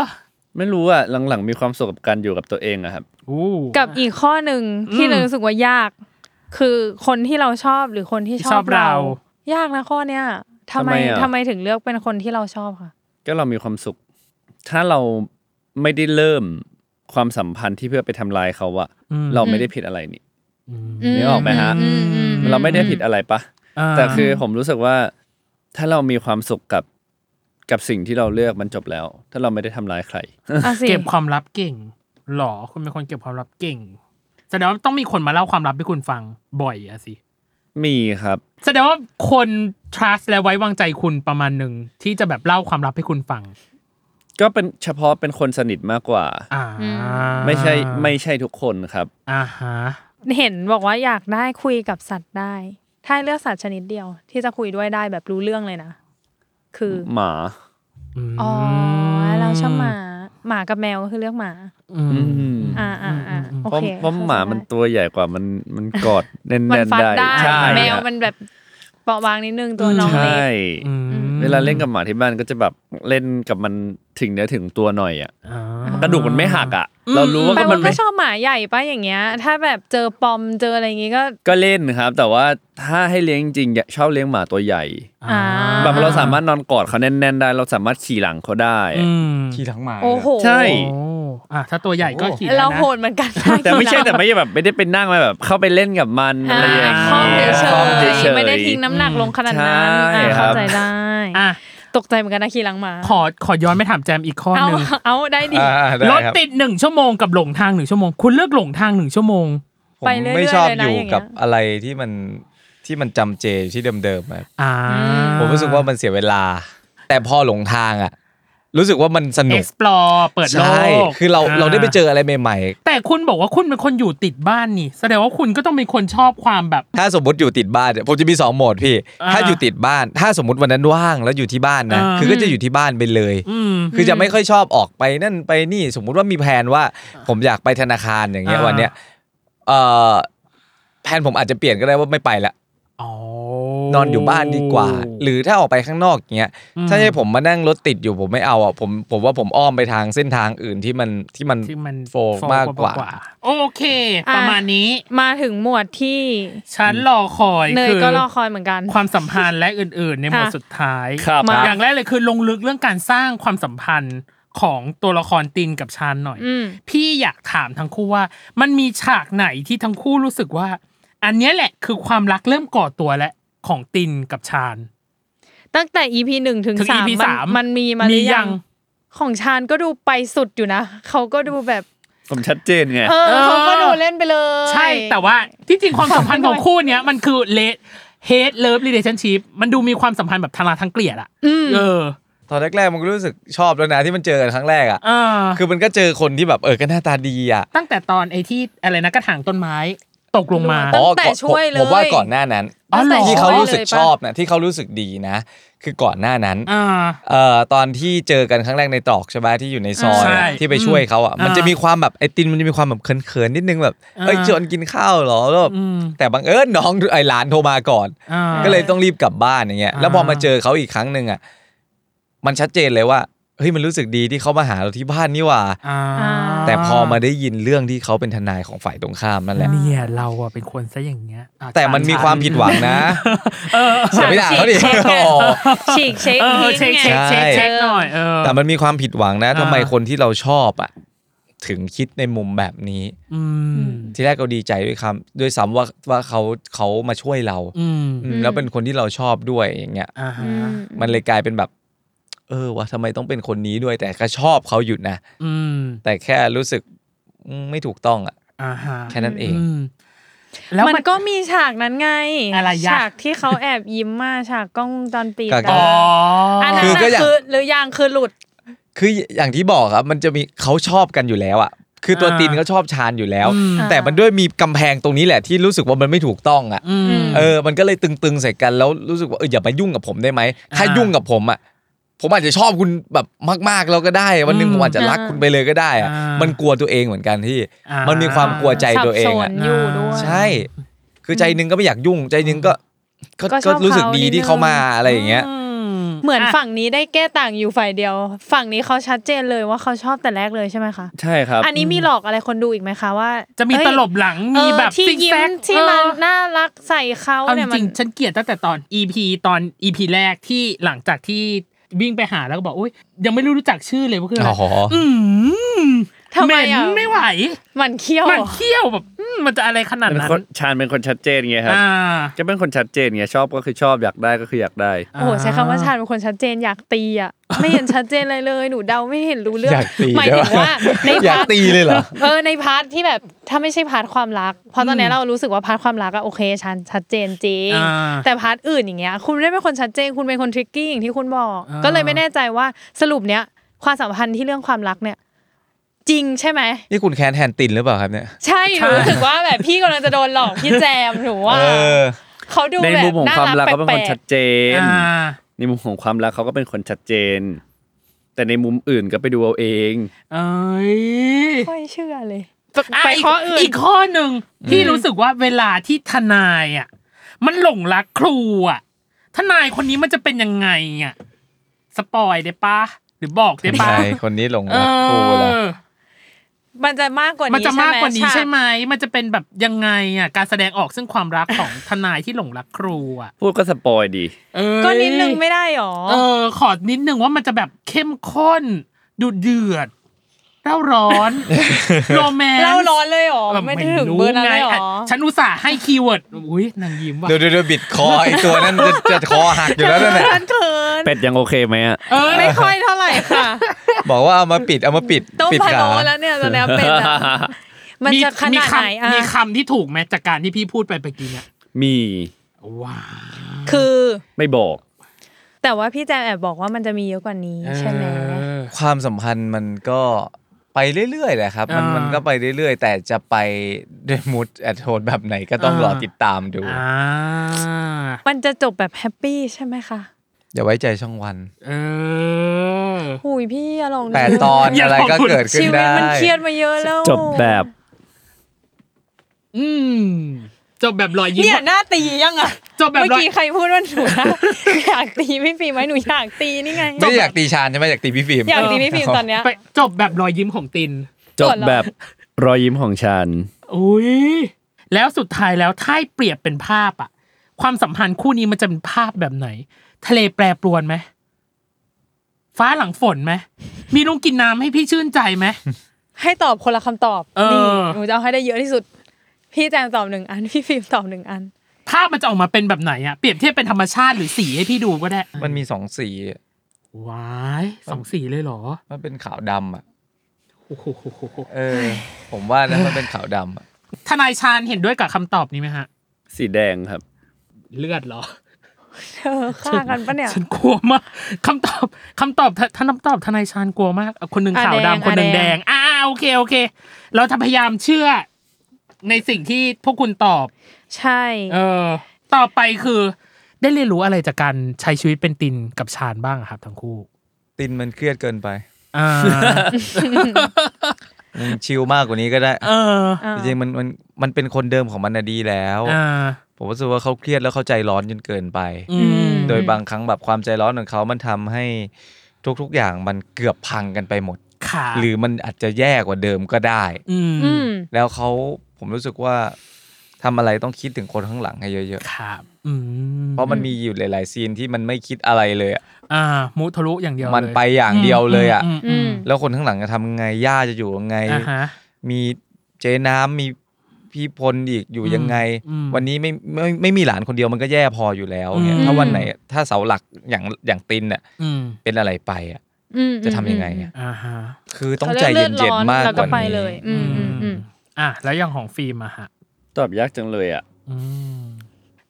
Speaker 6: ไม่รู้อะหลังๆมีความสุขกับการอยู่กับตัวเองอะครับ
Speaker 3: อู้
Speaker 2: กับอีกข้อหนึ่งที่
Speaker 3: อืม
Speaker 2: เรารู้สึกว่ายาก คือคนที่เราชอบหรือคนที่ช
Speaker 3: ช
Speaker 2: อ
Speaker 3: อ
Speaker 2: บบ เรา
Speaker 3: เรา
Speaker 2: ยากนะข้อเนี้ยทำไม
Speaker 6: ทำไมอะ
Speaker 2: ทำไมถึงเลือกเป็นคนที่เราชอบค่ะ
Speaker 6: ก็เรามีความสุข ถ้าเราไม่ได้เริ่มความสัมพันธ์ที่เพื่อไปทำลายเขาอะ
Speaker 3: อืม
Speaker 6: เราไม่ได้ผิดอะไรนี่
Speaker 3: อืม
Speaker 6: นึกออกไหมฮะ
Speaker 2: อืมอืมอื
Speaker 6: เราไม่ได้ผิดอะไรปะ
Speaker 3: า
Speaker 6: แต่คือผมรู้สึกว่าถ้าเรามีความสุขกับกับสิ่งที่เราเลือกมันจบแล้ว ถ้าเราไม่ได้ทำร้ายใคร
Speaker 2: เอาสิ
Speaker 3: เก็บความลับเก่งหรอคุณเป็นคนเก็บความลับเก่ง แสดงว่าต้องมีคนมาเล่าความลับให้คุณฟังบ่อยอะสิ
Speaker 6: มีครับ
Speaker 3: แสดงว่าคน trust และไว้วางใจคุณประมาณหนึ่งที่จะแบบเล่าความลับให้คุณฟัง
Speaker 6: ก็เป็นเฉพาะเป็นคนสนิทมากกว่า
Speaker 3: อ่า
Speaker 6: ไม่ใช่ไม่ใช่ทุกคนครับ
Speaker 3: อ่าฮะ
Speaker 2: เห็นบอกว่าอยากได้คุยกับสัตว์ได้ ถ้าเลือกสัตว์ชนิดเดียว ที่จะคุยด้วยได้แบบรู้เรื่องเลยนะ คือ
Speaker 6: หมา
Speaker 2: อ๋อเราชอบหมาหมากับแมวก็คือเลือกหมา
Speaker 3: อืม
Speaker 6: อืม
Speaker 2: อ่าอ่าอ่าโอ
Speaker 6: เพราะ
Speaker 2: เค
Speaker 6: เพราะ
Speaker 2: เข้ใจ
Speaker 6: หมามันตัวใหญ่กว่ามันมันก อดแน่น
Speaker 2: มัน
Speaker 6: ๆ
Speaker 2: ฟัด
Speaker 6: ได้
Speaker 2: ได้
Speaker 6: ใช่
Speaker 2: แมวมันแบบเปราะบางนิดนึงตัวน้อง
Speaker 6: ใช
Speaker 2: เล็ก่
Speaker 6: เวลาเล่นกับหมาที่บ้านก็จะแบบ เล่นกับมันถึงเนื้อถึงตัวหน่อยอ่ะ
Speaker 3: อ่าก
Speaker 6: ระดูกมันไม่หักอ่ะ เรารู้ว่า
Speaker 2: แต่
Speaker 6: มั
Speaker 2: มัน น
Speaker 6: ไม่
Speaker 2: ก็ชอบหมาใหญ่ปะอย่างเงี้ย ถ้าแบบเจอปอมเจออะไรอย่างงี้ก็
Speaker 6: ก็เล่นครับ แต่ว่าถ้าให้เลี้ยงจริงๆอยากชอบเลี้ยงหมาตัวใหญ่
Speaker 3: อ่า
Speaker 6: แบบเราสามารถนอนกอดเขาแน่นๆได้ เราสามารถขี่หลังเขาได้
Speaker 3: อืม
Speaker 4: ขี่ทั้งหมา
Speaker 2: โอ้โห
Speaker 6: ใช่
Speaker 3: โอ้อ่ะถ้าตัวใหญ่ก็ขี่ได้นะ
Speaker 2: เราโหดเหมือนกันนะ
Speaker 6: แต่ไม่ใช่แต่ไม่ได้แบบไม่ได้เป็นนั่งมาแบบ เข้าไปเล่นกับมัน
Speaker 2: อ่า
Speaker 6: อะไรอย่าง
Speaker 2: คล่อม
Speaker 6: เงี้ย
Speaker 2: เฉ
Speaker 6: คล่อม
Speaker 2: ย
Speaker 6: เฉย
Speaker 2: ๆไม่ได้ทิ้งน้ำหนักลงขนาดนั้น
Speaker 6: ใช่
Speaker 2: อ่า
Speaker 6: ครับ
Speaker 2: เข้าใจได้
Speaker 3: อ่ะ
Speaker 2: ตกใจเหมือนกันนะขี่หลังหมา
Speaker 3: ขอขอย้อนไปถามแจมอีกข้อ
Speaker 2: เอา
Speaker 3: หนึ่ง
Speaker 2: เอา ได้ดิ
Speaker 4: อ่าได้
Speaker 3: รถ
Speaker 4: ครับ
Speaker 3: ติดหนึ่งชั่วโมงกับหลงทางหนึ่งชั่วโมง คุณเลือกหลงทางหนึ่งชั่วโมง
Speaker 4: ผม
Speaker 2: ไปเรื่อยๆ
Speaker 4: ไม่ชอบ
Speaker 2: เลยนะ
Speaker 4: อยู่
Speaker 2: อย่างเงี้ย
Speaker 4: กับอะไรที่มันที่มันจำเจอยู่ที่เดิมๆอะ
Speaker 3: อ่า
Speaker 4: ผมรู้สึกว่ามันเสียเวลา แต่พอหลงทางอ่ะ รู้สึกว่ามันสนุ
Speaker 3: เอ็
Speaker 4: ก
Speaker 3: กซ์พลอร์เปิดโล
Speaker 4: ใช่
Speaker 3: ก
Speaker 4: คือเราเราได้ไปเจออะไรใหม่
Speaker 3: แต่คุณบอกว่าคุณเป็นคนอยู่ติดบ้านนี่ แสดงว่าคุณก็ต้องเป็นคนชอบความแบบ
Speaker 4: ๆ ถ้าสมมติอยู่ติดบ้านเนี่ยผมจะมีสองโหมดพี่
Speaker 3: อ่า
Speaker 4: ถ้าอยู่ติดบ้าน ถ้าสมมติวันนั้นว่างแล้วอยู่ที่บ้านนะ
Speaker 3: อ่า
Speaker 4: คือก็จะอยู่ที่บ้านไปเลย
Speaker 3: อืม
Speaker 4: คือจะไม่ค่อยชอบออกไปนั่นไปนี่สมมุติว่ามีแผนว่าผมอยากไปธนาคารอย่างเงี้ย
Speaker 3: อ่า
Speaker 4: วันเนี้ยเอ่อแผนผมอาจจะเปลี่ยนก็ได้ว่าไม่ไปละ
Speaker 3: อ๋อน
Speaker 4: อนอยู่บ้านดีกว่า หรือถ้าออกไปข้างนอกอย่างเงี้ย
Speaker 3: อืม
Speaker 4: ถ้าให้ผมมานั่งรถติดอยู่ผมไม่เอาอ่ะผมผมว่าผมอ้อมไปทางเส้นทางอื่นที่มันที่มัน
Speaker 3: ที่มัน
Speaker 4: โฟล์มากกว่า
Speaker 3: โอเค ประมาณนี้
Speaker 2: มาถึงหมวดที่
Speaker 3: ฉันรอคอย
Speaker 2: เนย
Speaker 3: คือ
Speaker 2: ก็รอคอยเหมือนกัน
Speaker 3: ความสัมพันธ์และอื่น ๆ ในหมวด
Speaker 2: ค่ะ
Speaker 3: สุดท้าย
Speaker 6: ครับ
Speaker 2: มา
Speaker 3: อย่างแรกเลยคือลงลึกเรื่องการสร้างความสัมพันธ์ของตัวละครตินกับชานหน่อย
Speaker 2: อืม
Speaker 3: พี่อยากถามทั้งคู่ว่า มันมีฉากไหนที่ทั้งคู่รู้สึกว่า อันเนี้ยแหละคือความรักเริ่มก่อตัวแล้วของตินกับชาน
Speaker 2: ตั้งแต่ EP หนึ่งถึง
Speaker 3: ถึง
Speaker 2: สาม
Speaker 3: EP
Speaker 2: มัน
Speaker 3: สาม
Speaker 2: มันมีมาหรื
Speaker 3: มี
Speaker 2: อ
Speaker 3: ยั
Speaker 2: ยัง ง ของชานก็ดูไปสุดอยู่นะ เขาก็ดูแบบ
Speaker 6: ผมชัดเจนไง
Speaker 2: เออเขาก็ดูเล่นไปเลย
Speaker 3: ใช่แต่ว่าที่จริงความสัมพันธ์ของคู่เนี้ยมันคือเลดเฮดเลิฟรีเลชั่นชีพมันดูมีความสัมพันธ์แบบทางรักทั้งเกลียดอะ
Speaker 2: อืม
Speaker 3: เออ
Speaker 4: ตอนแรกๆมันก็รู้สึกชอบแล้วนะที่มันเจอกันครั้งแรกอ่ะ
Speaker 3: เออ
Speaker 4: คือมันก็เจอคนที่แบบเออก็หน้าตาดีอ่ะ
Speaker 3: ตั้งแต่ตอนไอ้ที่อะไรนะกระถางต้นไม้ตกลงมา
Speaker 2: ตั้
Speaker 4: อ๋อง
Speaker 2: แต่
Speaker 4: ก่อน
Speaker 2: ช่วยเลย
Speaker 4: ผมว่าก่อนหน้านั้น
Speaker 3: อ๋อเหรอ
Speaker 4: ที่เขารู้สึก
Speaker 2: ลยปะ
Speaker 4: ชอบนะที่เขารู้สึกดีนะ คือก่อนหน้านั้น
Speaker 3: อ่า
Speaker 4: เอ่อตอนที่เจอกันครั้งแรกในตรอกใช่ไหมที่อยู่ในซอย
Speaker 3: ใช่
Speaker 4: อะที่ไปช่วยเขาอ่ะ
Speaker 3: อืม
Speaker 4: มันจะมีความแบบไอตินมันจะมีความแบบเขินๆนิดนึงแบบ
Speaker 3: อ่า
Speaker 4: เอ้ยชวนกินข้าวเหรอแล้วแบบ
Speaker 3: อืม
Speaker 4: แต่บังเอิญน้องไอหลานโทรมาก่อน
Speaker 3: อ่า
Speaker 4: ก็เลยต้องรีบกลับบ้านอย่างเงี้ย
Speaker 3: อ่า
Speaker 4: แล้วพอมาเจอเขาอีกครั้งหนึ่งอ่ะมันชัดเจนเลยว่าเฮ้ยมันรู้สึกดีที่เขามาหาเราที่บ้านนี่หว่า
Speaker 3: อ่า
Speaker 2: อ่า
Speaker 4: แต่พอมาได้ยินเรื่องที่เขาเป็นทนายของฝ่ายตรงข้ามนั่นแหละ
Speaker 3: เนี่ยเราอะเป็นคนซะอย่างเงี้ยอ่ะ
Speaker 4: แต่มันมีความผิดหวังนะ
Speaker 3: เออ
Speaker 4: เสียไม่ด่าเขาดิ
Speaker 2: เช็คไง
Speaker 4: โอ้โห
Speaker 2: ฉีกเช็ค
Speaker 3: เออ
Speaker 2: ทิ้
Speaker 3: เช็
Speaker 2: ง
Speaker 3: ค
Speaker 2: ไง
Speaker 3: เช็คเช็คเช็คหน่อยเออ
Speaker 4: แต่มันมีความผิดหวังนะ
Speaker 3: อ่า
Speaker 4: ทำไมคนที่เราชอบอ่ะถึงคิดในมุมแบบนี้
Speaker 3: อืม
Speaker 4: ทีแรกเราดีใจด้วยคำด้วยซ้ำว่าว่าเขาเขามาช่วยเรา
Speaker 3: อืม
Speaker 4: อืมแล้วเป็นคนที่เราชอบด้วยอย่างเงี้ย
Speaker 3: อ่า
Speaker 2: อื
Speaker 3: ฮะ
Speaker 2: ม
Speaker 4: มันเลยกลายเป็นแบบ เออวะทำไมต้องเป็นคนนี้ด้วย แต่ก็ชอบเขาอยู่นะ
Speaker 3: อืม
Speaker 4: แต่แค่รู้สึกไม่ถูกต้องอ่ะ
Speaker 3: อ่าฮะ
Speaker 4: แค่นั้นเอง
Speaker 3: อืมแล้ว
Speaker 2: มัน
Speaker 3: มัน
Speaker 2: ก็มีฉากนั้นไง
Speaker 3: อะไรยะ
Speaker 2: ฉากที่เขาแอบยิ้มมาฉากกล้องวงจอนปิด
Speaker 4: ก็
Speaker 2: อะ
Speaker 3: อ๋ออั
Speaker 2: อัน
Speaker 3: น
Speaker 2: นั้
Speaker 3: นั้น น
Speaker 4: คือก็
Speaker 2: น่ะ
Speaker 4: อย่าง
Speaker 2: คือหรือยังคือหลุด
Speaker 4: คืออย่างที่บอกครับ มันจะมีเขาชอบกันอยู่แล้วอ่ะ คือตัวตีนเขาชอบชานอยู่แล้ว
Speaker 3: อืม
Speaker 4: แต่มันด้วยมีกำแพงตรงนี้แหละที่รู้สึกว่ามันไม่ถูกต้องอ่ะ
Speaker 3: อืม
Speaker 4: เออ มันก็เลยตึงๆ ใส่กันแล้วรู้สึกว่าเอออย่ามายุ่งกับผมได้ไหม ถ้า
Speaker 3: อ่ายุ่
Speaker 4: ยุ่งกับผมอ่ะ ผมอาจจะชอบคุณแบบมากๆแล้วก็ได้ วันหนึ่ง
Speaker 3: อืม
Speaker 4: ผมอาจจะรักคุณไปเลยก็ได้อะ
Speaker 3: อ่ามั
Speaker 4: มันกลัวตัวเองเหมือนกันที่
Speaker 3: อ่ามั
Speaker 4: มันมีความกลัวใจตัวเอ
Speaker 2: สั
Speaker 4: งอ่ะ
Speaker 2: บสนอยู่ด้วย
Speaker 4: ใช่ คือใจหนึงก็ไม่อยากยุ่ง ใจหนึงก็ก็
Speaker 2: ก็ช
Speaker 4: ก็
Speaker 2: อบ
Speaker 4: รู้สึก
Speaker 2: เขา
Speaker 4: ดี
Speaker 2: นิด
Speaker 4: ที่เขา
Speaker 2: นึง
Speaker 4: มาอะไรอย่างเงี้ย
Speaker 2: เหมือน
Speaker 3: อ่ะ
Speaker 2: ฝั่งนี้ได้แก้ต่างอยู่ฝ่ายเดียว ฝั่งนี้เขาชัดเจนเลยว่าเขาชอบแต่แรกเลยใช่ไหมคะ
Speaker 6: ใช่ครับ
Speaker 2: อันนี้มีหลอกอะไรคนดูอีกไหมคะว่า
Speaker 3: จะมี
Speaker 2: เอ้ย
Speaker 3: ตลบหลังมีแบบ
Speaker 2: เออที่
Speaker 3: ซิก
Speaker 2: ยิ้
Speaker 3: แซ
Speaker 2: ม
Speaker 3: ก
Speaker 2: ที่
Speaker 3: เอ
Speaker 2: มัน
Speaker 3: อ
Speaker 2: น่ารักใส่เขา
Speaker 3: เอาจ
Speaker 2: เนี่ยมั
Speaker 3: ริ
Speaker 2: น
Speaker 3: งๆฉันเกลียดตั้งแต่ตอน EP ตอน EP แรกที่หลังจากที่วิ่งไปหาแล้วก็บอกอุยยังไม่รู้รู้จักชื่อเลยว่าคืออะไร
Speaker 4: อ๋อ
Speaker 3: อืม
Speaker 2: ทำไมอ่ะ
Speaker 3: เหนไม่ไหว
Speaker 2: มันเคี้ยว
Speaker 3: มันเคี้ยวแบบอืมมันจะอะไรขนาด
Speaker 6: เป็น
Speaker 3: นั้น
Speaker 6: คนชาญเป็นคนชัดเจนไงครับ
Speaker 3: อ่า
Speaker 6: ก็เป็นคนชัดเจนไงชอบก็คือชอบอยากได้ก็คืออยากได้
Speaker 2: โอ้โหใช้คำว่าชาญเป็นคนชัดเจนอยากตีอ่ะ ไม่เห็นชัดเจนเลยเลย หนูเดาไม่เห็นรู้เรื่อง
Speaker 4: อยากตี
Speaker 2: หมายถึง
Speaker 4: ด้วยวะ
Speaker 2: ว่าใน
Speaker 4: อยา
Speaker 2: พา
Speaker 4: ก
Speaker 2: ร์ท
Speaker 4: ตีเลยเหรอ
Speaker 2: เออในพาร์ทที่แบบถ้าไม่ใช่พาร์ทความรักเพราะตอนเนี้ยเรารู้สึกว่าพาร์ทความรักอะโอเคชันชัดเจนจริง
Speaker 3: อ่า
Speaker 2: แต่พาร์ทอื่นอย่างเงี้ยคุณไม่ได้เป็นคนชัดเจนคุณเป็นคนทริกกี้อย่างที่คุณบอก
Speaker 3: อ่า
Speaker 2: ก็เลยไม่แน่ใจว่าสรุปเนี้ยความสัมพันธ์ที่เรื่องความรักเนี่ย จริงใช่ไหม
Speaker 4: นี่คุณแคนแทนตินหรือเปล่าครับเนี่ย
Speaker 2: ใช่หนูรู้สึกว่าแบบพี่กำลังจะโดนหลอกพี่แจมหนูว่า
Speaker 4: เออ
Speaker 2: เขาดู
Speaker 6: ใน
Speaker 2: แบ
Speaker 6: มุ
Speaker 2: บ
Speaker 6: มของ
Speaker 2: น่า
Speaker 6: ความ
Speaker 2: รัก
Speaker 6: รัก
Speaker 2: แป
Speaker 6: เขาเป็
Speaker 2: ล
Speaker 6: นคน
Speaker 2: ก
Speaker 6: ชัดเจน
Speaker 3: อ่า
Speaker 6: ในมุมของความรักเขาก็เป็นคนชัดเจน แต่ในมุมอื่นก็ไปดูเอาเอง
Speaker 3: เอ้ย
Speaker 2: ๆไม่ค่อยเชื่อเลย
Speaker 3: ะ
Speaker 2: ไปข้ออื่น
Speaker 3: อีกข้อหนึ่งที่รู้สึกว่าเวลาที่ทนายอ่ะมันหลงรักครูอ่ะทนายคนนี้มันจะเป็นยังไงอ่ะ สปอยได้ปะหรือบอกได้ปะ
Speaker 4: ใช่คนนี้หลง
Speaker 3: เอ
Speaker 4: รักกูเหรอ
Speaker 3: อ
Speaker 2: มันจะมากกว่านี้
Speaker 3: มันจะมากกว่านี้
Speaker 2: ฉ
Speaker 3: ใช่ไหม มันจะเป็นแบบยังไงอ่ะ การแสดงออกซึ่งความรักของทนายที่หลงรักครูอ่ะ
Speaker 6: พูดก็สปอยดี
Speaker 3: เอ้ย
Speaker 2: ก็นิดนึงไม่ได้หรอ
Speaker 3: เออ ขอนิดนึงว่ามันจะแบบเข้มข้นดูเดือดเร่าร้อน โรแมนต์
Speaker 2: เล่าร้อนเลยหรอ ไม่ได้ถึงเบอร์นั้นเลยหร
Speaker 3: อ่ะ
Speaker 2: อ
Speaker 3: ฉันอุตส่าห์ให้คีย์เวิร์ด อุ้ยนางยิ้มว่ะ
Speaker 4: เดี๋ยวเดี๋ยวเดี๋ยวบิดคอไอตัวนั้นจะจะคอหักอยู่แล้วนั่นแหละ
Speaker 2: ฉันเขิน
Speaker 6: เป็ดยังโอเคไหมอะ
Speaker 3: เออ
Speaker 2: ไม่ค่อยเท่าไหร่ ค่ะ
Speaker 4: บอกว่าเอามาปิดเอามาปิด
Speaker 2: ต้ม
Speaker 4: ปิด
Speaker 2: พะ
Speaker 4: ขา
Speaker 2: โล้แล้วเนี่ยตอนนี้เป็น อะมันจะขนาดไหน
Speaker 3: มี
Speaker 2: อ่ะ
Speaker 3: คำที่ถูกไหมจากการที่พี่พูดไปเมื่อกี้เนี่ย
Speaker 6: มี
Speaker 3: ว้าว
Speaker 2: คือ
Speaker 6: ไม่บอก
Speaker 2: แต่ว่าพี่แจมแอบบอกว่ามันจะมีเยอะกว่านี้ใช่ไหม
Speaker 4: ความสัมพันธ์มันก็ไปเรื่อยๆแหละครับ มัน
Speaker 3: อ่ามั
Speaker 4: มันก็ไปเรื่อยๆ แต่จะไปด้วยมูดแอดโทนแบบไหนก็ต้อง
Speaker 3: อ่าร ร
Speaker 4: อติดตามดู
Speaker 3: อ่า
Speaker 2: มันจะจบแบบแฮปปี้ใช่ไหมคะ
Speaker 4: อย่าไว้ใจช่องวัน
Speaker 3: เออ
Speaker 2: หุยพี่อะลองดู
Speaker 4: แปดตอน
Speaker 3: อย่า
Speaker 4: อะไร
Speaker 3: ข
Speaker 4: ก็
Speaker 3: อบคุณ
Speaker 4: เกิดขึ้
Speaker 2: ชี
Speaker 4: น
Speaker 2: วิต
Speaker 4: ได้
Speaker 2: มันเครียดมาเยอะแล้ว
Speaker 6: จบแบบ
Speaker 3: อืมจบแบบรอยยิ้ม
Speaker 2: เนี่ยหน้าตียังอ่ะ
Speaker 3: จบแบบ
Speaker 2: เมื่อ
Speaker 3: รอย
Speaker 2: กี้ใครพูดว่าหนูนะอยากตีพี่ฟิล์มไหมหนูอยากตีนี่ไง
Speaker 4: ไม่ได้อยากตีชานใช่ไหมอยากตีพี่ฟิล์ม
Speaker 2: อยากตีพี่ฟิล์มตอนเนี้ย
Speaker 3: ไปจบแบบรอยยิ้มของติน
Speaker 6: จบแบบรอยยิ้มของฉัน
Speaker 3: อุ้ยแล้วสุดท้ายแล้วถ้าให้เปรียบเป็นภาพอะความสัมพันธ์คู่นี้มันจะเป็นภาพแบบไหน ทะเลแปรปรวนไหมฟ้าหลังฝนไหมมีลุงกินน้ำให้พี่ชื่นใจไหม
Speaker 2: ให้ตอบคนละคำตอบ
Speaker 3: เออ
Speaker 2: นี่หนูจะเอาให้ได้เยอะที่สุด พี่แจงตอบหนึ่งอัน พี่ฟิล์มตอบหนึ่งอัน
Speaker 3: ภาพมันจะออกมาเป็นแบบไหนอะเปรียบเทียบเป็นธรรมชาติหรือสีให้พี่ดูก็ได้
Speaker 4: มันมีสองสี
Speaker 3: ว้ายสองสีเลยเหรอ
Speaker 4: มันเป็นขาวดำอ่ะ
Speaker 3: โอ้โห
Speaker 4: เออ ผมว่านะมันเป็นขาวดำอะ
Speaker 3: ทนายชาญเห็นด้วยกับคำตอบนี้ไหมฮะ
Speaker 6: สีแดงครับ
Speaker 3: เลือดเหรอ
Speaker 2: เธอฆ่ากันปะเนี่ย
Speaker 3: ฉันกลัวมากคำตอบคำตอบท่านท่านคำตอบทนายชาญกลัวมากอ่ะคนหนึ่ง
Speaker 2: อ่ะ
Speaker 3: ขาว
Speaker 2: แดง
Speaker 3: ดำคนหนึ่ง
Speaker 2: อ่ะแด
Speaker 3: แด
Speaker 2: ง
Speaker 3: ง อ่าโอเคโอเค เราจะพยายามเชื่อในสิ่งที่พวกคุณตอบ
Speaker 2: ใช่
Speaker 3: เออ ต่อไปคือ ได้เรียนรู้อะไรจากการใช้ชีวิตเป็นตินกับชาญบ้างอะครับทั้งคู่
Speaker 4: ตินมันเครียดเกินไป
Speaker 3: อ่า
Speaker 4: มันชิลมากกว่านี้ก็ได้
Speaker 3: เออ
Speaker 2: อ่า
Speaker 4: จริงๆมันมันมันเป็นคนเดิมของมันนะดีแล้ว
Speaker 3: อ่า
Speaker 4: ผมรู้สึกว่าเขาเครียดแล้วเขาใจร้อนจนเกินไป
Speaker 3: อืม
Speaker 4: โดยบางครั้งแบบความใจร้อนของเขามันทำให้ทุกๆอย่างมันเกือบพังกันไปหมด
Speaker 3: ขา
Speaker 4: หรือมันอาจจะแย่กว่าเดิมก็ได้
Speaker 3: อืม
Speaker 2: อืม
Speaker 4: แล้วเขาผมรู้สึกว่าทำอะไรต้องคิดถึงคนข้างหลังให้เยอะ
Speaker 3: ครับอืม
Speaker 4: ๆ เพราะมันมีอยู่หลาย ๆ ซีนที่มันไม่คิดอะไรเลยอะ
Speaker 3: อ่า มุทะลุอย่างเดียวเลย
Speaker 4: มันไปอย่างเดียวเลยอ่ะ
Speaker 3: มอืม
Speaker 2: ม
Speaker 4: แล้วคนข้างหลังจะทำไงย่าจะอยู่ยังไง
Speaker 3: อ่าฮะ
Speaker 4: มีเจ๊น้ำมีพี่พลอีกอยู่ยังไง
Speaker 3: อืม
Speaker 4: วันนี้ไม่ไม่ไม่มีหลานคนเดียวมันก็แย่พออยู่แล้วเนี่ยถ้าวันไหนถ้าเสาหลักอย่างอย่างตินน่ะ
Speaker 3: อืม
Speaker 4: เป็นอะไรไปอ่ะ
Speaker 2: อืม
Speaker 4: จะทำยังไงอ่ะ
Speaker 3: อ่าฮะ
Speaker 4: คือต้องใจเย็นๆมาก
Speaker 2: แล้ว
Speaker 4: ก
Speaker 2: ก็
Speaker 4: ว่า
Speaker 2: ไป
Speaker 4: นี้
Speaker 2: เลย อืมอืมอืม
Speaker 3: อ่ะแล้วอย่างของฟิล์มอะฮะ
Speaker 6: ตอบยากจังเลยอ่ะ
Speaker 3: อืม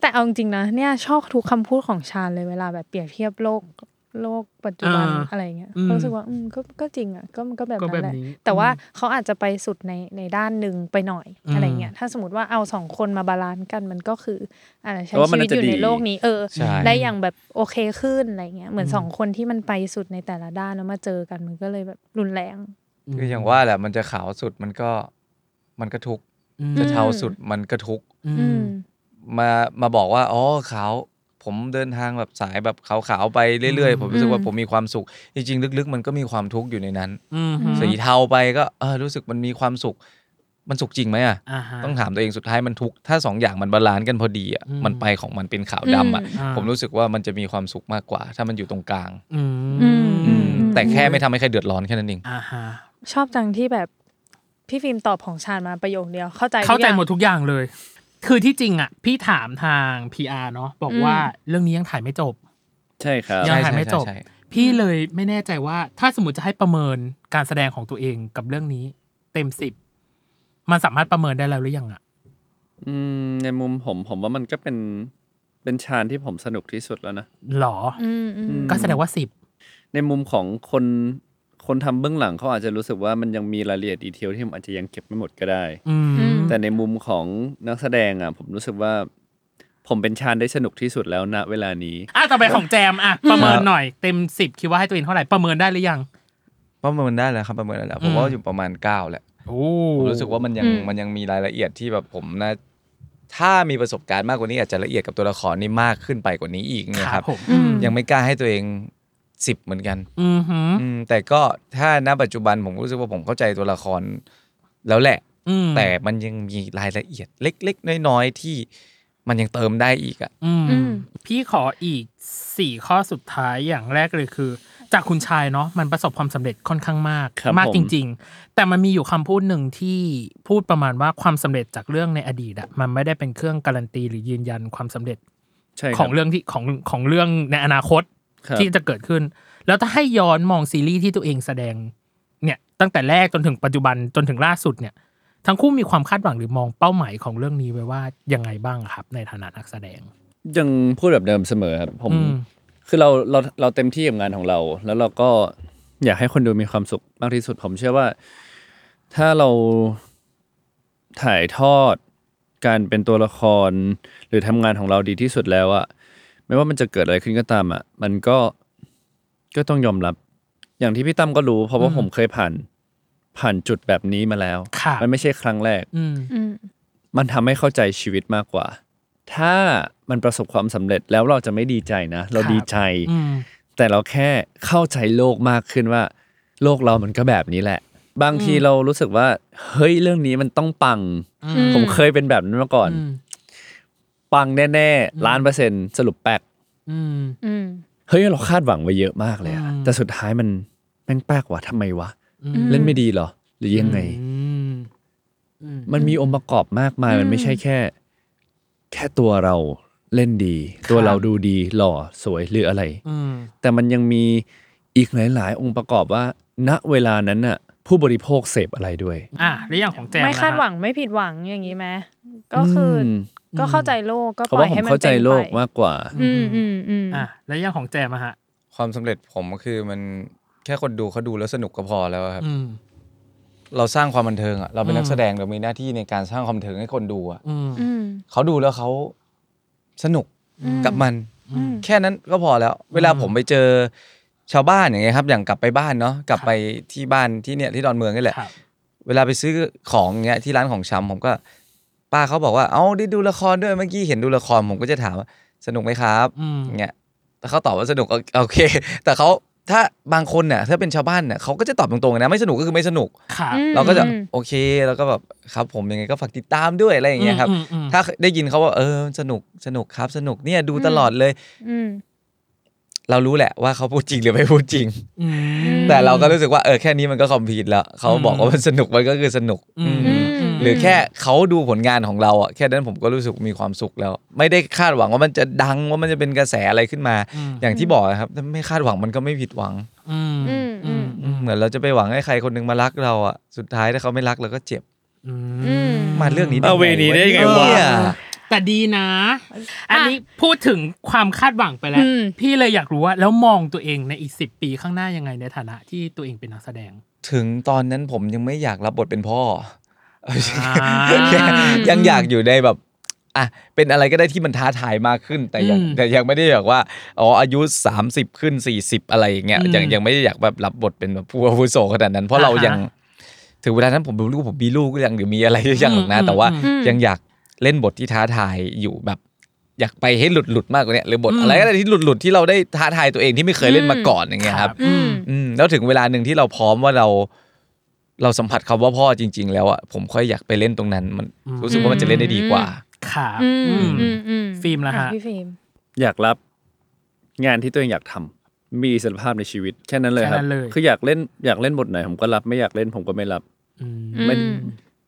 Speaker 2: แต่เอาจริงๆนะเนี่ยชอบทุกคำพูดของชาญเลยเวลาแบบเปรียบเทียบโลกโลกปัจจุบันอะไรเงี้ยรู้สึกว่าอืมก็ก็จริงอ่ะก็มันก็แบบ
Speaker 3: ก็แบ
Speaker 2: นั้น
Speaker 3: บ
Speaker 2: แหละ
Speaker 3: นี้
Speaker 2: แต่ว่าเขาอาจจะไปสุดในในด้านหนึ่งไปหน่อย
Speaker 3: อืม
Speaker 2: อะไรเงี้ยถ้าสมมติว่าเอาสองคนมาบาลานซ์กันมันก็คืออะไรใช้
Speaker 6: แต่ว่ามั
Speaker 2: ชีวิต
Speaker 6: นน่าจะ
Speaker 2: อยู่ใน
Speaker 6: ดี
Speaker 2: โลกนี้เออ
Speaker 4: ใช่
Speaker 2: ได้อย่างแบบโอเคขึ้นอะไรเงี้ยเหมือนสองคนที่มันไปสุดในแต่ละด้านแล้วมาเจอกันมันก็เลยแบบรุนแรง
Speaker 3: ม
Speaker 4: คืออย่างว่าแหละมันจะขาวสุดมันก็มันก็ทุกข์
Speaker 3: อืม
Speaker 4: จะเทา
Speaker 2: อืม
Speaker 4: สุดมันก็ทุกข์
Speaker 3: อื
Speaker 2: อื
Speaker 3: ม
Speaker 2: ม
Speaker 4: มามาบอกว่าอ๋อขาวผมเดินทางแบบสายแบบขาวๆไปเรื่อยๆ ผมรู้สึกว่า
Speaker 2: อืม
Speaker 4: ผมมีความสุข จริงๆ ลึกๆ มันก็มีความทุกข์อยู่ในนั้น
Speaker 3: อืม
Speaker 4: สีเทาไปก็เออรู้สึกมันมีความสุข มันสุขจริงไหมอ่ะ
Speaker 3: อ่าฮะ
Speaker 4: ต้องถามตัวเองสุดท้ายมันทุกข์ถ้าสองอย่างมันบาลานซ์กันพอดีอ่ะ
Speaker 3: อืม
Speaker 4: มันไปของมันเป็นขาวดำอ่ะ
Speaker 2: อืม
Speaker 3: อ่า
Speaker 4: ผมรู้สึกว่ามันจะมีความสุขมากกว่า ถ้ามันอยู่ตรงกลาง
Speaker 3: อื
Speaker 2: อื
Speaker 3: ม
Speaker 2: ม
Speaker 4: อืมแต่แค่ไม่ทำให้ใครเดือดร้อนแค่นั้นเอง
Speaker 3: อ่าฮะ
Speaker 2: ชอบจังที่แบบพี่ฟิล์มตอบของชาญมาประโยคเดียวเข้าใจ
Speaker 3: เข้าใจหมด
Speaker 2: ทุกอย่
Speaker 3: ทุกอย่างเลย คือที่จริงอ่ะ พี่ถามทาง PR เนาะบอก
Speaker 2: อืม
Speaker 3: ว่าเรื่องนี้ยังถ่ายไม่จบ
Speaker 6: ใช่ครับ
Speaker 3: ยั
Speaker 4: ใช่
Speaker 3: ถ่าย
Speaker 4: ใช่
Speaker 3: ไม่จ
Speaker 4: ใช่
Speaker 3: บ
Speaker 4: ใช่
Speaker 3: พี่เลยไม่แน่ใจว่า ถ้าสมมติจะให้ประเมินการแสดงของตัวเองกับเรื่องนี้ เต็มสิบมันสามารถประเมินได้แล้วหรือยังอ่ะ
Speaker 6: อืมในมุมผมผมว่ามันก็เป็นเป็นชาญที่ผมสนุกที่สุดแล้วนะ
Speaker 3: หรอ
Speaker 2: งอืมอืม
Speaker 3: ก็แสดงว่าสิบ
Speaker 6: ในมุมของคนคนทำเบื้องหลังเขาอาจจะรู้สึกว่ามันยังมีรายละเอียดดีเทลที่ผมอาจจะยังเก็บไม่หมดก็ได้
Speaker 3: อืม
Speaker 2: อืม
Speaker 6: แต่ในมุมของนักแสดงอ่ะ ผมรู้สึกว่า ผมเป็นชาญได้สนุกที่สุดแล้วณเวลานี้
Speaker 3: อ่ะต่อไปของแจมอ่ะประเมินหน่อยเต็มสิบคิดว่าให้ตัวเองเท่าไหร่ประเมินได้หรือยัง
Speaker 4: ประเมินได้แล้วครับประเมินได้แล้วผมว่าอยู่ประมาณเก้าแหละ
Speaker 3: โอ้
Speaker 4: ผมรู้สึกว่ามันยัง
Speaker 2: อืม
Speaker 4: มันยังมีรายละเอียดที่แบบผมนะ ถ้ามีประสบการณ์มากกว่านี้อาจจะละเอียดกับตัวละครนี่มากขึ้นไปกว่านี้อีกเนย
Speaker 3: ค
Speaker 4: ค
Speaker 3: รั
Speaker 4: รั
Speaker 3: บบ ผม
Speaker 2: อืม
Speaker 4: ยังไม่กล้าให้ตัวเอง สิบเหมือนกัน
Speaker 3: อือหือ
Speaker 4: อืมแต่ก็ถ้าณปัจจุบันผมรู้สึกว่าผมเข้าใจตัวละครแล้วแหละ
Speaker 3: อืม
Speaker 4: แต่มันยังมีรายละเอียดเล็ก ๆ น้อยๆที่มันยังเติมได้อีกอ่ะ
Speaker 3: อืม
Speaker 2: อืม
Speaker 3: พี่ขออีกสี่ข้อสุดท้ายอย่างแรกเลยคือ จากคุณชายเนาะมันประสบความสำเร็จค่อนข้างมาก
Speaker 6: ครับ
Speaker 3: มาก
Speaker 6: ผม
Speaker 3: จริง ๆ แต่มันมีอยู่คำพูดหนึ่งที่พูดประมาณว่าความสำเร็จจากเรื่องในอดีตอะมันไม่ได้เป็นเครื่องการันตีหรือยืนยันความสำเร็จ
Speaker 6: ใช่ค
Speaker 3: ข
Speaker 6: รั
Speaker 3: อบ งเรื่องที่ของของเรื่องในอนาคต
Speaker 6: ครับ
Speaker 3: ที่จะเกิดขึ้น แล้วถ้าให้ย้อนมองซีรีส์ที่ตัวเองแสดงเนี่ยตั้งแต่แรกจนถึงปัจจุบันจนถึงล่าสุดเนี่ยทั้งคู่มีความคาดหวังหรือมองเป้าหมายของเรื่องนี้ไว้ว่ายังไงบ้างอะครับ ในฐานะนักแสดง
Speaker 6: ยังพูดแบบเดิมเสมอครับผม
Speaker 3: อืม
Speaker 6: คือเราเราเราเต็มที่กับงานของเรา แล้วเราก็อยากให้คนดูมีความสุขมากที่สุดผมเชื่อว่า ถ้าเราถ่ายทอดการเป็นตัวละคร หรือทำงานของเราดีที่สุดแล้วอะไม่ว่ามันจะเกิดอะไรขึ้นก็ตามอะมันก็ก็ต้องยอมรับ อย่างที่พี่ตั้มก็รู้ เพราะว่าผมเคยผ่านผ่านจุดแบบนี้มาแล้ว
Speaker 3: ค่ะ
Speaker 6: มันไม่ใช่ครั้งแรก
Speaker 3: อืม
Speaker 6: มันทำให้เข้าใจชีวิตมากกว่า ถ้ามันประสบความสำเร็จแล้วเราจะไม่ดีใจนะ เราดีใจ
Speaker 3: อืม
Speaker 6: แต่เราแค่เข้าใจโลกมากขึ้นว่า โลกเรามันก็แบบนี้แหละ บางทีเรารู้สึกว่า เฮ้ยเรื่องนี้มันต้องปัง ผมเคยเป็นแบบนั้นมาก่อน
Speaker 3: อืม
Speaker 6: ปังแน่ๆล้านเปอร์เซ็นต์สรุปแป๊ก
Speaker 3: อืม
Speaker 2: อืม
Speaker 6: เฮ้ยเราคาดหวังไว้เยอะมากเลยอะ
Speaker 3: อืม
Speaker 6: แต่สุดท้ายมันแม่งแป๊กว่ะทำไมวะ
Speaker 3: อืม
Speaker 6: เล่นไม่ดีเหรอ หรือยังไง
Speaker 3: อืมอืม
Speaker 6: มันมีองค์ประกอบมากมายมันไม่ใช่แค่ แค่ตัวเราเล่นดี
Speaker 3: ครับ
Speaker 6: ตัวเราดูดีหล่อสวยหรืออะไร
Speaker 3: อืม
Speaker 6: แต่มันยังมีอีกหลาย ๆ องค์ประกอบว่า ณเวลานั้นน่ะผู้บริโภคเสพอะไรด้วย
Speaker 3: อ่ะแล้วอย่างของแจม
Speaker 2: ไม่คาด
Speaker 3: นะฮะ
Speaker 2: หวังไม่ผิดหวังอย่างนี้ไหมก็คืออ
Speaker 6: ม
Speaker 2: ก็เข้าใจโลกก็
Speaker 6: เพราะ
Speaker 2: ปล่อ
Speaker 6: ว่า
Speaker 2: ย
Speaker 6: ผม
Speaker 2: ให้มัน
Speaker 6: เข้าใจ
Speaker 2: ป็นไป
Speaker 6: โลกมากกว่า
Speaker 2: อืมอืมอืม
Speaker 3: อ่ะแล้วอย่างของแจมอะฮะ
Speaker 4: ความสำเร็จผมก็คือมันแค่คนดูเขาดูแล้วสนุกก็พอแล้วอะครับ
Speaker 3: อืม
Speaker 4: เราสร้างความบันเทิงอ่ะเราเป็นนั
Speaker 3: อื
Speaker 4: ก
Speaker 3: ม
Speaker 4: แสดงเรามีหน้าที่ในการสร้างความบันเทิงให้คนดูอ่ะ
Speaker 3: อืม
Speaker 2: อืม
Speaker 4: เขาดูแล้วเขาสนุก
Speaker 2: อืม
Speaker 4: กับมัน
Speaker 3: อืม
Speaker 4: แค่นั้นก็พอแล้ว เวลาผมไปเจอชาวบ้านอย่างเงี้ยครับ อย่างกลับไปบ้านเนาะกลับไปที่บ้านที่เนี่ยที่ดอนเมืองนี่แหละ
Speaker 3: ครับ
Speaker 4: เวลาไปซื้อของเงี้ยที่ร้านของชำผมก็ ป้าเขาบอกว่า เอาได้ดูละครด้วยเมื่อกี้เห็นดูละครผมก็จะถามว่าสนุกไหมครับ
Speaker 3: อืม
Speaker 4: เงี้ยถ้าเขาตอบว่าสนุกโอโอเค แต่เขาถ้าบางคนน่ะถ้าเป็นชาวบ้านน่ะเขาก็จะตอบตรงๆนะไม่สนุกก็คือไม่สนุก
Speaker 3: ครับ
Speaker 2: อืม
Speaker 4: เราก็จะ
Speaker 2: อืม
Speaker 4: โอเคแล้วก็แบบครับผมยังไงก็ฝากติดตามด้วยอะไรอย่างเงี้ยครับ
Speaker 3: มอืม
Speaker 4: ถ้าได้ยินเขาว่าเออสนุกสนุกครับสนุกเนี่ยดูตลอดเลย
Speaker 2: อืม
Speaker 4: เรารู้แหละว่าเขาพูดจริงหรือไม่พูดจริง
Speaker 3: อืม
Speaker 4: แต่เราก็รู้สึกว่าเออแค่นี้มันก็คอมพลีทแล้วเขาบอกว่ามันสนุกมันก็คือสนุก
Speaker 3: อืม
Speaker 4: อืม
Speaker 2: อืม
Speaker 4: หรือแค่เขาดูผลงานของเราอ่ะแค่นั้นผมก็รู้สึกมีความสุขแล้ว ไม่ได้คาดหวังว่ามันจะดังว่ามันจะเป็นกระแสอะไรขึ้นมา
Speaker 3: อืม
Speaker 4: อย่างที่บอกอะครับถ้าไม่คาดหวังมันก็ไม่ผิดหวัง
Speaker 3: อืม
Speaker 2: อืมอืม
Speaker 4: เหมือนเราจะไปหวังให้ใครคนหนึงมารักเราอ่ะสุดท้ายถ้าเขาไม่รักเราก็เจ็บ
Speaker 3: อืม
Speaker 2: อืม
Speaker 4: มาเรื่องนี้
Speaker 6: เอาเวนี้ได้ไงวะ
Speaker 4: เนี่ย
Speaker 3: แต่ดีนะ อันนี้พูดถึงความคาดหวังไปแล้ว
Speaker 2: อืม
Speaker 3: พี่เลยอยากรู้ว่า แล้วมองตัวเองในอีกสิบปีข้างหน้ายังไงในฐานะที่ตัวเองเป็นนักแสดง
Speaker 4: ถึงตอนนั้นผมยังไม่อยากรับบทเป็นพ่ออ
Speaker 3: อ่า
Speaker 4: ยังอยากอยู่ในแบบอ่ะเป็นอะไรก็ได้ที่มันท้าทายมากขึ้น แต่ยัง
Speaker 3: อืม
Speaker 4: แต่ยังไม่ได้แบบว่าอ๋ออายุ 30 ขึ้น 40 อะไรอย่างเงี้ย
Speaker 3: อืม
Speaker 4: ยังยังไม่ได้อยากแบบรับบทเป็นแบบผู้อาวุโสขนาดนั้น เพราะ
Speaker 3: อ่า
Speaker 4: เรา
Speaker 3: ฮะ
Speaker 4: ยังถึงเวลานั้นผมรู้ผมมีลูกหรือยังหรือมีอะไรห รือยังหรอกนะ
Speaker 3: อืม
Speaker 4: แต่ว่า
Speaker 3: อืม
Speaker 4: ยังอยากเล่นบทที่ท้าทายอยู่แบบ อยากไปให้หลุดหลุดๆมากกว่าเนี้ยหรือบท
Speaker 3: อืม
Speaker 4: อะไรก็ได้ที่หลุดหลุดๆที่เราได้ท้าทายตัวเองที่ไม่เคยเล่นมาก่อนอย่างเงี้ยครับ
Speaker 2: อืม
Speaker 4: อืมแล้วถึงเวลาหนึ่งที่เราพร้อมว่าเรา เราสัมผัสคำว่าพ่อจริง ๆ แล้วอ่ะผมค่อยอยากไปเล่นตรงนั้น มัน
Speaker 3: อืม
Speaker 4: รู้สึกว่ามันจะเล่นได้ดีกว่า
Speaker 3: ครับ
Speaker 2: อื
Speaker 3: อื
Speaker 2: ม
Speaker 3: ม
Speaker 2: อืมอืม
Speaker 3: ฟิล์มล่ะฮะ
Speaker 2: อ่พี่ฟิล์ม
Speaker 6: อยากรับงานที่ตัวเองอยากทำมีอิสรภาพในชีวิตแค่นั้นเลยครั
Speaker 3: แค่
Speaker 6: บ
Speaker 3: นั้นเลย
Speaker 6: คืออยากเล่นอยากเล่นบทไหน ผมก็รับไม่อยากเล่นผมก็ไม่รับ
Speaker 3: อืม
Speaker 2: อื
Speaker 6: มัน
Speaker 2: ม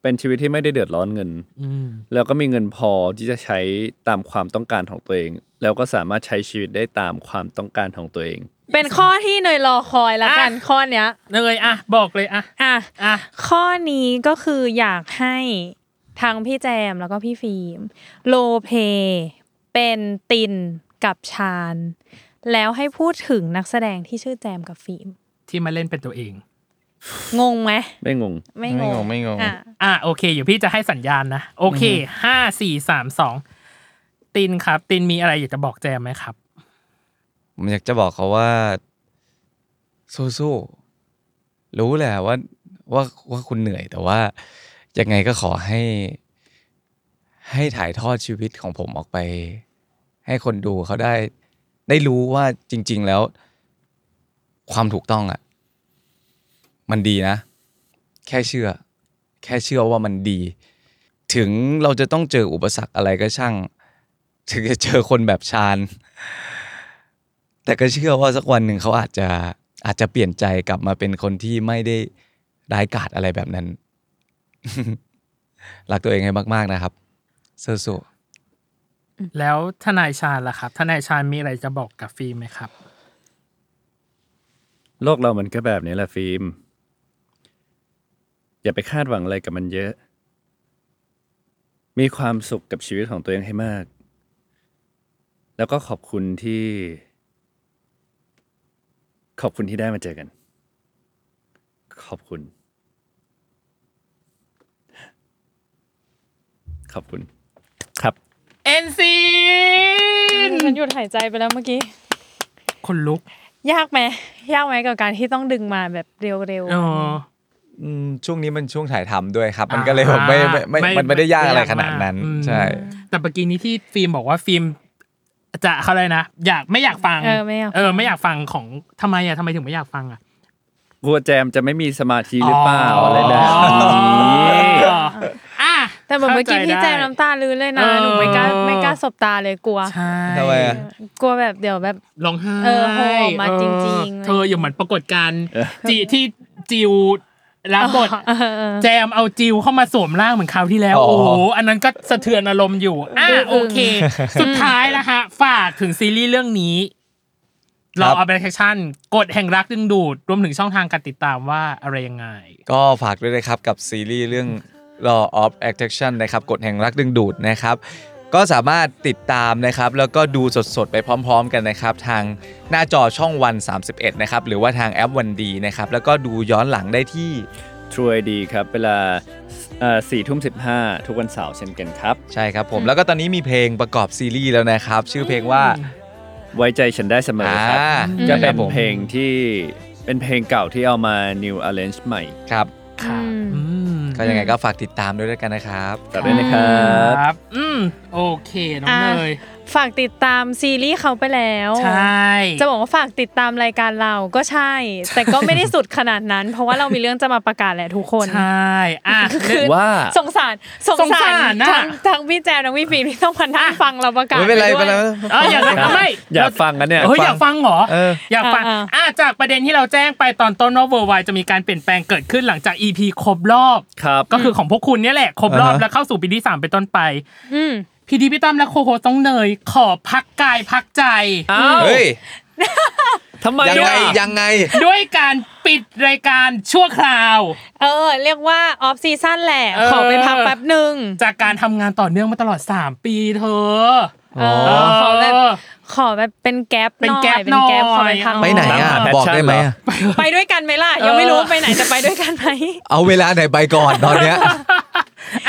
Speaker 6: เป็นชีวิตที่ไม่ได้เดือดร้อนเงิน
Speaker 3: อืม
Speaker 6: แล้วก็มีเงินพอที่จะใช้ตามความต้องการของตัวเอง แล้วก็สามารถใช้ชีวิตได้ตามความต้องการของตัวเอง
Speaker 2: เป็นข้อที่เนยรอคอยละกันข้อเนี้ย
Speaker 3: เนยอ่ะ บอกเลยอ่ะ
Speaker 2: อ่ะ
Speaker 3: อ่ะ
Speaker 2: ข้อนี้ก็คืออยากให้ทั้งพี่แจมแล้วก็พี่ฟิล์มโลเพเป็นตินกับชาญ แล้วให้พูดถึงนักแสดงที่ชื่อแจมกับฟิล์ม
Speaker 3: ที่มาเล่นเป็นตัวเอง
Speaker 2: งงไหม
Speaker 6: ไม่งง
Speaker 2: ไม่
Speaker 4: ไม่
Speaker 2: ง
Speaker 4: ง
Speaker 2: ง
Speaker 4: งไม่งง
Speaker 2: อ่ะ
Speaker 3: อ่ะโอเคเดี๋ยวพี่จะให้สัญญาณนะ โอเคห้าสี่สามสองตินครับ ตินมีอะไรอยากจะบอกแจมไหมครับ
Speaker 4: ผมอยากจะบอกเขาว่า สู้ๆรู้แหละว่าว่าว่าคุณเหนื่อยแต่ว่า ยังไงก็ขอให้ ให้ถ่ายทอดชีวิตของผมออกไป ให้คนดูเขาได้ ได้รู้ว่าจริง ๆ แล้ว ความถูกต้องอ่ะ มันดีนะ แค่เชื่อ แค่เชื่อว่ามันดี ถึงเราจะต้องเจออุปสรรคอะไรก็ช่าง ถึงจะเจอคนแบบชาญ แต่ก็เชื่อว่าสักวันหนึ่งเขาอาจจะอาจจะเปลี่ยนใจกลับมาเป็นคนที่ไม่ได้ร้ายกาจอะไรแบบนั้น รักตัวเองให้มากๆนะครับเซอร์สู
Speaker 3: แล้วทนายชาญล่ะครับ ทนายชาญมีอะไรจะบอกกับฟิล์มไหมครับ
Speaker 6: โลกเรามันก็แบบนี้แหละฟิล์ม อย่าไปคาดหวังอะไรกับมันเยอะ มีความสุขกับชีวิตของตัวเองให้มาก แล้วก็ขอบคุณที่ ขอบคุณที่ได้มาเจอกัน ขอบคุณ ขอบคุณ ครับ
Speaker 3: เอ็นซีน
Speaker 2: ฉันหยุดหายใจไปแล้วเมื่อกี้
Speaker 3: คนลุก
Speaker 2: ยากไหมยากไหมกับการที่ต้องดึงมาแบบเร็ว
Speaker 3: เออ
Speaker 4: ช่วงนี้มันช่วงถ่ายทำด้วยครับ มันก็เลยแบบไม่ไม่ไม่
Speaker 3: ไม่
Speaker 4: มันไม่ได้ยากอะไร
Speaker 3: ไม่ยาก
Speaker 4: ขนาดนั้น
Speaker 3: มากอืม
Speaker 4: ใช่
Speaker 3: แต่เมื่อกี้นี้ที่ฟิล์มบอกว่าฟิล์มจะเขาเลยกนะ อยากไม่อยากฟัง
Speaker 2: ๆเออไม่เอา
Speaker 3: เออไม่อยากฟังของทำไมอ่ะทำไมถึงไม่อยากฟังอ่ะ
Speaker 6: กลัวแจมจะไม่มีสมาธิหรือเปล่าอะไรแบบนี้
Speaker 3: อ๋ออ่ะ
Speaker 2: แต่เหมือนเมื่อกี้พี่แจมน้ำตาลื้นเลยนะหนูไม่กล้าไม่กล้าสบตาเลยกลัว
Speaker 3: ใช่
Speaker 4: ทำไมอะ
Speaker 2: กลัวแบบเดี๋ยวแบบ
Speaker 3: ร้องไห้
Speaker 2: เออโฮออกมาจริงๆ
Speaker 3: เออเธออย่าเหมือนปรากฏการณ์จิที่จิวรับบท
Speaker 2: เออเออ
Speaker 3: แจมเอาจิวเข้ามาสวมร่างเหมือนคราวที่แล้ว
Speaker 4: อ๋อ
Speaker 3: โอ้โห อันนั้นก็สะเทือนอารมณ์อยู่ อ่ะ
Speaker 2: อืม
Speaker 3: โอเค สุดท้ายนะฮะ ฝากถึงซีรีส์เรื่องนี้รอเอาไปแอคชั่นกดแห่งรักดึงดูด รวมถึงช่องทางการติดตามว่าอะไรยังไง
Speaker 4: ก็ฝากด้วยนะครับกับซีรีส์เรื่อง Law of Attraction นะครับกฎแห่งรักดึงดูดนะครับ ก็สามารถติดตามนะครับ แล้วก็ดูสดๆ ไปพร้อมๆ กันนะครับ ทางหน้าจอช่องวัน 31 นะครับ หรือว่าทางแอปวันดีนะครับ แล้วก็ดูย้อนหลังได้ที่
Speaker 6: True ID ครับ เวลาสี่ทุ่มสิบห้าทุกวันเสาร์เช่นกันครับ
Speaker 4: ใช่ครับผม แล้วก็ตอนนี้มีเพลงประกอบซีรีส์แล้วนะครับ ชื่อเพลงว่า
Speaker 6: ไว้ใจฉันได้เสมอครับ
Speaker 4: อ่า
Speaker 6: ก็
Speaker 4: ค
Speaker 6: เป็
Speaker 4: รั
Speaker 6: น
Speaker 4: บผม
Speaker 6: เพลงที่เป็นเพลงเก่าที่เอามา new arrange ใหม่
Speaker 4: ครับ
Speaker 3: ค่ะ
Speaker 2: อืม
Speaker 3: อืม
Speaker 4: ก็ยังไงก็ฝากติดตามด้วยแล้วกันนะครับ
Speaker 6: ต่อด้วยนะครับ
Speaker 3: ครับ อืม โอเค น้อง
Speaker 2: อ่ะ
Speaker 3: เนย
Speaker 2: ฝากติดตามซีรีส์เขาไปแล้ว
Speaker 3: ใช่
Speaker 2: จะบอกว่าฝากติดตามรายการเราก็ใช่ แต่ก็ไม่ได้สุดขนาดนั้น เพราะว่าเรามีเรื่องจะมาประกาศแหละทุกคน
Speaker 3: ใช่อ่ะ
Speaker 2: คือ
Speaker 6: ว่า
Speaker 2: สงสารสง
Speaker 3: สง
Speaker 2: สา
Speaker 3: สาร รน่ะ
Speaker 2: ทั้งทั้งพี่แจมทั้งพี่ฟิล์มที่ต้องมานั่งฟังเราประกาศ
Speaker 4: ไม่เป็นไร
Speaker 2: ป
Speaker 4: ไม่เป็นไร
Speaker 2: ด้วย
Speaker 3: เอออย่างนั้นไม่
Speaker 6: อยากฟังกันเนี่ย
Speaker 3: เฮ้ยอยากฟังเหรอ
Speaker 4: เออ
Speaker 3: อยากฟัง
Speaker 2: อ่าๆ
Speaker 3: อ่าจากประเด็นที่เราแจ้งไปตอนต้นว่าเวอร์ไวจะมีการเปลี่ยนแปลงเกิดขึ้นหลังจาก EP ครบรอบ
Speaker 6: ครับ
Speaker 3: ก็คือของพวกคุณเนี่ยแหละ ครบรอบ
Speaker 4: อ่าฮะ
Speaker 3: แล้วเข้าสู่ปีที่สามเป็นต้นไป
Speaker 2: อืม
Speaker 3: พีดีพี่ตั้มและโคโคต้องเนย ขอพักกายพักใจ
Speaker 6: อ้าว
Speaker 4: เฮ้ย
Speaker 6: ทำไม
Speaker 4: ยัง
Speaker 6: ด้ว
Speaker 4: ไง
Speaker 6: ย
Speaker 4: ยังไง
Speaker 3: ด้วยการปิดรายการชั่วคราว
Speaker 2: เออ เรียกว่าออฟซีซั่นแหละ
Speaker 3: เออ
Speaker 2: ขอไปพักแป๊บหนึ่ง
Speaker 3: จากการทำงานต่อเนื่องมาตลอด 3 ปีเธอ
Speaker 2: เออ
Speaker 3: เออ
Speaker 2: ขอแบบขอแบบเป็นแก๊ป
Speaker 3: เป็น
Speaker 2: หอย
Speaker 3: แก๊ป
Speaker 2: เป็นแก๊ป
Speaker 3: หน่อย
Speaker 2: ขอไปพัก
Speaker 4: ไปไหนอ่ะ บอกได้ไหมอะ
Speaker 2: ไปด้วยกันไหมล่ะ ยังไม่รู้ไปไหนจะไปด้วยกันไหม
Speaker 4: เอาเวลาไหนไปก่อนตอนเนี้ย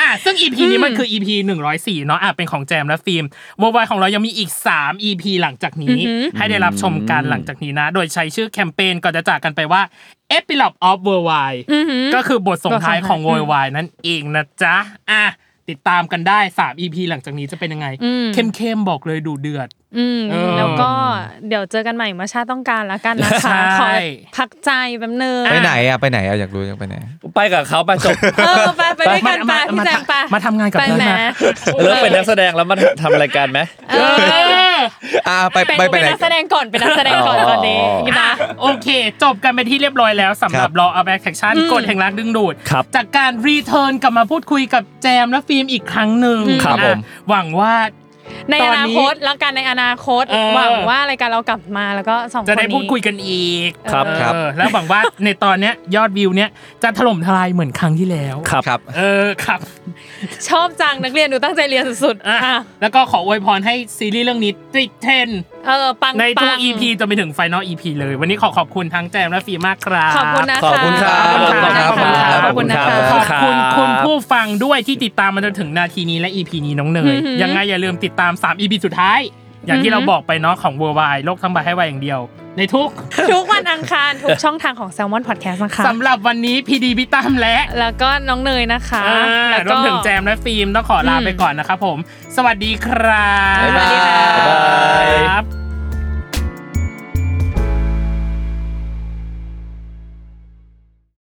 Speaker 3: อ่ะซึ่ง EP นี้มันคือ EP 104 เนาะอ่ะเป็นของแจมและฟิล์มวอลไวของเรายังมีอีก 3 EP หลังจากนี้ ให้ได้รับชมกันหลังจากนี้นะ โดยใช้ชื่อแคมเปญก่อนจะจากกันไปว่า Epilogue of Worldwide ก็คือบทส่งท้ายของ Worldwide นั่นเองนะจ๊ะอ่ะติดตามกันได้ 3 EP หลังจากนี้จะเป็นยังไง
Speaker 2: อืม
Speaker 3: เข้มๆ บอกเลยดูเดือด
Speaker 2: อืม
Speaker 3: เออ
Speaker 2: แล้วก็เดี๋ยวเจอกันใหม่เมาชาติต้องการแล้วกันนะ
Speaker 3: ใช่
Speaker 2: คะ ขอพักใจแป๊บหนึง
Speaker 4: ไปไหนอ่ะไปไหนอ่ะอยากรู้อยากไปไหน
Speaker 6: ไปกับเขาไปจบ
Speaker 2: เออไปไปด้วยกันไปพี่แจมไป
Speaker 3: มาทำงานกับ
Speaker 2: ไป
Speaker 3: เพื่อน
Speaker 2: แหม
Speaker 3: มา
Speaker 6: เลิกเป็นนักแสดงแล้วมาทำรายการไหม
Speaker 2: เออ
Speaker 4: อ่าไป
Speaker 2: เป็น
Speaker 4: ไปไป
Speaker 2: เป็น
Speaker 4: ไหน
Speaker 2: นักแสดงก่อนเป็นนักแสดงก่อน
Speaker 6: อ๋อ
Speaker 2: ตอนนี้นะ
Speaker 3: โอเค จบกันไปนที่เรียบร้อยแล้วสำหรับ Law of Attraction กฎแห่งรักดึงดูด
Speaker 6: ครับ
Speaker 3: จากการรีเทิร์นกลับมาพูดคุยกับแจมและฟิล์มอีกครั้งหนึ่ง
Speaker 4: ครับ
Speaker 3: อ่ะ
Speaker 4: ผม
Speaker 3: หวังว่า
Speaker 2: ใน
Speaker 3: ตอ
Speaker 2: อน นา
Speaker 3: นี้
Speaker 2: คตแล้วกันในอนาคต
Speaker 3: เออ
Speaker 2: หวังว่ารายการเรากลับมาแล้วก็สองคน
Speaker 3: จะ
Speaker 2: นี้
Speaker 3: ได้พูดคุยกันอีก
Speaker 6: ครับ
Speaker 3: เออ
Speaker 4: ครับ
Speaker 3: แล้วหวังว่า ในตอนเนี้ยยอดวิวเนี้ยจะถล่มทลายเหมือนครั้งที่แล้ว
Speaker 6: ครับ
Speaker 4: ครับ
Speaker 3: เออครับ
Speaker 2: ชอบจังนักเรียนดูตั้งใจเรียนสุดๆ
Speaker 3: อ่ะ
Speaker 2: อ่ะ
Speaker 3: แล้วก็ขออวยพรให้ซีรีส์เรื่องนี้ติดเทรนด์
Speaker 2: เออปัง
Speaker 3: ในทุก
Speaker 2: ปัง
Speaker 3: EP จนไปถึงไฟนอล EP เลย วันนี้ขอขอบคุณทั้งแจมและฟิล์มมากครับ
Speaker 2: ขอบคุณนะคะ
Speaker 6: ขอบคุณครับ
Speaker 2: ขอบคุณนะะ
Speaker 6: ขอบคุณครับ
Speaker 2: ขอณนะะ
Speaker 3: ขอบคุณ
Speaker 6: ครับ
Speaker 3: คุณผู้ฟังด้วยที่ติดตามมาจนถึงนาทีนี้และ EP นี้น้องเนย
Speaker 2: อือหือ
Speaker 3: ยังไงอย่าลืมติดตาม 3 EP สุดท้าย อย่างที่
Speaker 2: อือหื
Speaker 3: เรา
Speaker 2: อ
Speaker 3: บอกไปเนาะของ Worldwide โลกทั้งใบให้ไวายอย่างเดียว ในทุก
Speaker 2: ทุกวันอังคารทุกช่องทางของ Salmon Podcast นะคะ
Speaker 3: สำหรับวันนี้พีดีพิตั้มและ
Speaker 2: แล้วก็น้องเนยนะคะ
Speaker 3: อ่า
Speaker 2: แล้ว
Speaker 3: รว
Speaker 2: ก็
Speaker 3: มถึงแจมและฟิล์มต้องขอลา
Speaker 2: อืม
Speaker 3: ไปก่อนนะครับผม สวัสดีครับ
Speaker 4: บ๊ายบาย
Speaker 3: ครับ